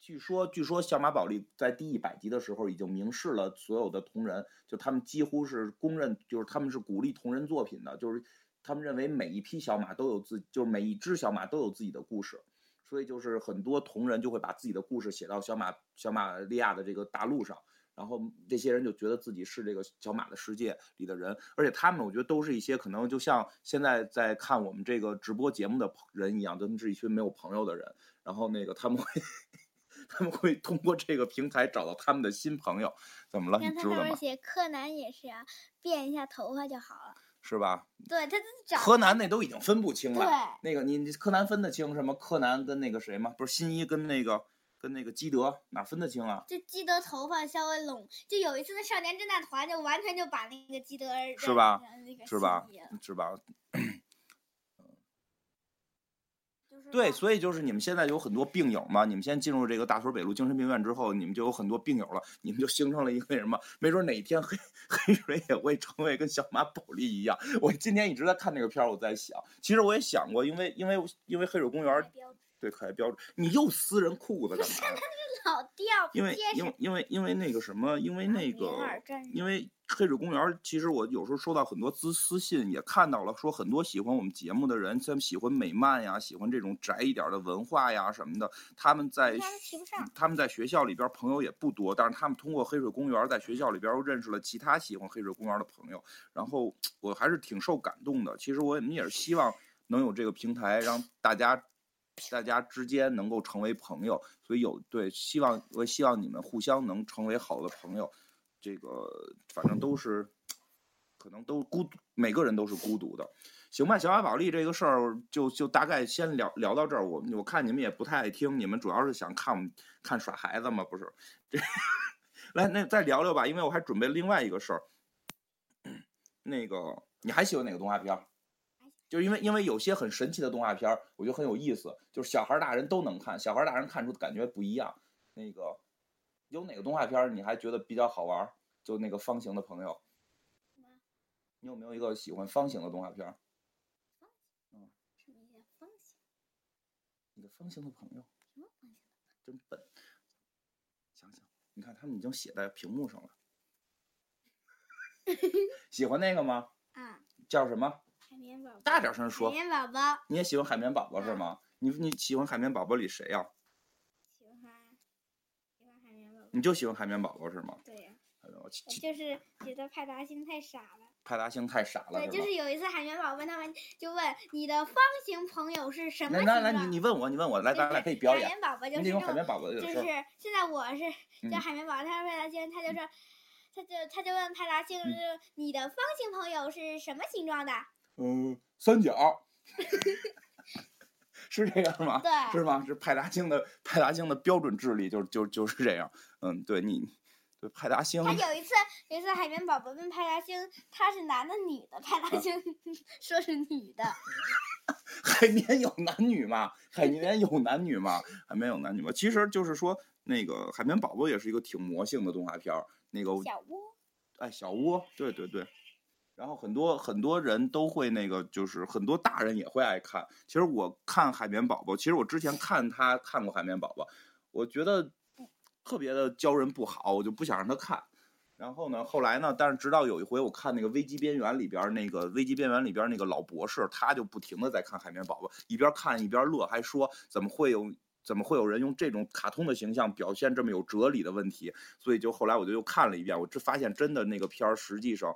[SPEAKER 1] 据说，据说小马宝莉在第一百集的时候已经明示了所有的同人，就他们几乎是公认，就是他们是鼓励同人作品的，就是他们认为每一匹小马都有自，就是每一只小马都有自己的故事。所以就是很多同人就会把自己的故事写到小马小马利亚的这个大陆上，然后这些人就觉得自己是这个小马的世界里的人，而且他们我觉得都是一些可能就像现在在看我们这个直播节目的朋人一样，他们是一群没有朋友的人，然后那个他们会 *laughs* 他们会通过这个平台找到他们的新朋友，怎么了？你
[SPEAKER 2] 看他
[SPEAKER 1] 知道
[SPEAKER 2] 上面
[SPEAKER 1] 吗？
[SPEAKER 2] 写柯南也是啊，变一下头发就好了。
[SPEAKER 1] 是吧？
[SPEAKER 2] 对他自己找
[SPEAKER 1] 柯南那都已经分不清
[SPEAKER 2] 对
[SPEAKER 1] 了。那个你你柯南分得清什么？柯南跟那个谁吗？不是新一跟那个跟那个基德哪分得清啊？
[SPEAKER 2] 就基德头发稍微拢，就有一次的少年侦探团就完全就把那个基德儿
[SPEAKER 1] 是
[SPEAKER 2] 让
[SPEAKER 1] 吧？
[SPEAKER 2] 让那个
[SPEAKER 1] 是吧
[SPEAKER 2] 吸引了？
[SPEAKER 1] 是吧？
[SPEAKER 2] 就是
[SPEAKER 1] 对，
[SPEAKER 2] 让
[SPEAKER 1] 所以就是你们现在有很多病友嘛，你们先进入这个大屯北路精神病院之后，你们就有很多病友了，你们就形成了一个什么？没准哪天黑 *laughs* 黑水也会成为跟小马宝莉一样。我今天一直在看这个片儿，我在想，其实我也想过，因为因为因为黑水公园
[SPEAKER 2] 那
[SPEAKER 1] 儿
[SPEAKER 2] 标志
[SPEAKER 1] 对可爱标志，你又撕人裤子干嘛呀？
[SPEAKER 2] 老掉不
[SPEAKER 1] 因
[SPEAKER 2] *laughs*
[SPEAKER 1] 为
[SPEAKER 2] 结
[SPEAKER 1] 因
[SPEAKER 2] 实
[SPEAKER 1] 为因为因为那个什么，因为
[SPEAKER 2] 啊
[SPEAKER 1] 那
[SPEAKER 2] 棉
[SPEAKER 1] 个
[SPEAKER 2] 花儿真是
[SPEAKER 1] 因为黑水公园儿，其实我有时候收到很多私私信，也看到了，说很多喜欢我们节目的人，他们喜欢美漫呀，喜欢这种宅一点儿的文化呀什么的，他们在
[SPEAKER 2] 你看他提不上
[SPEAKER 1] 他们在学校里边儿朋友也不多，但是他们通过黑水公园儿在学校里边儿又认识了其他喜欢黑水公园儿的朋友，然后我还是挺受感动的。其实我们也是希望能有这个平台，让大家大家之间能够成为朋友，所以有对希望我希望你们互相能成为好的朋友。这个反正都是，可能都孤独，每个人都是孤独的。行吧，小马宝莉这个事儿就就大概先聊聊到这儿。我我看你们也不太爱听，你们主要是想看我们看耍孩子嘛，不是？这 *laughs* 来，那再聊聊吧，因为我还准备另外一个事儿。那个，你还喜欢哪个动画片儿？就是因为因为有些很神奇的动画片儿，我觉得很有意思，就是小孩儿大人都能看，小孩儿大人看出的感觉不一样。那个有哪个动画片儿你还觉得比较好玩儿？就那个方形的朋友，你有没有一个喜欢方形的动画片儿？
[SPEAKER 2] 什么意思方形
[SPEAKER 1] 你的方形的朋友
[SPEAKER 2] 什么方形？
[SPEAKER 1] 真笨，想想，你看他们已经写在屏幕上
[SPEAKER 2] *laughs*
[SPEAKER 1] 了。喜欢那个吗？
[SPEAKER 2] 啊，
[SPEAKER 1] 叫什么？
[SPEAKER 2] 海绵宝宝。
[SPEAKER 1] 大点声
[SPEAKER 2] 海
[SPEAKER 1] 说。
[SPEAKER 2] 绵宝宝
[SPEAKER 1] 你也喜欢海绵宝宝是
[SPEAKER 2] 啊
[SPEAKER 1] 吗？你你喜欢海绵宝宝里谁呀、啊
[SPEAKER 2] 喜欢喜欢海绵宝宝。
[SPEAKER 1] 你就喜欢海绵宝宝是吗？
[SPEAKER 2] 对呀、
[SPEAKER 1] 哎呦，其
[SPEAKER 2] 我
[SPEAKER 1] 其
[SPEAKER 2] 就是觉得派达星太傻了。
[SPEAKER 1] 派大星太傻了
[SPEAKER 2] 对，
[SPEAKER 1] 是
[SPEAKER 2] 就
[SPEAKER 1] 吗？
[SPEAKER 2] 是有一次海绵宝宝问他们，就问你的方形朋友是什么
[SPEAKER 1] 来
[SPEAKER 2] 形
[SPEAKER 1] 来
[SPEAKER 2] 状？
[SPEAKER 1] 来，你你问我，你问我，来
[SPEAKER 2] 就是
[SPEAKER 1] 咱俩可以表
[SPEAKER 2] 海
[SPEAKER 1] 演，
[SPEAKER 2] 绵宝宝
[SPEAKER 1] 你
[SPEAKER 2] 就是
[SPEAKER 1] 得
[SPEAKER 2] 这
[SPEAKER 1] 用海
[SPEAKER 2] 种
[SPEAKER 1] 绵宝宝的
[SPEAKER 2] 就
[SPEAKER 1] 事
[SPEAKER 2] 是
[SPEAKER 1] 儿。
[SPEAKER 2] 现在我是叫
[SPEAKER 1] 嗯
[SPEAKER 2] 海绵宝宝，他是派大星，他就说，他就他就问派大星，
[SPEAKER 1] 嗯
[SPEAKER 2] 就是你的方形朋友是什么形状的？
[SPEAKER 1] 嗯，三角， *laughs* 是这样吗？
[SPEAKER 2] 对
[SPEAKER 1] 是吗？是派大星的派大星的标准智力就就就是这样。嗯，对你，对，派大星
[SPEAKER 2] 还有一次，有一次海绵宝宝问派大星他是男的女的，派
[SPEAKER 1] 嗯
[SPEAKER 2] 大星 *laughs* 说是女的。
[SPEAKER 1] 海绵有男女吗？海绵有男女吗？海绵有男女吗？其实就是说，那个海绵宝宝也是一个挺魔性的动画片儿。那个
[SPEAKER 2] 小窝，
[SPEAKER 1] 哎，小窝，对对对。然后很多很多人都会那个，就是很多大人也会爱看。其实我看海绵宝宝，其实我之前看他看过海绵宝宝，我觉得特别的教人不好，我就不想让他看。然后呢，后来呢，但是直到有一回我看那个《危机边缘》里边儿那个《危机边缘》里边儿那个老博士，他就不停的在看海绵宝宝，一边看一边乐，还说怎么会有怎么会有人用这种卡通的形象表现这么有哲理的问题？所以就后来我就又看了一遍，我这发现真的那个片儿实际上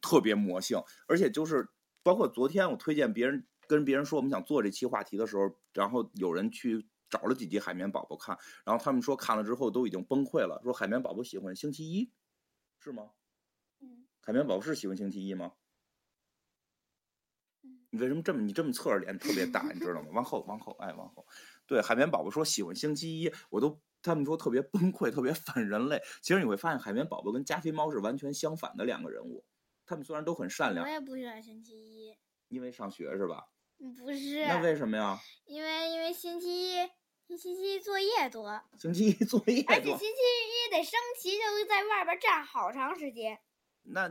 [SPEAKER 1] 特别魔性，而且就是包括昨天我推荐别人跟别人说我们想做这期话题的时候，然后有人去找了几集《海绵宝宝》看，然后他们说看了之后都已经崩溃了，说《海绵宝宝》喜欢星期一，是吗？
[SPEAKER 2] 嗯
[SPEAKER 1] 海绵宝宝是喜欢星期一吗？
[SPEAKER 2] 嗯，
[SPEAKER 1] 你为什么这么你这么侧着脸特别大，你知道吗？往后往后，哎，往后。对，海绵宝宝说喜欢星期一，我都他们说特别崩溃，特别反人类。其实你会发现，海绵宝宝跟加菲猫是完全相反的两个人物。他们虽然都很善
[SPEAKER 2] 我
[SPEAKER 1] 良，
[SPEAKER 2] 也不喜欢星期一。
[SPEAKER 1] 因为上学是吧？
[SPEAKER 2] 嗯不是，
[SPEAKER 1] 那为什么呀？
[SPEAKER 2] 因为因为星期一，星期一作业多，
[SPEAKER 1] 星期一作业
[SPEAKER 2] 而且
[SPEAKER 1] 多
[SPEAKER 2] 星，期一得升旗，就在外边站好长时间。
[SPEAKER 1] 那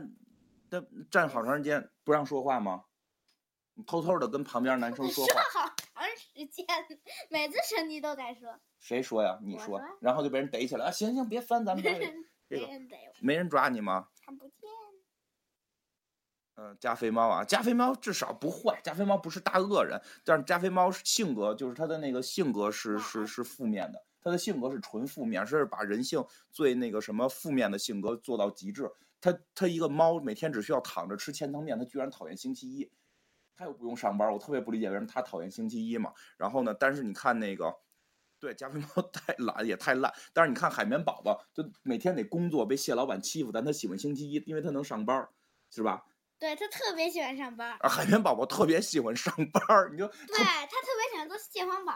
[SPEAKER 1] 那站好长时间不让说话吗？你偷偷的跟旁边男生说
[SPEAKER 2] 说
[SPEAKER 1] 话，
[SPEAKER 2] 好长时间，每次升旗都在说，
[SPEAKER 1] 谁说呀？你
[SPEAKER 2] 我
[SPEAKER 1] 说
[SPEAKER 2] 说，
[SPEAKER 1] 然后就被人逮起来啊！行行，别翻
[SPEAKER 2] *laughs*
[SPEAKER 1] 咱们
[SPEAKER 2] 别
[SPEAKER 1] 班里，
[SPEAKER 2] 人
[SPEAKER 1] 这
[SPEAKER 2] 别
[SPEAKER 1] 个
[SPEAKER 2] 人逮我，
[SPEAKER 1] 没人抓你吗？
[SPEAKER 2] 看不见。
[SPEAKER 1] 嗯，加菲猫啊，加菲猫至少不坏，加菲猫不是大恶人，但是加菲猫是性格就是它的那个性格是是是负面的，它的性格是纯负面，是把人性最那个什么负面的性格做到极致。它它一个猫每天只需要躺着吃千层面，它居然讨厌星期一，它又不用上班，我特别不理解为什么它讨厌星期一嘛。然后呢，但是你看那个。对，加菲猫 *laughs* 太懒也太烂，但是你看海绵宝宝，就每天得工作，被蟹老板欺负，但他喜欢星期一，因为他能上班，是吧？
[SPEAKER 2] 对他特别喜欢上
[SPEAKER 1] *laughs*
[SPEAKER 2] 班儿，
[SPEAKER 1] 啊，海绵宝宝特别喜欢上班儿，你就
[SPEAKER 2] 对他特别喜欢做蟹黄堡。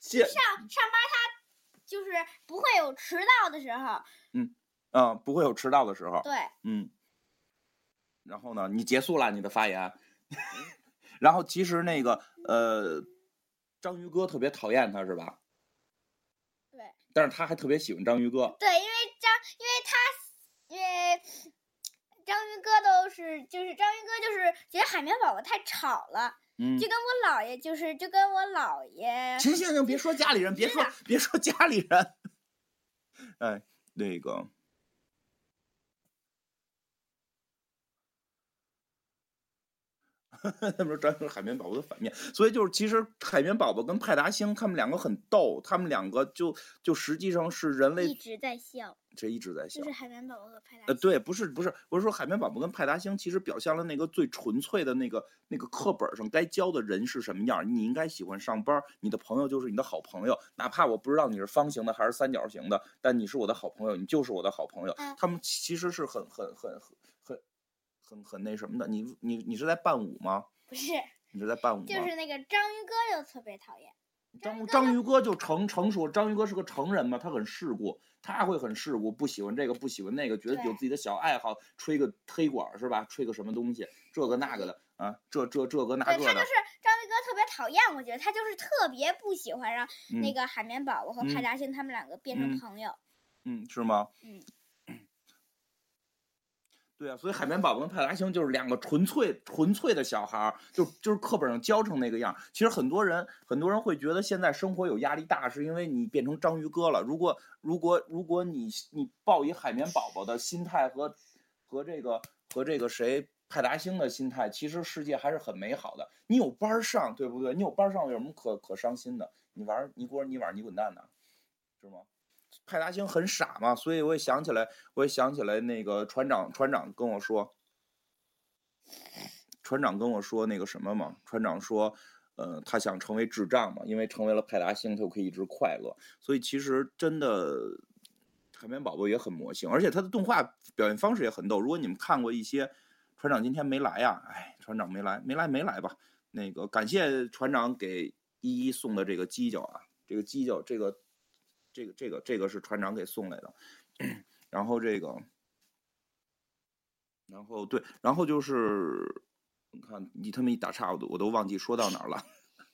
[SPEAKER 1] 现
[SPEAKER 2] 上上班他就是不会有迟到的时候，
[SPEAKER 1] 啊、不会有迟到的时候，
[SPEAKER 2] 对，
[SPEAKER 1] 嗯。然后呢，你结束了你的发言， *laughs* 然后其实那个呃，章鱼哥特别讨厌他是吧？
[SPEAKER 2] 对。
[SPEAKER 1] 但是他还特别喜欢章鱼哥，
[SPEAKER 2] 对，因为章，因为他，因为章鱼哥都是，就是章鱼哥就是觉得海绵宝宝太吵了，
[SPEAKER 1] 嗯
[SPEAKER 2] 就。跟我姥爷就是，就跟我姥爷，
[SPEAKER 1] 行行行，别说家里人，别说别说家里人。哎，那个， *laughs* 他们说专门是海绵宝宝的反面，所以就是其实海绵宝宝跟派达星他们两个很逗，他们两个就就实际上是人
[SPEAKER 2] 一
[SPEAKER 1] 类
[SPEAKER 2] 直在笑，
[SPEAKER 1] 这一直在笑
[SPEAKER 2] 就。是海绵宝宝和派大
[SPEAKER 1] 呃，
[SPEAKER 2] 星。
[SPEAKER 1] 对，不是不是，我是说海绵宝宝跟派达星其实表现了那个最纯粹的那个那个课本上该教的人是什么样儿。你应该喜欢上班儿，你的朋友就是你的好朋友，哪怕我不知道你是方形的还是三角形的，但你是我的好朋友，你就是我的好朋友。
[SPEAKER 2] 嗯
[SPEAKER 1] 他们其实是很很很很很很很那什么的。你你你是在伴舞吗？
[SPEAKER 2] 不是，
[SPEAKER 1] 你是在伴舞吗？
[SPEAKER 2] 就是那个章鱼哥就特别讨厌，
[SPEAKER 1] 章章鱼哥就成成熟，章鱼哥是个成人嘛，他很世故，他会很世故，不喜欢这个，不喜欢那个，觉得有
[SPEAKER 2] 对
[SPEAKER 1] 自己的小爱好，吹个黑管儿是吧？吹个什么东西，这个那个的啊，这这这个那
[SPEAKER 2] 对
[SPEAKER 1] 个
[SPEAKER 2] 他就
[SPEAKER 1] 的
[SPEAKER 2] 是，章鱼哥特别讨厌，我觉得他就是特别不喜欢让那
[SPEAKER 1] 嗯
[SPEAKER 2] 个海绵宝宝和派
[SPEAKER 1] 嗯
[SPEAKER 2] 大星他们两个变
[SPEAKER 1] 嗯
[SPEAKER 2] 成朋友。
[SPEAKER 1] 嗯，是吗？
[SPEAKER 2] 嗯，
[SPEAKER 1] *clears throat* 对啊，所以海绵宝宝跟派大星就是两个纯粹纯粹的小孩儿，就就是课本上教成那个样儿。其实很多人很多人会觉得现在生活有压力大，是因为你变成章鱼哥了。如果如果如果你你抱以海绵宝宝的心态和和这个和这个谁派达星的心态，其实世界还是很美好的。你有班儿上，对不对？你有班儿上有什么可可伤心的？你玩儿你锅你碗你滚蛋呐，是吗？派达星很傻嘛，所以我也想起来，我也想起来那个船长，船长跟我说，船长跟我说那个什么嘛，船长说，呃，他想成为智障嘛，因为成为了派达星，他就可以一直快乐。所以其实真的，海绵宝宝也很魔性，而且他的动画表现方式也很逗。如果你们看过一些，船长今天没来呀、哎，船长没来，没来没来吧。那个感谢船长给依依送的这个犄角啊，这个犄角，这个这个这个这个是船长给送来的，然后这个，然后对，然后就是你看你他们一打岔，我都我都忘记说到哪儿了。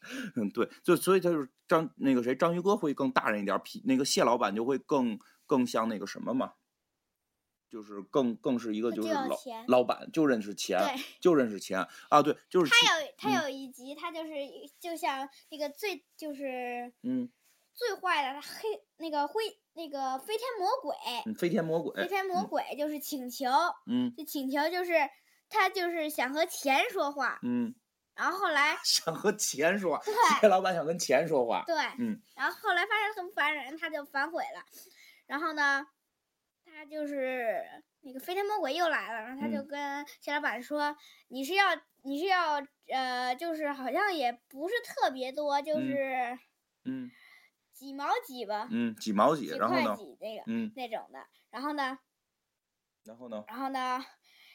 [SPEAKER 1] *laughs* 嗯，对，就所以他就是张那个谁章鱼哥会更大人一点儿，皮那个蟹老板就会更更像那个什么嘛，就是更更是一个
[SPEAKER 2] 会
[SPEAKER 1] 就是
[SPEAKER 2] 只有
[SPEAKER 1] 老
[SPEAKER 2] 钱
[SPEAKER 1] 老板就认识钱，
[SPEAKER 2] 对，
[SPEAKER 1] 就认识钱啊，对，就是其
[SPEAKER 2] 他有
[SPEAKER 1] 嗯
[SPEAKER 2] 他有一集，他就是就像那个最就是
[SPEAKER 1] 嗯
[SPEAKER 2] 最坏的黑那个灰那个飞天魔鬼，
[SPEAKER 1] 嗯飞天魔
[SPEAKER 2] 飞
[SPEAKER 1] 鬼，
[SPEAKER 2] 天魔
[SPEAKER 1] 嗯
[SPEAKER 2] 鬼就是请求，
[SPEAKER 1] 嗯
[SPEAKER 2] 这请求就是他就是想和钱说话，
[SPEAKER 1] 嗯， *laughs*
[SPEAKER 2] 然后后来
[SPEAKER 1] 想和钱说话，
[SPEAKER 2] 对
[SPEAKER 1] 蟹老板想跟钱说话，
[SPEAKER 2] 对，
[SPEAKER 1] 嗯，
[SPEAKER 2] 然后后来发现很烦人，他就反悔了，然后呢，他就是那个飞天魔鬼又来了，然后他就
[SPEAKER 1] 嗯
[SPEAKER 2] 跟谢老板说，你是要你是要呃，就是好像也不是特别多，就
[SPEAKER 1] 嗯
[SPEAKER 2] 是
[SPEAKER 1] 嗯
[SPEAKER 2] 几毛几吧，
[SPEAKER 1] 嗯，几毛几，
[SPEAKER 2] 几
[SPEAKER 1] 然后
[SPEAKER 2] 块
[SPEAKER 1] 呢，
[SPEAKER 2] 几那个
[SPEAKER 1] 嗯，
[SPEAKER 2] 那种的，然后呢，
[SPEAKER 1] 然后呢，
[SPEAKER 2] 然后呢。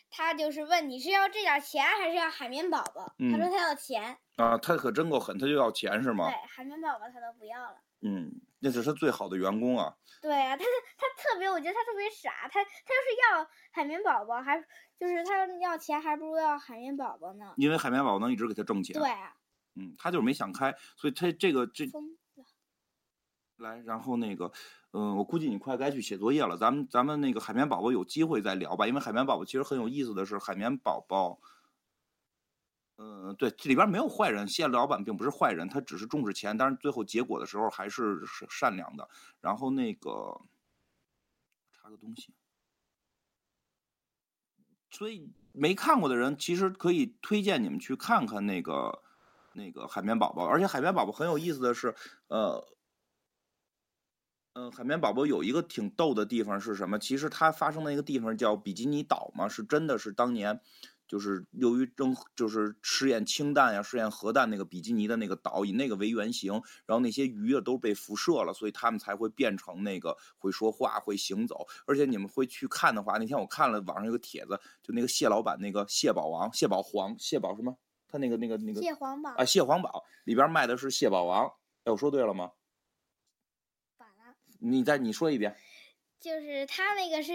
[SPEAKER 2] 他就是问你是要这点钱还是要海绵宝宝？他说
[SPEAKER 1] 嗯
[SPEAKER 2] 他要钱，
[SPEAKER 1] 啊，他可真够狠，他就要钱是吗
[SPEAKER 2] 对？海绵宝宝他都不要了。
[SPEAKER 1] 嗯，那是他最好的员工啊，
[SPEAKER 2] 对啊，他他特别，我觉得他特别傻，他他要是要海绵宝宝，还就是他要钱，还不如要海绵宝宝呢。
[SPEAKER 1] 因为海绵宝宝能一直给他挣钱，
[SPEAKER 2] 对啊，
[SPEAKER 1] 嗯，他就是没想开，所以他这个这
[SPEAKER 2] 疯子，
[SPEAKER 1] 来，然后那个，嗯，我估计你快该去写作业了。咱们咱们那个海绵宝宝有机会再聊吧，因为海绵宝宝其实很有意思的是，海绵宝宝，嗯，对，这里边没有坏人，谢老板并不是坏人，他只是重视钱，但是最后结果的时候还是是善良的。然后那个，查个东西，所以没看过的人其实可以推荐你们去看看那个那个海绵宝宝，而且海绵宝宝很有意思的是，呃。嗯，海绵宝宝有一个挺逗的地方是什么？其实它发生的那个地方叫比基尼岛嘛，是真的是当年，就是由于争，就是试验氢弹呀、试验核弹那个比基尼的那个岛，以那个为原型，然后那些鱼啊都被辐射了，所以它们才会变成那个会说话、会行走。而且你们会去看的话，那天我看了网上有个帖子，就那个蟹老板那个蟹堡王、蟹堡皇、蟹堡什么，他那个那个那个
[SPEAKER 2] 蟹黄宝
[SPEAKER 1] 啊蟹黄堡里边卖的是蟹堡王，哎，我说对了吗？
[SPEAKER 2] 反了，
[SPEAKER 1] 你再你说一遍。
[SPEAKER 2] 就是他那个是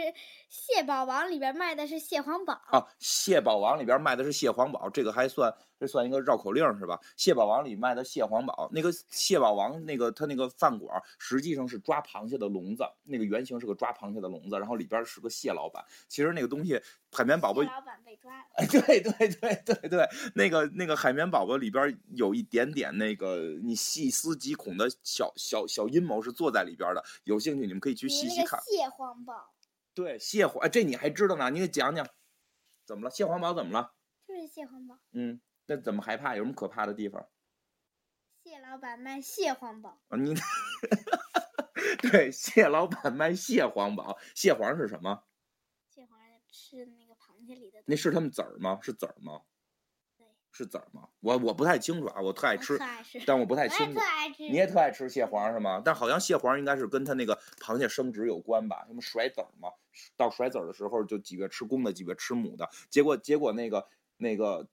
[SPEAKER 2] 蟹堡王里边卖的是蟹黄堡，
[SPEAKER 1] 啊，蟹堡王里边卖的是蟹黄堡，这个还算这算一个绕口令儿是吧？蟹堡王里卖的蟹黄堡，那个蟹堡王那个他那个饭馆儿实际上是抓螃蟹的笼子，那个原型是个抓螃蟹的笼子，然后里边儿是个蟹老板。其实那个东西海绵
[SPEAKER 2] *laughs*
[SPEAKER 1] 宝宝
[SPEAKER 2] 蟹老板被抓了。
[SPEAKER 1] 哎，对对对对对，那个那个海绵宝宝里边儿有一点点那个你细思极恐的小小小阴谋是做在里边儿的，有兴趣你们可以去
[SPEAKER 2] 你
[SPEAKER 1] 细
[SPEAKER 2] 那
[SPEAKER 1] 细
[SPEAKER 2] 个
[SPEAKER 1] 看。
[SPEAKER 2] 蟹黄堡
[SPEAKER 1] 对，蟹黄，哎这你还知道呢？你给讲讲，怎么了？蟹黄堡怎么了？
[SPEAKER 2] 就是蟹黄堡，
[SPEAKER 1] 嗯，那怎么害怕？有什么可怕的地方？
[SPEAKER 2] 蟹老板卖蟹黄堡，
[SPEAKER 1] 啊，你 *laughs* 对蟹老板卖蟹黄堡，蟹黄是什么？
[SPEAKER 2] 蟹黄吃那个螃蟹里的东西。
[SPEAKER 1] 那是他们籽儿吗？是籽儿吗？是籽儿吗？我我不太清楚啊，我特爱
[SPEAKER 2] 我
[SPEAKER 1] 吃
[SPEAKER 2] 特，爱吃，
[SPEAKER 1] 但我不
[SPEAKER 2] 我
[SPEAKER 1] 太
[SPEAKER 2] 也
[SPEAKER 1] 清楚
[SPEAKER 2] 特。爱吃。
[SPEAKER 1] 你也特爱吃蟹黄是吗？但好像蟹黄应该是跟它那个螃蟹生殖有关吧？什么甩籽儿嘛，到甩籽儿的时候就几个吃公的，几个吃母的，结果结果那个那个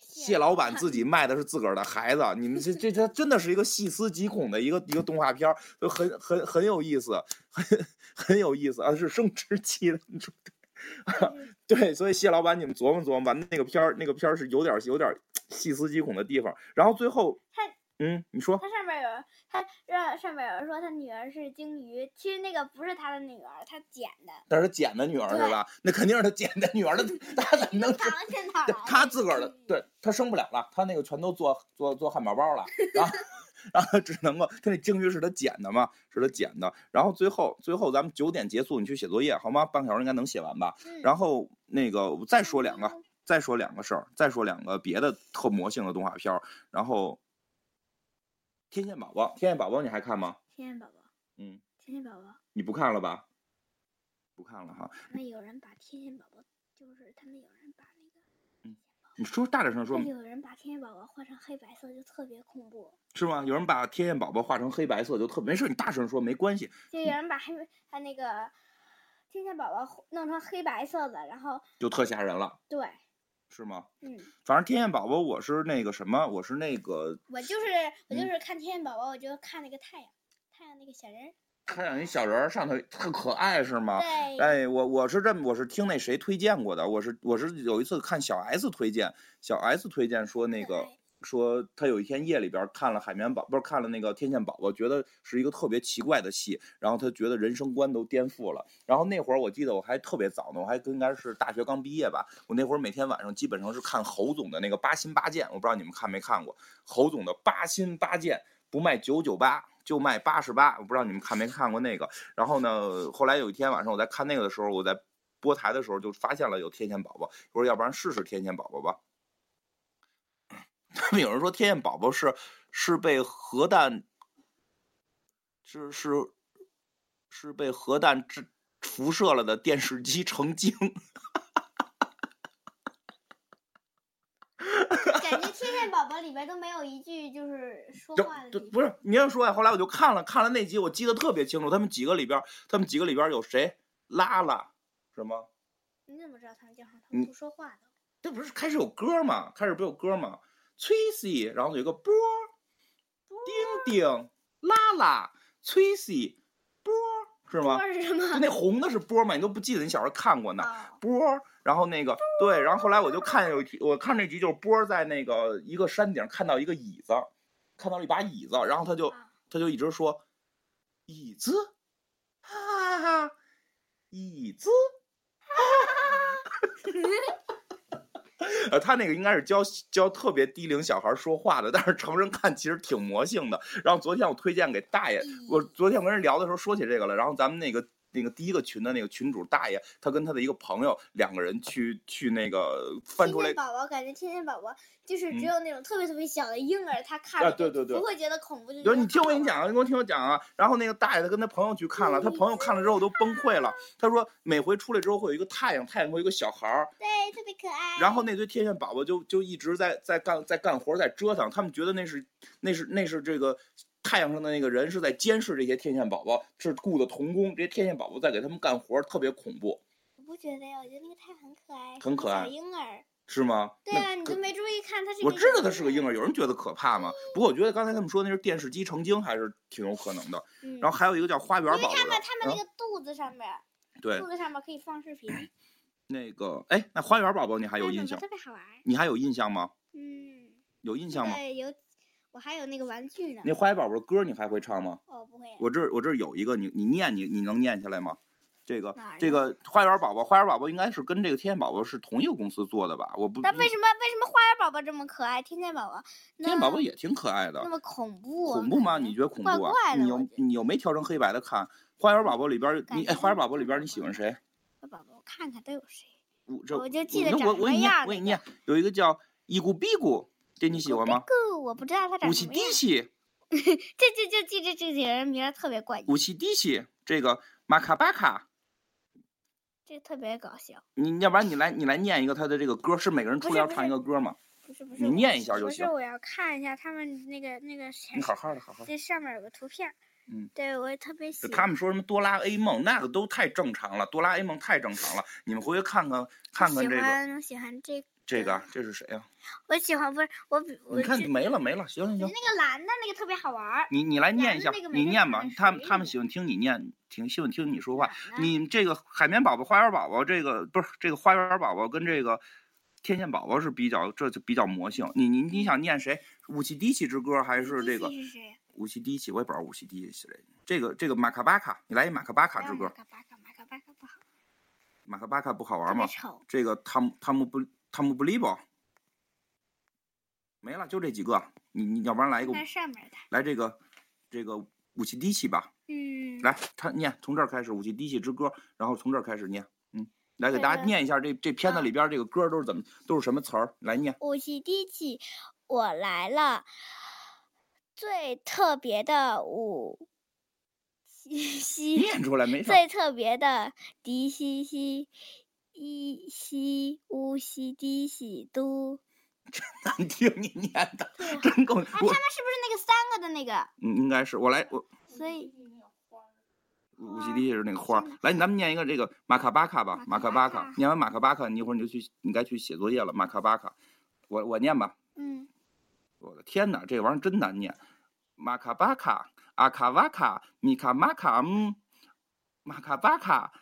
[SPEAKER 2] 蟹
[SPEAKER 1] 蟹老
[SPEAKER 2] 老
[SPEAKER 1] 板
[SPEAKER 2] 板
[SPEAKER 1] 自己卖的是自个儿的孩子，你们这这这真的是一个细思极恐的一个一个动画片儿，就很很很有意思，很很有意思啊！是生殖期的，你说
[SPEAKER 2] 就是
[SPEAKER 1] *laughs* 对，所以谢老板，你们琢磨琢磨吧，那个片儿那个片儿是有点有点细思极恐的地方。然后最后
[SPEAKER 2] 它，
[SPEAKER 1] 嗯，你说
[SPEAKER 2] 他上面有人，他让上面有人说他女儿是鲸鱼，其实那个不是他的女儿，他捡的。
[SPEAKER 1] 那是捡的女儿是
[SPEAKER 2] 对
[SPEAKER 1] 吧？那肯定是他捡的女儿，他他怎么能吃？
[SPEAKER 2] 螃蟹哪
[SPEAKER 1] *laughs*
[SPEAKER 2] 儿
[SPEAKER 1] 对
[SPEAKER 2] 来
[SPEAKER 1] 他
[SPEAKER 2] 的
[SPEAKER 1] 自个儿的
[SPEAKER 2] 鲸鱼，
[SPEAKER 1] 对他生不了了，他那个全都做做做汉堡包
[SPEAKER 2] *laughs*
[SPEAKER 1] 了，然后然后他只能够他那鲸鱼是他捡的嘛，是他捡的。然后最后最后咱们九点结束，你去写作业好吗？半个小时应该能写完吧？
[SPEAKER 2] 嗯
[SPEAKER 1] 然后那个我再说两个，
[SPEAKER 2] 嗯
[SPEAKER 1] 再说两个事儿，再说两个别的特魔性的动画片儿。然后天线宝宝，天线宝宝你还看吗？
[SPEAKER 2] 天线宝宝，
[SPEAKER 1] 嗯，
[SPEAKER 2] 天线宝宝，
[SPEAKER 1] 你不看了吧？不看了哈。
[SPEAKER 2] 那有人把天线宝宝，就是他们有人把那个，
[SPEAKER 1] 你说大点声说
[SPEAKER 2] 但，是有人把天线宝宝画成黑白色，就特别恐怖。
[SPEAKER 1] 是吗？有人把天线宝宝画成黑白色就特没事，你大声说没关系，
[SPEAKER 2] 就有人把黑他那个天线宝宝弄成黑白色的，然后
[SPEAKER 1] 就特吓人了，
[SPEAKER 2] 对，
[SPEAKER 1] 是吗？
[SPEAKER 2] 嗯，
[SPEAKER 1] 反正天线宝宝我是那个什么，我是那个嗯
[SPEAKER 2] 我就是我就是看天线宝宝，我就看那个太阳，太阳那个小人儿，
[SPEAKER 1] 他养一小人儿上头特可爱是吗？
[SPEAKER 2] 对，
[SPEAKER 1] 哎，我我是这么，我是听那谁推荐过的，我是我是有一次看小 S 推荐，小 S 推荐说那个
[SPEAKER 2] 对
[SPEAKER 1] 说他有一天夜里边看了海绵宝，不是看了那个天线宝宝，觉得是一个特别奇怪的戏，然后他觉得人生观都颠覆了。然后那会儿我记得我还特别早呢，我还应该是大学刚毕业吧，我那会儿每天晚上基本上是看侯总的那个《八心八箭》，我不知道你们看没看过侯总的《八心八箭》，不卖九九八就卖八十八，我不知道你们看没看过那个。然后呢，后来有一天晚上我在看那个的时候，我在播台的时候就发现了有天线宝宝，我说要不然试试天线宝宝吧。他们有人说天线宝宝是是被核弹，是是是被核弹制辐射了的电视机成精，
[SPEAKER 2] 感觉天线宝宝里边都没有一句就是说
[SPEAKER 1] 就
[SPEAKER 2] 话的
[SPEAKER 1] 就
[SPEAKER 2] 地
[SPEAKER 1] 不是你要说呀。啊后来我就看了看了那集，我记得特别清楚，他们几个里边儿，他们几个里边儿有谁？拉拉什么？
[SPEAKER 2] 方你怎么知道他们叫上他
[SPEAKER 1] 嗯
[SPEAKER 2] 们不说话的？
[SPEAKER 1] 这不是开始有歌嘛？开始不有歌嘛？Tracy，然后有一个波儿，丁丁、拉拉、Tracy、波儿啊是吗？
[SPEAKER 2] *laughs* 说是什
[SPEAKER 1] 就
[SPEAKER 2] 么？
[SPEAKER 1] 那红的是波儿嘛？你都不记得，你小时候看过呢。
[SPEAKER 2] 哦
[SPEAKER 1] 波儿，然后那个对，然后后来我就看有一集，我看这集就是波儿在那个一个山顶看到一个椅子，看到了一把椅子，然后他就
[SPEAKER 2] 啊
[SPEAKER 1] 他就一直说椅子，哈哈哈，椅子，哈哈哈。呃， *laughs* 他那个应该是教教特别低龄小孩说话的，但是成人看其实挺魔性的。然后昨天我推荐给大爷，我昨天我跟人聊的时候说起这个了，然后咱们那个那个第一个群的那个群主大爷，他跟他的一个朋友两个人去去那个翻
[SPEAKER 2] 天
[SPEAKER 1] 出来
[SPEAKER 2] 线，宝宝感觉天线宝宝就是只
[SPEAKER 1] 嗯
[SPEAKER 2] 有那种特别特别小的婴儿，他看
[SPEAKER 1] 啊
[SPEAKER 2] 了
[SPEAKER 1] 对
[SPEAKER 2] 就
[SPEAKER 1] 对对
[SPEAKER 2] 不会觉得恐怖，就
[SPEAKER 1] 有
[SPEAKER 2] 觉得
[SPEAKER 1] 你听我跟你
[SPEAKER 2] 好玩
[SPEAKER 1] 讲啊，你给我听我讲啊。然后那个大爷他跟他朋友去看
[SPEAKER 2] 嗯
[SPEAKER 1] 了，他朋友看了之后都崩溃了。他说每回出来之后会有一个太阳，太阳会有一个小孩儿，
[SPEAKER 2] 对，特别可爱。
[SPEAKER 1] 然后那堆天线宝宝就就一直在在干在干活在折腾，他们觉得那是那是那是这个太阳上的那个人是在监视这些天线宝宝，是雇的童工，这些天线宝宝在给他们干活，特别恐怖，
[SPEAKER 2] 我不觉得呀，我觉得那个太阳很可爱，
[SPEAKER 1] 很
[SPEAKER 2] 是
[SPEAKER 1] 可
[SPEAKER 2] 个
[SPEAKER 1] 爱
[SPEAKER 2] 小婴儿。
[SPEAKER 1] 是吗？
[SPEAKER 2] 对
[SPEAKER 1] 那
[SPEAKER 2] 啊，你
[SPEAKER 1] 可
[SPEAKER 2] 都没注意看，他是
[SPEAKER 1] 我
[SPEAKER 2] 个
[SPEAKER 1] 知
[SPEAKER 2] 小
[SPEAKER 1] 道他是个婴
[SPEAKER 2] 儿。
[SPEAKER 1] 儿，有人觉得可怕吗？不过我觉得刚才他们说那是电视机成精，还是挺有可能的。
[SPEAKER 2] 嗯，
[SPEAKER 1] 然后还有一个叫花园
[SPEAKER 2] 因为
[SPEAKER 1] 宝宝
[SPEAKER 2] 他
[SPEAKER 1] 的
[SPEAKER 2] 们他们那
[SPEAKER 1] 啊
[SPEAKER 2] 个肚子上面儿，
[SPEAKER 1] 对
[SPEAKER 2] 肚子上面可以放视频，
[SPEAKER 1] 那个哎，那花园宝宝你还
[SPEAKER 2] 还
[SPEAKER 1] 有印象？
[SPEAKER 2] 特别好玩儿。
[SPEAKER 1] 你还有印象吗？
[SPEAKER 2] 嗯，
[SPEAKER 1] 有印象吗？
[SPEAKER 2] 对，有我还有那个玩具呢。
[SPEAKER 1] 那花园宝宝的歌你还会唱吗？
[SPEAKER 2] 哦，不会。
[SPEAKER 1] 我这儿我这儿有一个，你你念你你能念下来吗？这个
[SPEAKER 2] 哪儿
[SPEAKER 1] 这个花园宝宝，花园宝宝应该是跟这个天线宝宝是同一个公司做的吧？我不，
[SPEAKER 2] 那
[SPEAKER 1] 不
[SPEAKER 2] 为什么为什么花园宝宝这么可爱，天线宝宝
[SPEAKER 1] 天线宝宝
[SPEAKER 2] 那
[SPEAKER 1] 也挺可爱的
[SPEAKER 2] 那，么恐怖啊？
[SPEAKER 1] 恐怖吗？
[SPEAKER 2] 感
[SPEAKER 1] 你觉得恐
[SPEAKER 2] 怪
[SPEAKER 1] 怖啊？
[SPEAKER 2] 怪的
[SPEAKER 1] 你
[SPEAKER 2] 我
[SPEAKER 1] 有
[SPEAKER 2] 觉得
[SPEAKER 1] 你有没调成黑白的看？花园宝宝里边儿，你
[SPEAKER 2] 感
[SPEAKER 1] 哎，
[SPEAKER 2] 觉
[SPEAKER 1] 花园宝宝里边儿
[SPEAKER 2] 怪
[SPEAKER 1] 你喜欢
[SPEAKER 2] 怪
[SPEAKER 1] 谁？
[SPEAKER 2] 花园宝宝，我看看都有谁？
[SPEAKER 1] 我这
[SPEAKER 2] 我就记得
[SPEAKER 1] 那
[SPEAKER 2] 长
[SPEAKER 1] 我
[SPEAKER 2] 什
[SPEAKER 1] 我给
[SPEAKER 2] 么
[SPEAKER 1] 你念
[SPEAKER 2] 样
[SPEAKER 1] 我给
[SPEAKER 2] 那
[SPEAKER 1] 你念，有一个叫伊咕比咕，这你喜欢吗？
[SPEAKER 2] 这个我不知道他长
[SPEAKER 1] 武
[SPEAKER 2] 什
[SPEAKER 1] 器
[SPEAKER 2] 么
[SPEAKER 1] 迪
[SPEAKER 2] 样。
[SPEAKER 1] 奇，
[SPEAKER 2] 这这就记这这几个人名儿特别怪异，
[SPEAKER 1] 武器迪奇，这个马卡巴卡，
[SPEAKER 2] 这特别搞笑。
[SPEAKER 1] 你要不然你来你来念一个他的这个歌，是每个人出
[SPEAKER 2] 不是
[SPEAKER 1] 来要
[SPEAKER 2] 不
[SPEAKER 1] 唱一
[SPEAKER 2] 是
[SPEAKER 1] 个歌吗？
[SPEAKER 2] 不是不是
[SPEAKER 1] 你
[SPEAKER 2] 我，
[SPEAKER 1] 念一下就
[SPEAKER 2] 不
[SPEAKER 1] 行
[SPEAKER 2] 是，我要看一下他们那个那个谁
[SPEAKER 1] 你，好好的，好好的。
[SPEAKER 2] 这上面有个图片儿。
[SPEAKER 1] 嗯
[SPEAKER 2] 对我也特别喜
[SPEAKER 1] 就
[SPEAKER 2] 欢。
[SPEAKER 1] 他们说什么哆啦 A 梦，那个都太正常了，哆啦 A 梦太正常了。你们回去看看看看这
[SPEAKER 2] 我喜
[SPEAKER 1] 个
[SPEAKER 2] 欢我喜欢这
[SPEAKER 1] 这个这是谁呀、
[SPEAKER 2] 我喜欢不是我比我
[SPEAKER 1] 你看
[SPEAKER 2] 这
[SPEAKER 1] 没了没了，行行
[SPEAKER 2] 那
[SPEAKER 1] 行，
[SPEAKER 2] 个蓝的那个特别好玩儿。
[SPEAKER 1] 你你来念一下
[SPEAKER 2] 咱们那，个
[SPEAKER 1] 你
[SPEAKER 2] 每个
[SPEAKER 1] 念
[SPEAKER 2] 看
[SPEAKER 1] 吧
[SPEAKER 2] 看。
[SPEAKER 1] 他
[SPEAKER 2] 谁
[SPEAKER 1] 们他们
[SPEAKER 2] 念
[SPEAKER 1] 喜欢听你念，挺喜欢听你说话。
[SPEAKER 2] 蓝的
[SPEAKER 1] 你这个海绵宝宝、花园宝宝，这个不是这个花园宝宝跟这个天线宝宝是比较，这就比较魔性。你你你想念谁？武器迪奇之歌还是这个
[SPEAKER 2] 第一期是谁？
[SPEAKER 1] 武器迪奇？我也不知道武器迪奇是谁。这个这个马卡巴卡，你来一马卡巴卡
[SPEAKER 2] 不
[SPEAKER 1] 之
[SPEAKER 2] 要
[SPEAKER 1] 歌。
[SPEAKER 2] 马哎卡巴卡马卡巴卡不好，
[SPEAKER 1] 马卡巴卡不好玩
[SPEAKER 2] 特别
[SPEAKER 1] 吗？
[SPEAKER 2] 丑。
[SPEAKER 1] 这个汤姆汤姆布汤姆布利伯，没了，就这几个。你你要不然来一个
[SPEAKER 2] 那上面的，
[SPEAKER 1] 来这个这个武器低气吧，
[SPEAKER 2] 嗯，
[SPEAKER 1] 来他念从这儿开始武器低气之歌，然后从这儿开始念，嗯，来给大家
[SPEAKER 2] 对对啊嗯
[SPEAKER 1] 念一下这这片子里边这个歌都是怎么都是什么词儿，来念。
[SPEAKER 2] 我是第几，我来了。最特别的舞，西西。
[SPEAKER 1] 念出来没事儿。
[SPEAKER 2] 最特别的迪西西伊西乌西迪西都。
[SPEAKER 1] 难听，你念的
[SPEAKER 2] 对，哎，他们啊
[SPEAKER 1] 真够。
[SPEAKER 2] 是不
[SPEAKER 1] 我
[SPEAKER 2] 是那个三个的那个？
[SPEAKER 1] 嗯，应该是我来我
[SPEAKER 2] 所以
[SPEAKER 1] 武器低气是那个花儿。来，咱们念一个这个马卡巴卡吧，马
[SPEAKER 2] 马
[SPEAKER 1] 卡
[SPEAKER 2] 卡
[SPEAKER 1] 巴
[SPEAKER 2] 巴
[SPEAKER 1] 卡
[SPEAKER 2] 卡。
[SPEAKER 1] 念完马卡巴卡，你一会儿你就去，你该去写作业了。马卡巴卡，我我念吧。
[SPEAKER 2] 嗯，
[SPEAKER 1] 我的天哪，这玩意儿真难念！马卡巴卡阿卡瓦卡、米卡玛卡姆、马卡巴卡、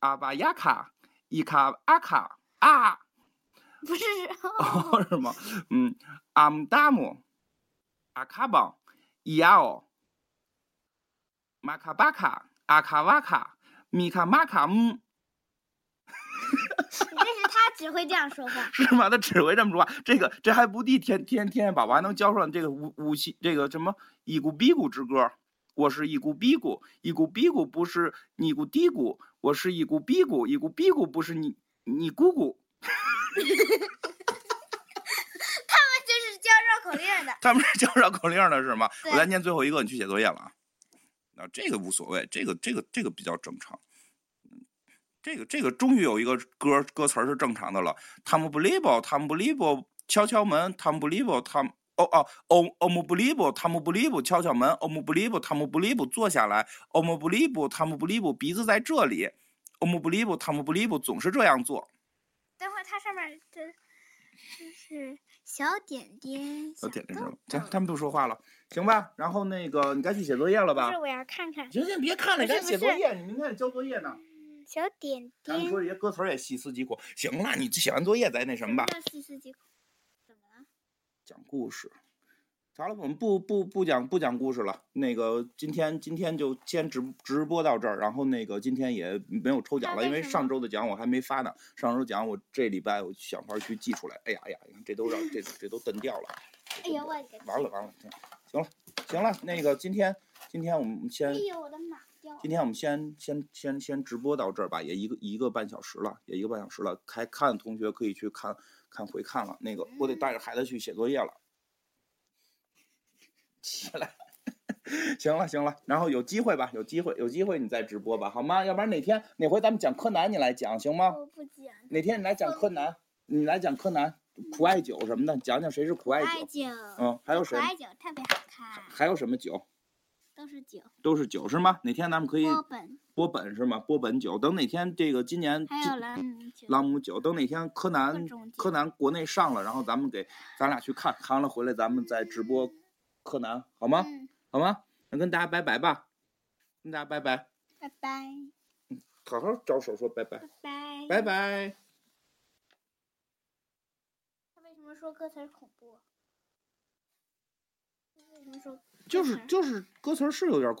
[SPEAKER 1] 阿巴亚卡、伊卡阿卡啊，
[SPEAKER 2] 不是，
[SPEAKER 1] *laughs*
[SPEAKER 2] *laughs*
[SPEAKER 1] 哦，是吗？嗯，阿姆达姆、阿卡邦、伊亚奥、马卡巴卡、阿卡瓦卡、米卡玛卡姆。
[SPEAKER 2] 你这是他只会这样说话。
[SPEAKER 1] 是吗？他只会这么说话，这个这还不地天天天天宝宝还能教上这个五五系这个什么一咕比咕之歌，我是一咕比咕，一咕比咕不是你咕嘀咕，我是一咕比咕，一咕比咕不是你你姑姑，
[SPEAKER 2] 他 *laughs* 就是教绕口令的。
[SPEAKER 1] 他们是教绕口令的是吗？我
[SPEAKER 2] 对
[SPEAKER 1] 再念最后一个，你去写作业了啊。那这个无所谓，这个这个这个比较正常。这个这个终于有一个歌歌词儿是正常的了。Tom b l i e b l Tom b l i e b l 敲敲门，Tom b l i e b l Tom 哦哦哦哦 m b l i e b l Tom b l i e b l 敲敲门，Om b l i e b l Tom b l i e b l 坐下来，Om b l i e b l Tom b l i e b l 鼻子在这里，Om b l i e b l Tom b l i e b l 总是这样做。
[SPEAKER 2] 等会儿它上面这就是小点点，
[SPEAKER 1] 小点点什么？
[SPEAKER 2] 豆
[SPEAKER 1] 行
[SPEAKER 2] 豆，
[SPEAKER 1] 他们不说话了，行吧？然后那个你该去写作业了吧
[SPEAKER 2] 不是，？我要看看
[SPEAKER 1] 行行，别看了，
[SPEAKER 2] 不是
[SPEAKER 1] 赶紧写
[SPEAKER 2] 不
[SPEAKER 1] 作
[SPEAKER 2] 是
[SPEAKER 1] 业，你明天还交作业呢。
[SPEAKER 2] 小点
[SPEAKER 1] 咱们
[SPEAKER 2] 点。
[SPEAKER 1] 说这些歌词儿也细思极恐。行了，你写完作业再那什么吧。
[SPEAKER 2] 叫细思极恐？怎么了？
[SPEAKER 1] 讲故事。好了，我们不不不讲不讲故事了。那个今天今天就先直直播到这儿，然后那个今天也没有抽奖了，
[SPEAKER 2] 那为
[SPEAKER 1] 因为
[SPEAKER 2] 什么
[SPEAKER 1] 上周的奖我还没发呢。上周奖我这礼拜我想法去记出来。哎呀哎呀，你看这都让这这都蹬掉了。
[SPEAKER 2] 哎呦我的个！
[SPEAKER 1] 完了完了，行了行了，那个今天今天我们
[SPEAKER 2] 哎
[SPEAKER 1] 先
[SPEAKER 2] 呦我的妈掉了！
[SPEAKER 1] 今天我们先先先先直播到这儿吧，也一个一个半小时了，也一个半小时了。还看的同学可以去看看回看了。那个我得带着孩子去写作业了。起来， *laughs* 行了行了，然后有机会吧，有机会有机会你再直播吧，好吗？要不然哪天哪回咱们讲柯南你来讲行吗？
[SPEAKER 2] 我不讲。
[SPEAKER 1] 哪天你来讲柯南，你来讲柯南、苦艾酒什么的，讲讲谁是苦艾酒，
[SPEAKER 2] 酒，
[SPEAKER 1] 嗯，还有谁
[SPEAKER 2] 可？爱酒特别好看，
[SPEAKER 1] 还有什么酒？
[SPEAKER 2] 都是酒，
[SPEAKER 1] 都是酒是吗？哪天咱们可以
[SPEAKER 2] 波本，
[SPEAKER 1] 波本是吗？波本酒，等哪天这个今年
[SPEAKER 2] 还
[SPEAKER 1] 今
[SPEAKER 2] 有朗姆酒。
[SPEAKER 1] 朗姆酒，等哪天柯南
[SPEAKER 2] 种
[SPEAKER 1] 嗯柯
[SPEAKER 2] 酒
[SPEAKER 1] 南国内上了，然后咱们给咱俩去看，看完了回来咱们再直播柯南，好吗？
[SPEAKER 2] 嗯，
[SPEAKER 1] 好吗？那跟大家拜拜吧，跟大家拜拜，
[SPEAKER 2] 拜拜，
[SPEAKER 1] 好好招手说拜拜
[SPEAKER 2] 拜，拜，
[SPEAKER 1] 拜。拜。
[SPEAKER 2] 他为什么说歌词儿恐啊怖？他为什么说？
[SPEAKER 1] 就
[SPEAKER 2] 歌
[SPEAKER 1] 是
[SPEAKER 2] 词儿
[SPEAKER 1] 就是歌词儿是有点恐。